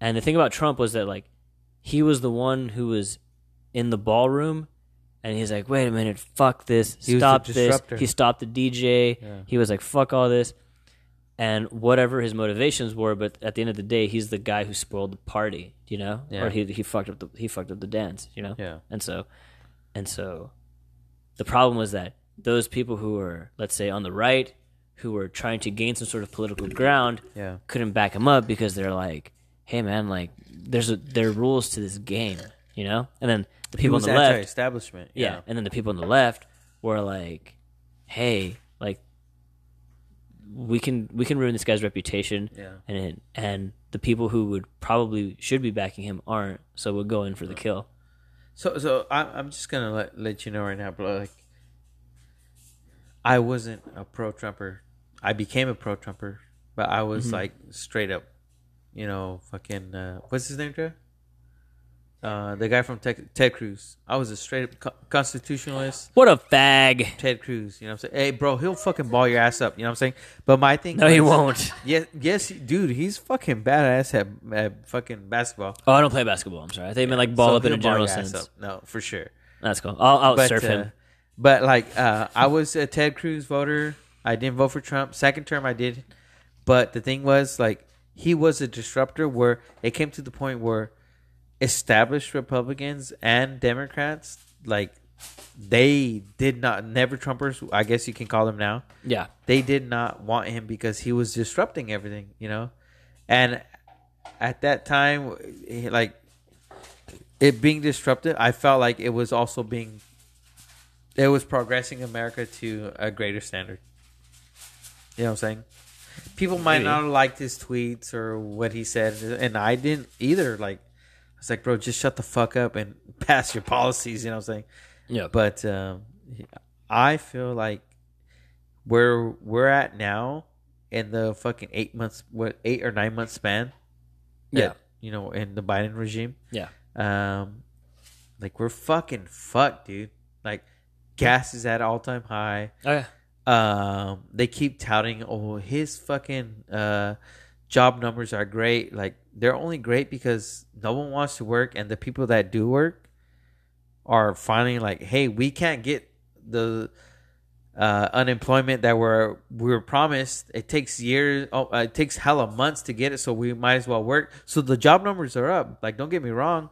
E: and the thing about Trump was that like he was the one who was in the ballroom and he's like, wait a minute, fuck this,
F: He was the
E: stop this.
F: disruptor.
E: He stopped the DJ.
F: Yeah.
E: He was like, fuck all this. And whatever his motivations were, but at the end of the day, he's the guy who spoiled the party, you know?
F: Yeah.
E: Or he he fucked up the he fucked up the dance, you know?
F: Yeah.
E: And so and so the problem was that those people who were, let's say, on the right, who were trying to gain some sort of political ground,
F: Yeah.
E: couldn't back him up because they're like, "Hey, man, like, there's a, there are rules to this game, you know." And then the
F: He
E: people on
F: was
E: the left,
F: anti-establishment.
E: yeah. and then the people on the left were like, "Hey, like, we can we can ruin this guy's reputation."
F: Yeah.
E: And it, and the people who would probably should be backing him aren't, so we'll go in for the kill.
F: So so I'm I'm just gonna let let you know right now, but like I wasn't a pro Trumper. I became a pro Trumper, but I
E: Mm-hmm.
F: was like straight up, you know, fucking uh, what's his name, Joe? Uh, the guy from Ted, Ted Cruz. I was a straight up co- constitutionalist.
E: What a fag!
F: Ted Cruz, you know what I'm saying? Hey, bro, he'll fucking ball your ass up, you know what I'm saying? But my thing
E: No, he
F: was-
E: won't.
F: Yes, yes, dude, he's fucking badass at, at fucking basketball.
E: Oh, I don't play basketball. I'm sorry. I think meant like ball
F: So
E: up in a
F: he'll ball
E: general
F: your ass
E: sense.
F: up. No, for sure.
E: That's cool. I'll, I'll
F: but,
E: surf
F: uh,
E: him.
F: But like, uh, I was a Ted Cruz voter. I didn't vote for Trump. Second term, I did. But the thing was, like, he was a disruptor. Where it came to the point where established Republicans and Democrats, like, they did not never Trumpers. I guess you can call them now
E: Yeah.
F: they did not want him because he was disrupting everything, you know. And at that time, he- like it being disrupted, I felt like it was also being, it was progressing America to a greater standard. You know what I'm saying? People might not have liked his tweets or what he said, and I didn't either. Like, I was like, bro, just shut the fuck up and (laughs) pass your policies. You know what I'm saying?
E: Yeah.
F: But um, I feel like where we're at now in the fucking eight months, what eight or nine month span? that,
E: Yeah.
F: you know, in the Biden regime,
E: Yeah.
F: um, like we're fucking fucked, dude. Like gas is at all time high.
E: Oh yeah.
F: Um, they keep touting, oh, his fucking uh, job numbers are great. Like they're only great because no one wants to work, and the people that do work are finally like, hey, we can't get the uh, unemployment that we're we were promised. It takes years. Oh, uh, it takes hella months to get it, so we might as well work. So the job numbers are up. Like, don't get me wrong,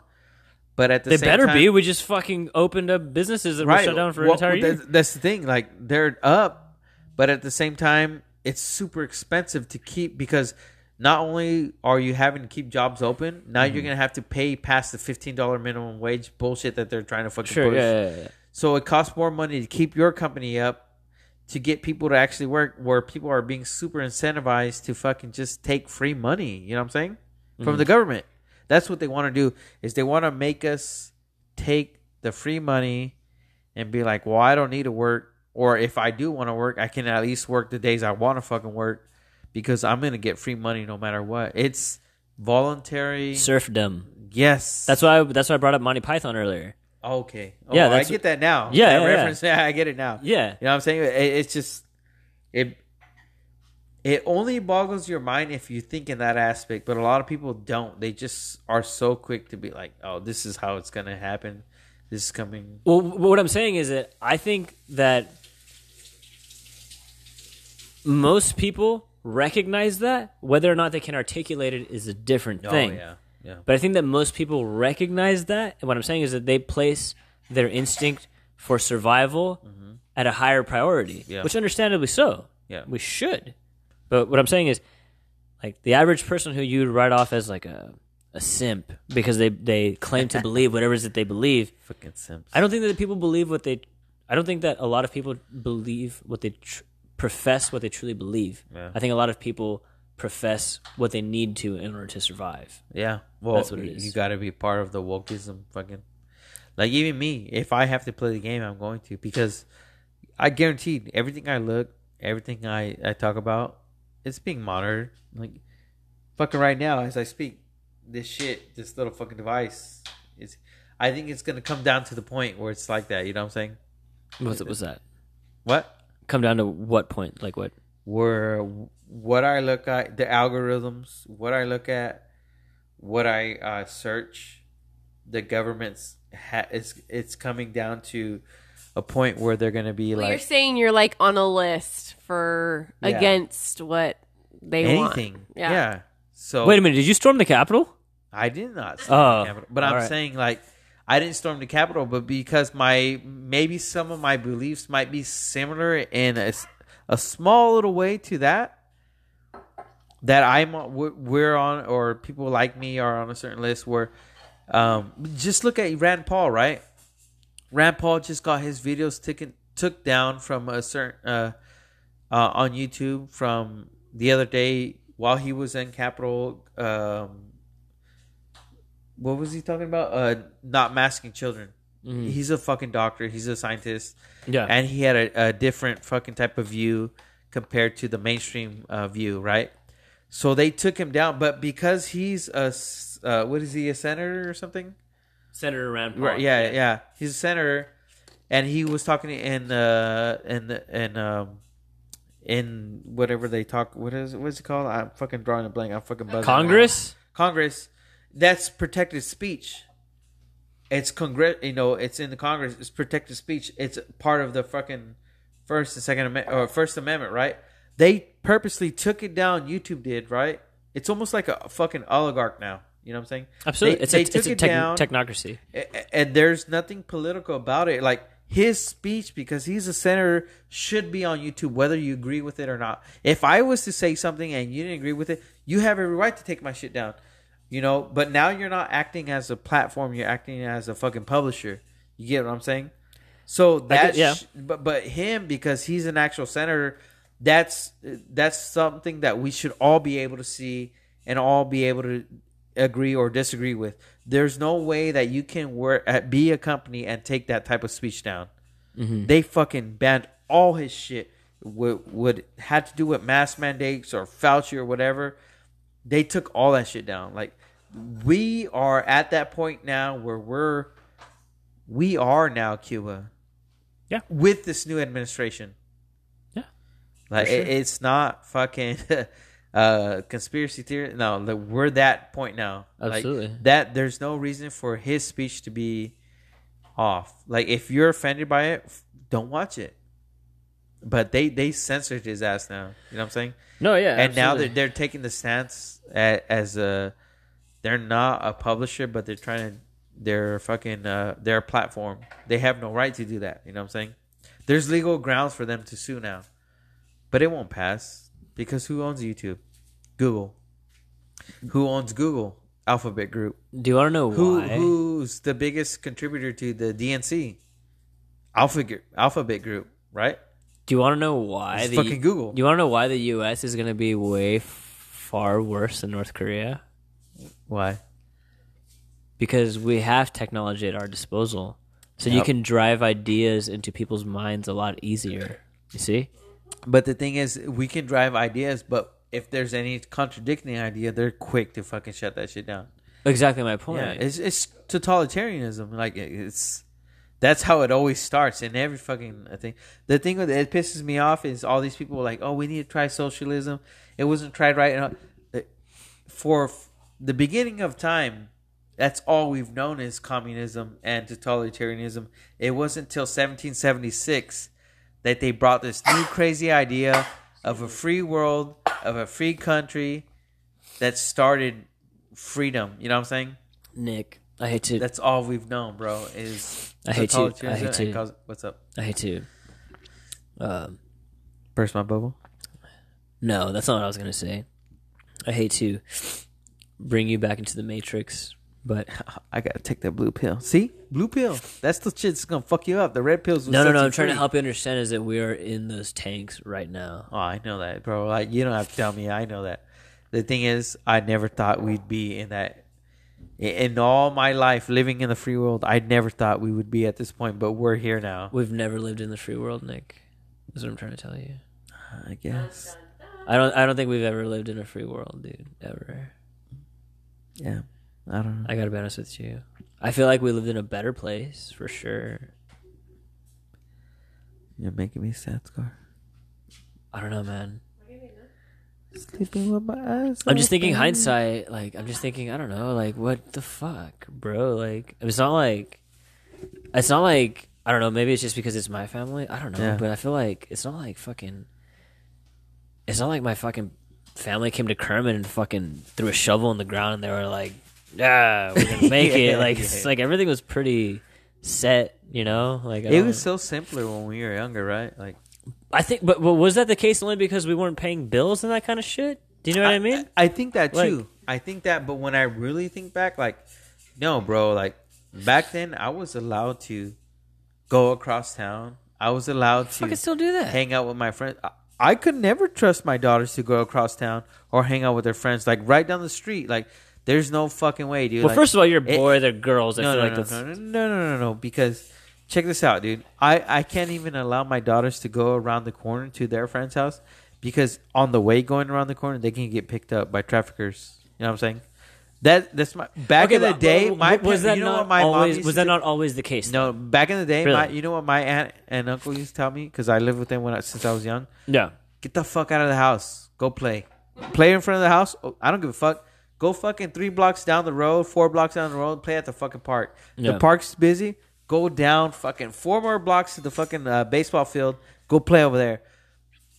F: but at the
E: They
F: same
E: better
F: time,
E: be. We just fucking opened up businesses that were shut down for an
F: Well,
E: entire year.
F: That's, that's the thing. Like they're up, but at the same time, it's super expensive to keep because not only are you having to keep jobs open, now
E: Mm-hmm.
F: you're gonna have to pay past the fifteen dollar minimum wage bullshit that they're trying to fucking
E: Sure.
F: push.
E: Yeah, yeah, yeah, yeah.
F: So it costs more money to keep your company up to get people to actually work where people are being super incentivized to fucking just take free money, you know what I'm saying? From
E: Mm-hmm.
F: the government. That's what they want to do is they want to make us take the free money and be like, "Well, I don't need to work or if I do want to work, I can at least work the days I want to fucking work because I'm going to get free money no matter what." It's Voluntary.
E: Serfdom.
F: yes.
E: That's why. I, that's why I brought up Monty Python earlier.
F: okay. Oh,
E: Yeah,
F: I
E: that's-
F: get that now.
E: Yeah,
F: That
E: yeah, yeah.
F: reference. (laughs) Yeah. I get it now.
E: Yeah.
F: You know what I'm saying? It, it's just it. It only boggles your mind if you think in that aspect, but a lot of people don't. They just are so quick to be like, "Oh, this is how it's gonna happen. This is coming."
E: Well, w- what I'm saying is that I think that most people recognize that whether or not they can articulate it is a different thing.
F: Oh yeah, yeah.
E: But I think that most people recognize that. And what I'm saying is that they place their instinct for survival at a higher priority,
F: Mm-hmm. Yeah.
E: which understandably so.
F: Yeah.
E: We should. But what I'm saying is, like, the average person who you would write off as, like, a, a simp because they, they claim
F: (laughs)
E: to believe whatever it is that they believe,
F: Fucking simps.
E: I don't think that people believe what they. I don't think that a lot of people believe what they tr- profess what they truly believe.
F: Yeah.
E: I think a lot of people profess what they need to in order to survive.
F: Yeah, well,
E: That's what it
F: y-
E: is.
F: You got to be part of the wokeism, fucking. Like even me, if I have to play the game, I'm going to because I guaranteed everything I look, everything I I talk about, it's being monitored. Like fucking right now as I speak, this shit, this little fucking device, is. I think it's gonna come down to the point where it's like that. You know what I'm saying?
E: What was that?
F: What?
E: Come down to what point? Like what?
F: where what I look at, the algorithms, what I look at, what I uh, search, the government's ha- it's it's coming down to a point where they're going to be
A: Well, you're
F: like
A: saying you're like on a list for
F: Yeah.
A: against what they want.
F: anything, yeah.
A: Yeah.
F: So
E: Wait a minute! Did you storm the Capitol?
F: I did not storm
E: Oh,
F: the Capitol, but I'm
E: all right.
F: saying like I didn't storm the Capitol, but because my maybe some of my beliefs might be similar in a, s- a small little way to that that I'm on- we're- we're on or people like me are on a certain list where um just look at Rand Paul, right? Rand Paul just got his videos taken took down from a certain uh, uh, on YouTube from the other day while he was in Capitol. Um, what was he talking about? Uh, not masking children.
E: Hmm.
F: He's a fucking doctor. He's a scientist,
E: Yeah.
F: Mm-hmm. and he had a, a different fucking type of view compared to the mainstream uh, view, right? So they took him down, but because he's a s- uh, what is he a senator or something?
E: Senator Rand Paul.
F: Right, yeah, yeah, He's a senator, and he was talking in uh in the- in um in whatever they talk. What is what's it called? I'm fucking drawing a blank. I'm fucking buzzing.
E: Congress.
F: Congress. That's protected speech. It's congress. You know, it's in the Congress. It's protected speech. It's part of the fucking first and second amendment or first amendment, right? They purposely took it down. YouTube did, right? It's almost like a fucking oligarch now. You know what I'm saying?
E: Absolutely.
F: They-
E: it's
F: they
E: a, it's
F: took
E: a
F: it
E: tech-
F: down
E: technocracy.
F: a- and there's nothing political about it. Like his speech, because he's a senator, should be on YouTube, whether you agree with it or not. If I was to say something and you didn't agree with it, you have every right to take my shit down, you know. But now you're not acting as a platform; you're acting as a fucking publisher. You get what I'm saying? So that's
E: yeah.
F: but but him because he's an actual senator. That's that's something that we should all be able to see and all be able to agree or disagree with. There's no way that you can work at be a company and take that type of speech down. They fucking banned all his shit. Would would had to do with mask mandates or Fauci or whatever. They took all that shit down. Like we are at that point now where we're we are now Cuba.
E: Yeah.
F: With this new administration.
E: Yeah.
F: Like it, it's not fucking (laughs) uh conspiracy theory. No, like, we're that point now. Like,
E: Absolutely.
F: that there's no reason for his speech to be off. Like if you're offended by it, f- don't watch it. But they they censored his ass now. You know what I'm saying?
E: No, yeah.
F: and now
E: absolutely.
F: they're they're taking the stance as, as a they're not a publisher, but they're trying to they're fucking uh, they're a platform. They have no right to do that. You know what I'm saying? There's legal grounds for them to sue now, but it won't pass because who owns YouTube? Google. Who owns Google? Alphabet Group.
E: Do you want to know
F: Who
E: why?
F: who's the biggest contributor to the DNC? Alphabet Alphabet Group, right?
E: Do you want to know why?
F: It's
E: the,
F: fucking Google.
E: Do you want to know why the U.S. is going to be way f- far worse than North Korea?
F: Why?
E: because we have technology at our disposal. So you can drive ideas into people's minds a lot easier. You see?
F: But the thing is, we can drive ideas, but if there's any contradicting idea, they're quick to fucking shut that shit down.
E: Exactly my point.
F: Yeah, it's it's totalitarianism. Like it- it's that's how it always starts in every fucking thing. The thing that it pisses me off is all these people like, oh, we need to try socialism. It wasn't tried right. And all- Uh, For f- the beginning of time, that's all we've known is communism and totalitarianism. It wasn't till 1776 that they brought this new crazy idea of a free world, of a free country that started freedom. You know what I'm saying?
E: Nick, I hate to
F: That's all we've known, bro. Is
E: I hate you. I hate
F: totalitarianism
E: you.
F: and cause- what's up?
E: I hate to um
F: Burst my bubble.
E: No, that's not what I was gonna say. I hate to bring you back into the matrix,
F: (laughs)
E: but
F: I gotta take that blue pill. See, blue pill. That's the shit that's gonna fuck you up. The red pills. will
E: no, no,
F: set
E: no.
F: you
E: I'm trying to
F: free.
E: help you understand is that we are in those tanks right now.
F: Oh, I know that, bro. Like you don't have to tell me. I know that. The thing is, I never thought we'd be in that. i- In all my life living in the free world, I never thought we would be at this point, but we're here now.
E: We've never lived in the free world, Nick. Is what I'm trying to tell you.
F: I guess.
E: I don't. I don't think we've ever lived in a free world, dude. Ever.
F: Yeah. I don't know.
E: I gotta be honest with you. I feel like we lived in a better place for sure.
F: You're making me sad, Scar.
E: I don't know, man.
F: Sleeping with my eyes.
E: I'm just thinking hindsight. Like, I'm just thinking. I don't know. Like, what the fuck, bro? Like, it's not like. It's not like I don't know. Maybe it's just because it's my family. I don't know.
F: Yeah.
E: But I feel like it's not like fucking. It's not like my fucking family came to Kermit and fucking threw a shovel in the ground and they were like, "Yeah, we're
F: (laughs)
E: gonna make
F: Yeah,
E: it." Like, it's
F: yeah.
E: like everything was pretty set. You know, like I
F: It
E: don't-
F: was so simpler when we were younger, right? Like
E: I think, but, but was that the case only because we weren't paying bills and that kind of shit? Do you know what I, mean?
F: I think that
E: Like-
F: too. I think that, but when I really think back, like, no, bro, like back then I was allowed to go across town. I was allowed
E: I
F: to
E: can still do that.
F: hang out with my friends. I, I could never trust my daughters to go across town or hang out with their friends, like right down the street. Like, there's no fucking way, dude.
E: well,
F: Like,
E: first of all, you're a
F: it-
E: boy; they're girls. I
F: no,
E: feel
F: no,
E: like
F: no,
E: that's
F: no, no, no, no, no, no, because check this out, dude. I, I can't even allow my daughters to go around the corner to their friend's house because on the way going around the corner, they can get picked up by traffickers. You know what I'm saying? That that's my back
E: Okay,
F: in the
E: but-
F: day.
E: but-
F: My
E: but was
F: pa-
E: that
F: you know
E: not
F: what my mom
E: always
F: used
E: was
F: to
E: that
F: do?
E: not always the case?
F: No, back in the day, my,
E: Really?
F: you know what my aunt and uncle used to tell me because I lived with them when I, since I was young.
E: yeah.
F: Get the fuck out of the house. Go play. Play in front of the house. Oh, I don't give a fuck. Go fucking three blocks down the road, four blocks down the road, play at the fucking park.
E: Yeah.
F: The park's busy. Go down fucking four more blocks to the fucking uh, baseball field. Go play over there.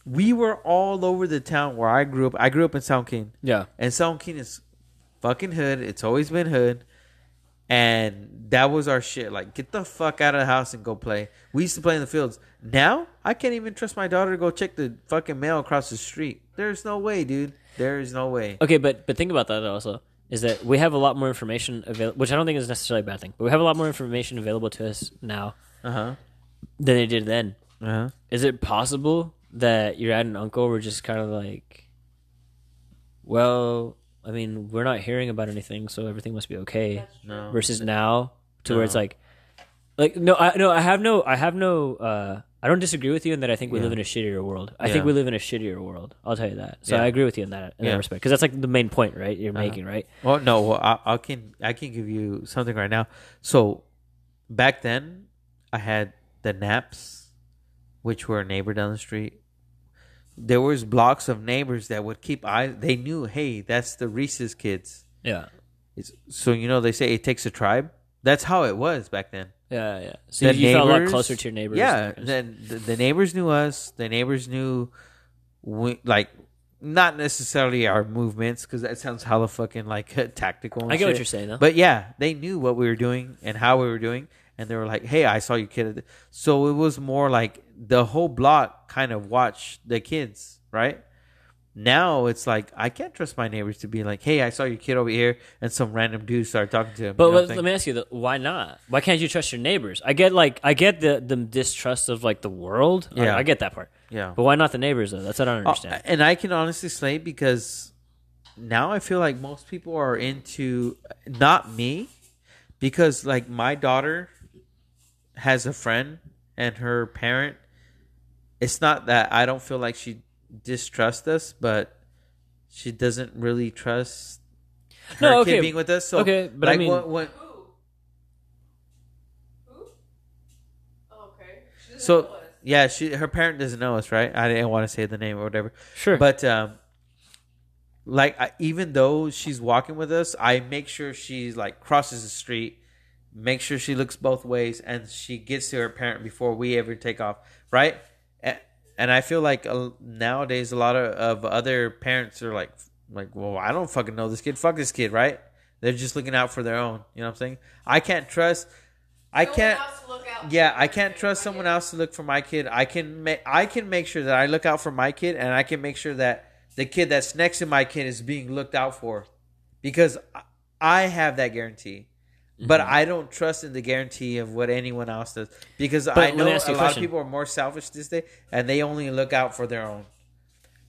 F: We were all over the town where I grew up. I grew up in Sound King.
E: Yeah.
F: And Sound King is fucking hood. It's always been hood. And that was our shit. Like, get the fuck out of the house and go play. We used to play in the fields. Now, I can't even trust my daughter to go check the fucking mail across the street. There's no way, dude. There is no way.
E: Okay, but but think about that also. Is that we have a lot more information available, which I don't think is necessarily a bad thing. But we have a lot more information available to us now
F: Uh huh.
E: than they did then.
F: Uh huh.
E: Is it possible that your aunt and uncle were just kind of like, well, I mean, we're not hearing about anything, so everything must be okay.
F: No.
E: versus now to where it's like like no I no I have no I have no uh I don't disagree with you in that I think we live in a shittier world. I think
F: Yeah.
E: we live in a shittier world. I'll tell you that. So
F: Yeah.
E: I agree with you in that in
F: Yeah. Uh-huh.
E: that respect because that's like the main point, right? You're making, right?
F: Well, Oh, no. Well, I, I can I can give you something right now. So, back then, I had the Naps, which were a neighbor down the street. There was blocks of neighbors that would keep eyes. They knew, hey, that's the Reese's kids.
E: Yeah.
F: It's, so you know they say it takes a tribe. That's how it was back then.
E: Yeah, yeah. So you, you felt a lot closer to your neighbors.
F: Yeah, then the, the neighbors knew us. The neighbors knew, we, like, not necessarily our movements because that sounds hella fucking like (laughs) tactical. and
E: I get what
F: shit.
E: you're saying, though.
F: (laughs) But yeah, they knew what we were doing and how we were doing, and they were like, "Hey, I saw your kid." at the-" So it was more like the whole block kind of watched the kids, right? Now it's like I can't trust my neighbors to be like, "Hey, I saw your kid over here," and some random dude started talking to him.
E: But
F: you know what
E: let, let
F: I'm saying?
E: me ask you, though, why not? Why can't you trust your neighbors? I get like I get the the distrust of like the world. I-
F: Yeah.
E: I, get that part.
F: yeah.
E: But why not the neighbors though? That's what I don't
F: Oh,
E: understand.
F: and I can honestly say because now I feel like most people are into not me because like my daughter has a friend and her parent. It's not that I don't feel like she distrusts us, but she doesn't really trust her
E: No,
F: kid
E: okay.
F: being with us. So
E: Okay, but I
F: like,
E: mean-
F: what, what,
H: Okay.
F: so yeah, she her parent doesn't know us, right? I didn't want to say the name or whatever.
E: Sure.
F: But um, like I, even though she's walking with us, I make sure she like crosses the street, make sure she looks both ways, and she gets to her parent before we ever take off, right? And, and I feel like uh, nowadays a lot of, of other parents are like like, well, I don't fucking know this kid. Fuck this kid, right? They're just looking out for their own. You know what I'm saying? I can't trust. I can't. Yeah, I can't trust someone else to look for my kid. I can ma- I can make sure that I look out for my kid, and I can make sure that the kid that's next to my kid is being looked out for, because I- I have that guarantee. But
E: Mm-hmm.
F: I don't trust in the guarantee of what anyone else does because I
E: let me
F: know a lot
E: ask you a
F: of
E: question.
F: people are more selfish this day, and they only look out for their own.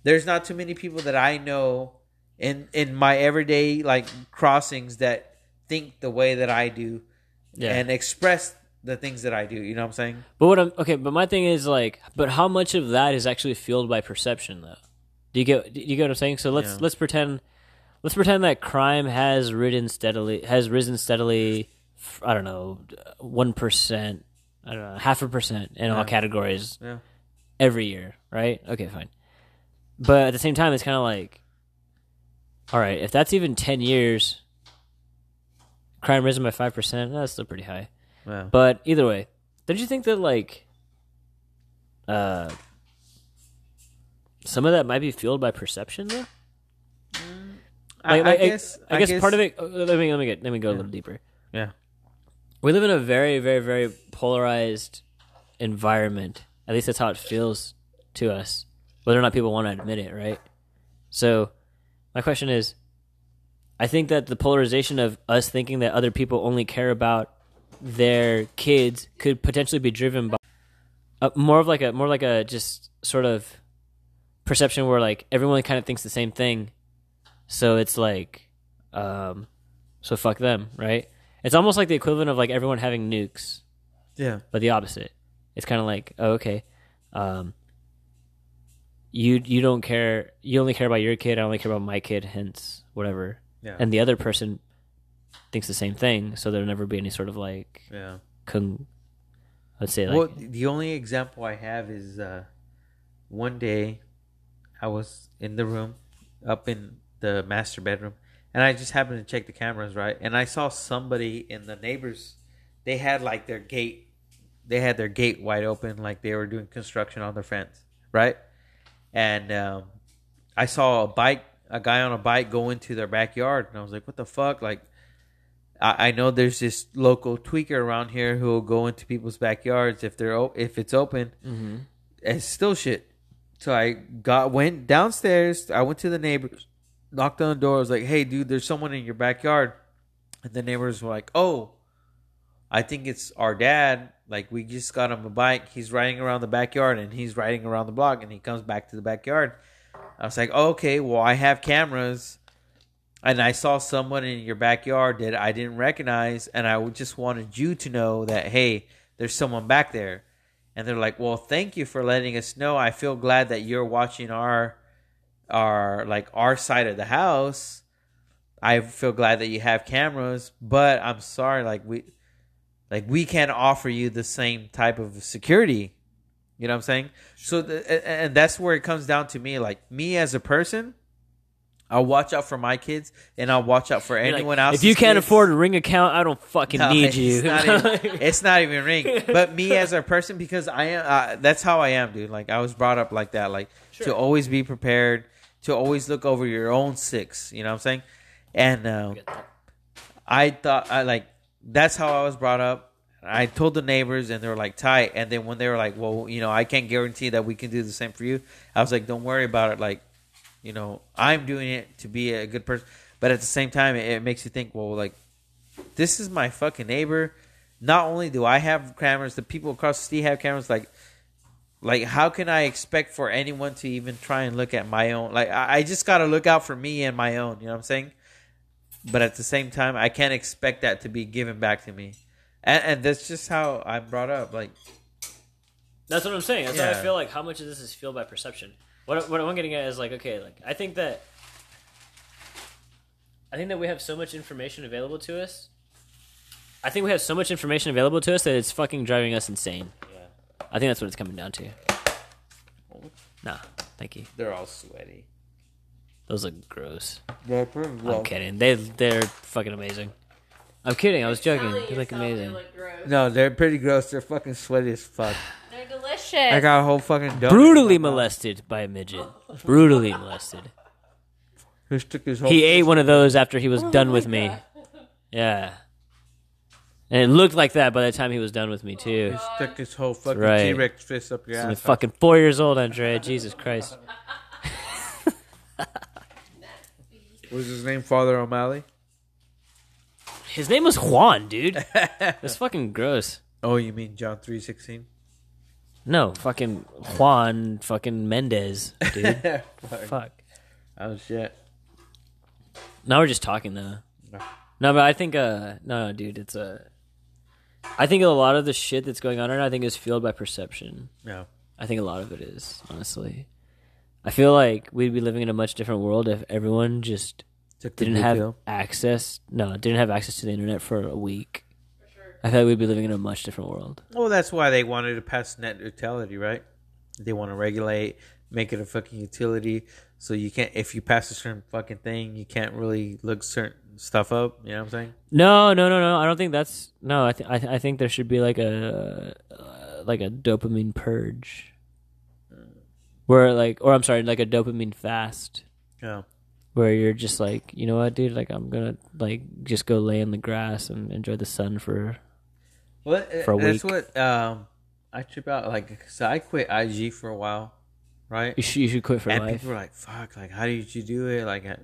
F: There's not too many people that I know in in my everyday like crossings that think the way that I do
E: Yeah.
F: and express the things that I do. You know what I'm saying?
E: But what I'm okay, but my thing is like, but how much of that is actually fueled by perception, though? Do you get do you get what I'm saying? So let's
F: Yeah.
E: let's pretend let's pretend that crime has risen steadily has risen steadily. f- I don't know, one percent. I don't know, half a percent in all categories
F: Yeah.
E: every year, right? Okay, fine. But at the same time, it's kind of like, all right, if that's even ten years, crime risen by five percent. That's still pretty high.
F: Yeah.
E: But either way, don't you think that like uh some of that might be fueled by perception though?
F: I,
E: Like-
F: I
E: like,
F: guess.
E: I, guess, part of it. uh, Let me let me get let me go a little deeper.
F: Yeah.
E: We live in a very very very polarized environment. At least that's how it feels to us, whether or not people want to admit it, right? So, my question is, I think that the polarization of us thinking that other people only care about their kids could potentially be driven by uh, more of like a more like a just sort of perception where like everyone kind of thinks the same thing so it's like, um, so fuck them, right? It's almost like the equivalent of like everyone having nukes,
F: Yeah.
E: but the opposite. It's kind of like, oh, okay, um, you you don't care, you only care about your kid. I only care about my kid. Hence, whatever.
F: Yeah.
E: And the other person thinks the same thing, so there'll never be any sort of like,
F: Yeah.
E: con- let's say like,
F: well, the only example I have is uh, one day I was in the room up in the master bedroom and I just happened to check the cameras, right? And I saw somebody in the neighbors, they had like their gate, they had their gate wide open, like they were doing construction on their fence, right? And um, I saw a bike, a guy on a bike go into their backyard, and I was like, what the fuck? Like, I, I know there's this local tweaker around here who will go into people's backyards if they're o- if it's open and still shit. So I got went downstairs. I went to the neighbors, knocked on the door. I was like, "Hey, dude, there's someone in your backyard." And the neighbors were like, "Oh, I think it's our dad. Like we just got him a bike. He's riding around the backyard and he's riding around the block and he comes back to the backyard." I was like, "Okay, well, I have cameras." and I saw someone in your backyard that I didn't recognize, and I would- just wanted you to know that hey, there's someone back there. And they're like, "Well, thank you for letting us know. I feel glad that you're watching our, our like our side of the house. I feel glad that you have cameras, but I'm sorry, like we, like we can't offer you the same type of security. You know what I'm saying? So, the, a- a- and that's where it comes down to me, like me as a person." I'll watch out for my kids, and I'll watch out for
E: you're like,
F: anyone else.
E: If you can't afford a ring account, I don't fucking
F: No,
E: need
F: it's
E: you.
F: Not
E: (laughs)
F: even, (laughs) it's not even ring, but me as a person because I am. Uh, that's how I am, dude. Like I was brought up like that, like to always be prepared, to always look over your own six. You know what I'm saying? And uh, I thought I like that's how I was brought up. I told the neighbors, and they were like tight. And then when they were like, "Well, you know, I can't guarantee that we can do the same for you," I was like, "Don't worry about it. Like, you know, I'm doing it to be a good person." But at the same time, it, it makes you think, well, like this is my fucking neighbor. Not only do I have cameras, the people across the street have cameras. Like, like how can I expect for anyone to even try and look at my own? Like, I, I just gotta look out for me and my own. You know what I'm saying? But at the same time, I can't expect that to be given back to me. And, and that's just how I'm brought up. Like,
E: That's what I'm saying. That's why
F: Yeah.
E: I feel like how much of this is fueled by perception. What what I'm getting at is like okay, like I think that I think that we have so much information available to us. I think we have so much information available to us that it's fucking driving us insane. Yeah. I think that's what it's coming down to. Nah, thank you.
F: They're all sweaty.
E: Those look gross.
I: Yeah,
E: I'm kidding. They they're fucking amazing. I'm kidding. I was joking. They look amazing.
F: No, they're pretty gross. They're fucking sweaty as fuck.
A: They're delicious.
F: I got a whole fucking dog.
E: Brutally molested by a midget. Brutally molested.
F: Who took his whole.
E: He ate one of those after he was done with me. Yeah. And it looked like that by the time he was done with me too.
F: Stuck his whole fucking
E: Right.
F: T-Rex fist up your
E: I'm
F: ass.
E: fucking four years old, Andrea. Jesus Christ.
F: Was his name Father O'Malley?
E: His name was Juan, dude. That's fucking gross.
F: Oh, you mean John three sixteen?
E: No, fucking Juan, fucking Mendez, dude. Fuck.
F: Oh shit!
E: Now we're just talking though. No, but I think uh no, no dude, it's a. I think a lot of the shit that's going on right now, I think is fueled by perception.
F: No,
E: I think a lot of it is honestly. I feel like we'd be living in a much different world if everyone just
F: Took the
E: didn't
F: blue
E: have
F: pill.
E: access. No, didn't have access to the internet for a week. I feel like we'd be living in a much different world.
F: Well, that's why they wanted to pass net neutrality, right? They want to regulate, make it a fucking utility, so you can't. If you pass a certain fucking thing, you can't really look certain stuff up. You know what I'm saying?
E: No, no, no, no. I don't think that's no. I think I, th- I think there should be like a uh, like a dopamine purge, where like, or I'm sorry, like a dopamine fast,
F: Yeah.
E: where you're just like, you know what, dude? Like, I'm gonna like just go lay in the grass and enjoy the sun for.
F: Well, uh,
E: For a
F: that's
E: week.
F: what um, I trip out. Like, so I quit IG for a while, right?
E: You should, you should quit for
F: and
E: life.
F: people were like, "Fuck! Like, how did you do it?" Like, I-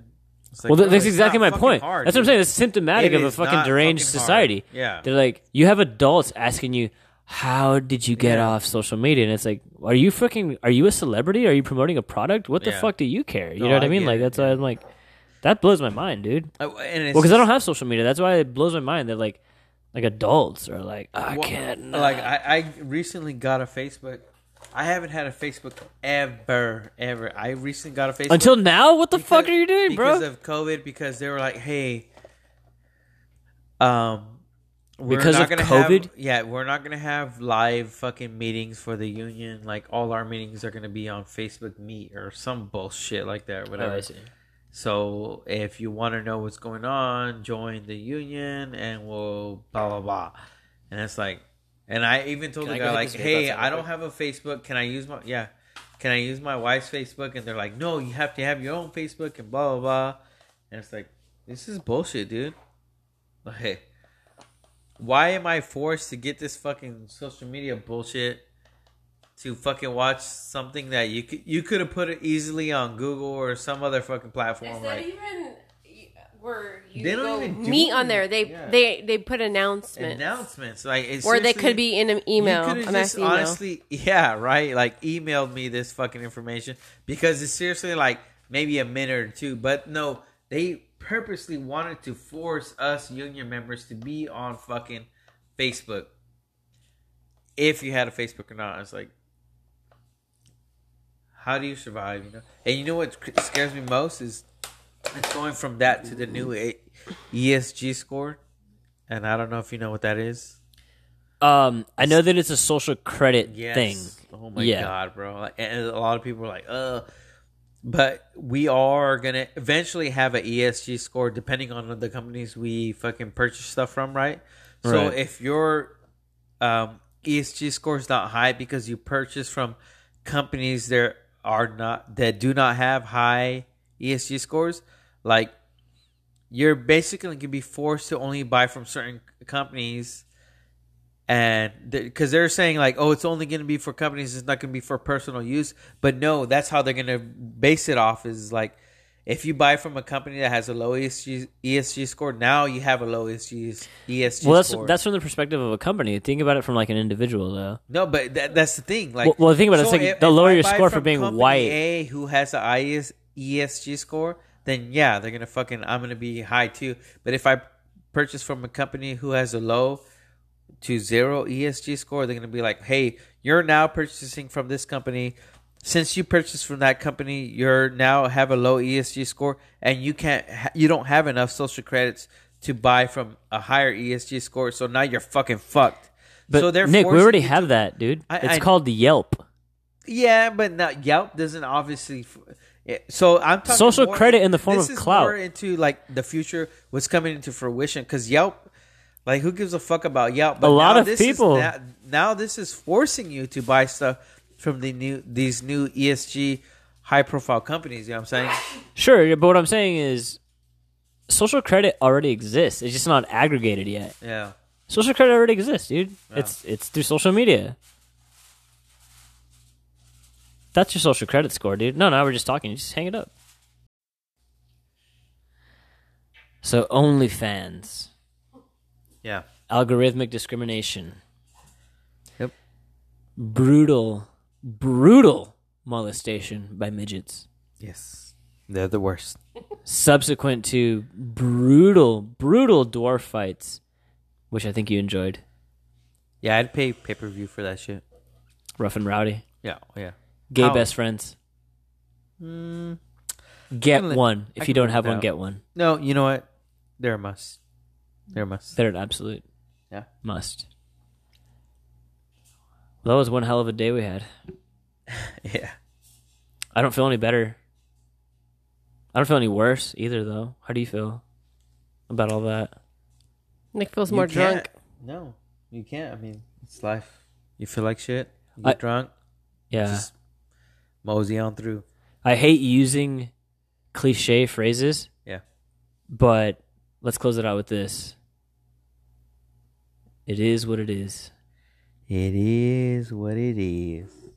F: it's like,
E: well,
F: bro,
E: th- that's
F: it's
E: exactly my
F: not fucking
E: point.
F: hard,
E: that's what I'm
F: dude.
E: saying. It's symptomatic
F: It
E: of a
F: is not
E: fucking deranged
F: fucking hard.
E: society.
F: Yeah.
E: They're like, you have adults asking you, how did you get
F: Yeah.
E: off social media? And it's like, are you fucking, are you a celebrity? Are you promoting a product? What the
F: Yeah.
E: fuck do you care? You
F: No,
E: know what I,
F: I
E: mean?
F: get
E: Like,
F: it,
E: that's
F: yeah.
E: why I'm like, that blows my mind, dude.
F: Uh, and it's
E: Well, because I
F: just-
E: don't have social media. That's why it blows my mind that like, like adults are like, I
F: Well,
E: can't.
F: Like I, I recently got a Facebook. I haven't had a Facebook ever, ever. I recently got a Facebook
E: Until now, what the fuck are
F: because-
E: you doing, bro?
F: Because of COVID, because they were like, "Hey, um, we're
E: Because
F: not
E: of
F: gonna
E: COVID?
F: have, yeah, we're not gonna have live fucking meetings for the union. Like all our meetings are gonna be on Facebook Meet or some bullshit like that,
E: Oh,
F: whatever. So if you want to know what's going on, join the union and we'll blah blah blah. And it's like, and I even told
E: Can I
F: the
E: go
F: guy
E: hit
F: like,
E: this vape
F: hey,
E: outside
F: I
E: real
F: don't have a Facebook. Can I use my yeah? Can I use my wife's Facebook? And they're like, no, you have to have your own Facebook and blah blah blah. And it's like, this is bullshit, dude. Like, why am I forced to get this fucking social media bullshit? to fucking watch something that you could you could have put it easily on Google or some other fucking
A: Is
F: platform.
A: that
F: Like
A: even where you
F: They don't
A: go
F: even do
A: meet on there? They
F: yeah.
A: they they put announcements,
F: announcements, like it's
A: or they
F: seriously-
A: could be in an
F: you
A: email, a
F: could've just
A: mass email.
F: honestly, yeah, right. Like emailed me this fucking information because it's seriously like maybe a minute or two, but no, they purposely wanted to force us union members to be on fucking Facebook. If you had a Facebook or not, it's like, how do you survive? You know, and you know what cr- scares me most is it's going from that to the new A- ESG score, and I don't know if you know what that is.
E: Um, I know that it's a social credit
F: Yes.
E: thing.
F: Oh my
E: Yeah.
F: god, bro! Like, and a lot of people are like, "Uh," but we are gonna eventually have an ESG score depending on the companies we fucking purchase stuff from, right? So
E: Right.
F: if your um, ESG score is not high because you purchase from companies that are not that do not have high ESG scores, like you're basically gonna be forced to only buy from certain companies and because they're saying like oh it's only going to be for companies it's not going to be for personal use but no that's how they're going to base it off is like if you buy from a company that has a low E ESG, ESG score now you have a low E ESG, ESG
E: Well, that's
F: score
E: that's from the perspective of a company. Think about it from like an individual though.
F: no but that, that's the thing like
E: Well- well, think about it, it's like they'll lower
F: I
E: your
F: buy
E: score for
F: from
E: being
F: company
E: white.
F: A who has a IS, ESG score then yeah they're going to fucking I'm going to be high too but if I purchase from a company who has a low E to zero ESG score, they're going to be like, hey, you're now purchasing from this company. since you purchased from that company, you're now have a low ESG score, and you can't, ha- you don't have enough social credits to buy from a higher ESG score. So now you're fucking fucked.
E: But
F: so they're
E: Nick, we
F: forcing
E: already
F: you
E: have
F: to-
E: that, dude.
F: I-
E: it's
F: I-
E: called the Yelp.
F: Yeah, but not Yelp doesn't obviously. f- yeah, So I'm talking
E: Social
F: more-
E: credit in the form
F: this
E: of
F: is
E: clout.
F: More into like the future, what's coming into fruition? Because Yelp, like, who gives a fuck about Yelp?
E: A lot
F: now
E: of
F: this is-
E: people.
F: now, now this is forcing you to buy stuff from the new these new E ESG high profile companies. You know what I'm saying?
E: Sure, but what I'm saying is, social credit already exists. It's just not aggregated yet.
F: Yeah.
E: Social credit already exists, dude. It's it's through social media. That's your social credit score, dude. No, no, we're just talking. Just hang it up. So OnlyFans,
F: Yeah.
E: algorithmic discrimination.
F: Yep.
E: Brutal, brutal molestation by midgets.
F: Yes. They're the worst.
E: subsequent to brutal, brutal dwarf fights, which I think you enjoyed,
F: Yeah, I'd pay pay per view for that shit.
E: rough and rowdy,
F: Yeah. Yeah.
E: gay
F: How-
E: best friends. get
F: can li-
E: one
F: I
E: if
F: can
E: you don't
F: live
E: have one,
F: without.
E: get one.
F: No, you know what? They're a must. They're a must.
E: They're an absolute
F: Yeah.
E: must. That was one hell of a day we had.
F: (laughs) Yeah.
E: I don't feel any better. I don't feel any worse either, though. How do you feel about all that?
A: Nick feels
F: You
A: more
F: can't-
A: drunk.
F: No, you can't. I mean, it's life. You feel like shit. You
E: I- Uh.
F: get drunk.
E: Yeah.
F: Just mosey on through.
E: I hate using cliche phrases.
F: Yeah.
E: But let's close it out with this. It is what it is.
F: It is what it is.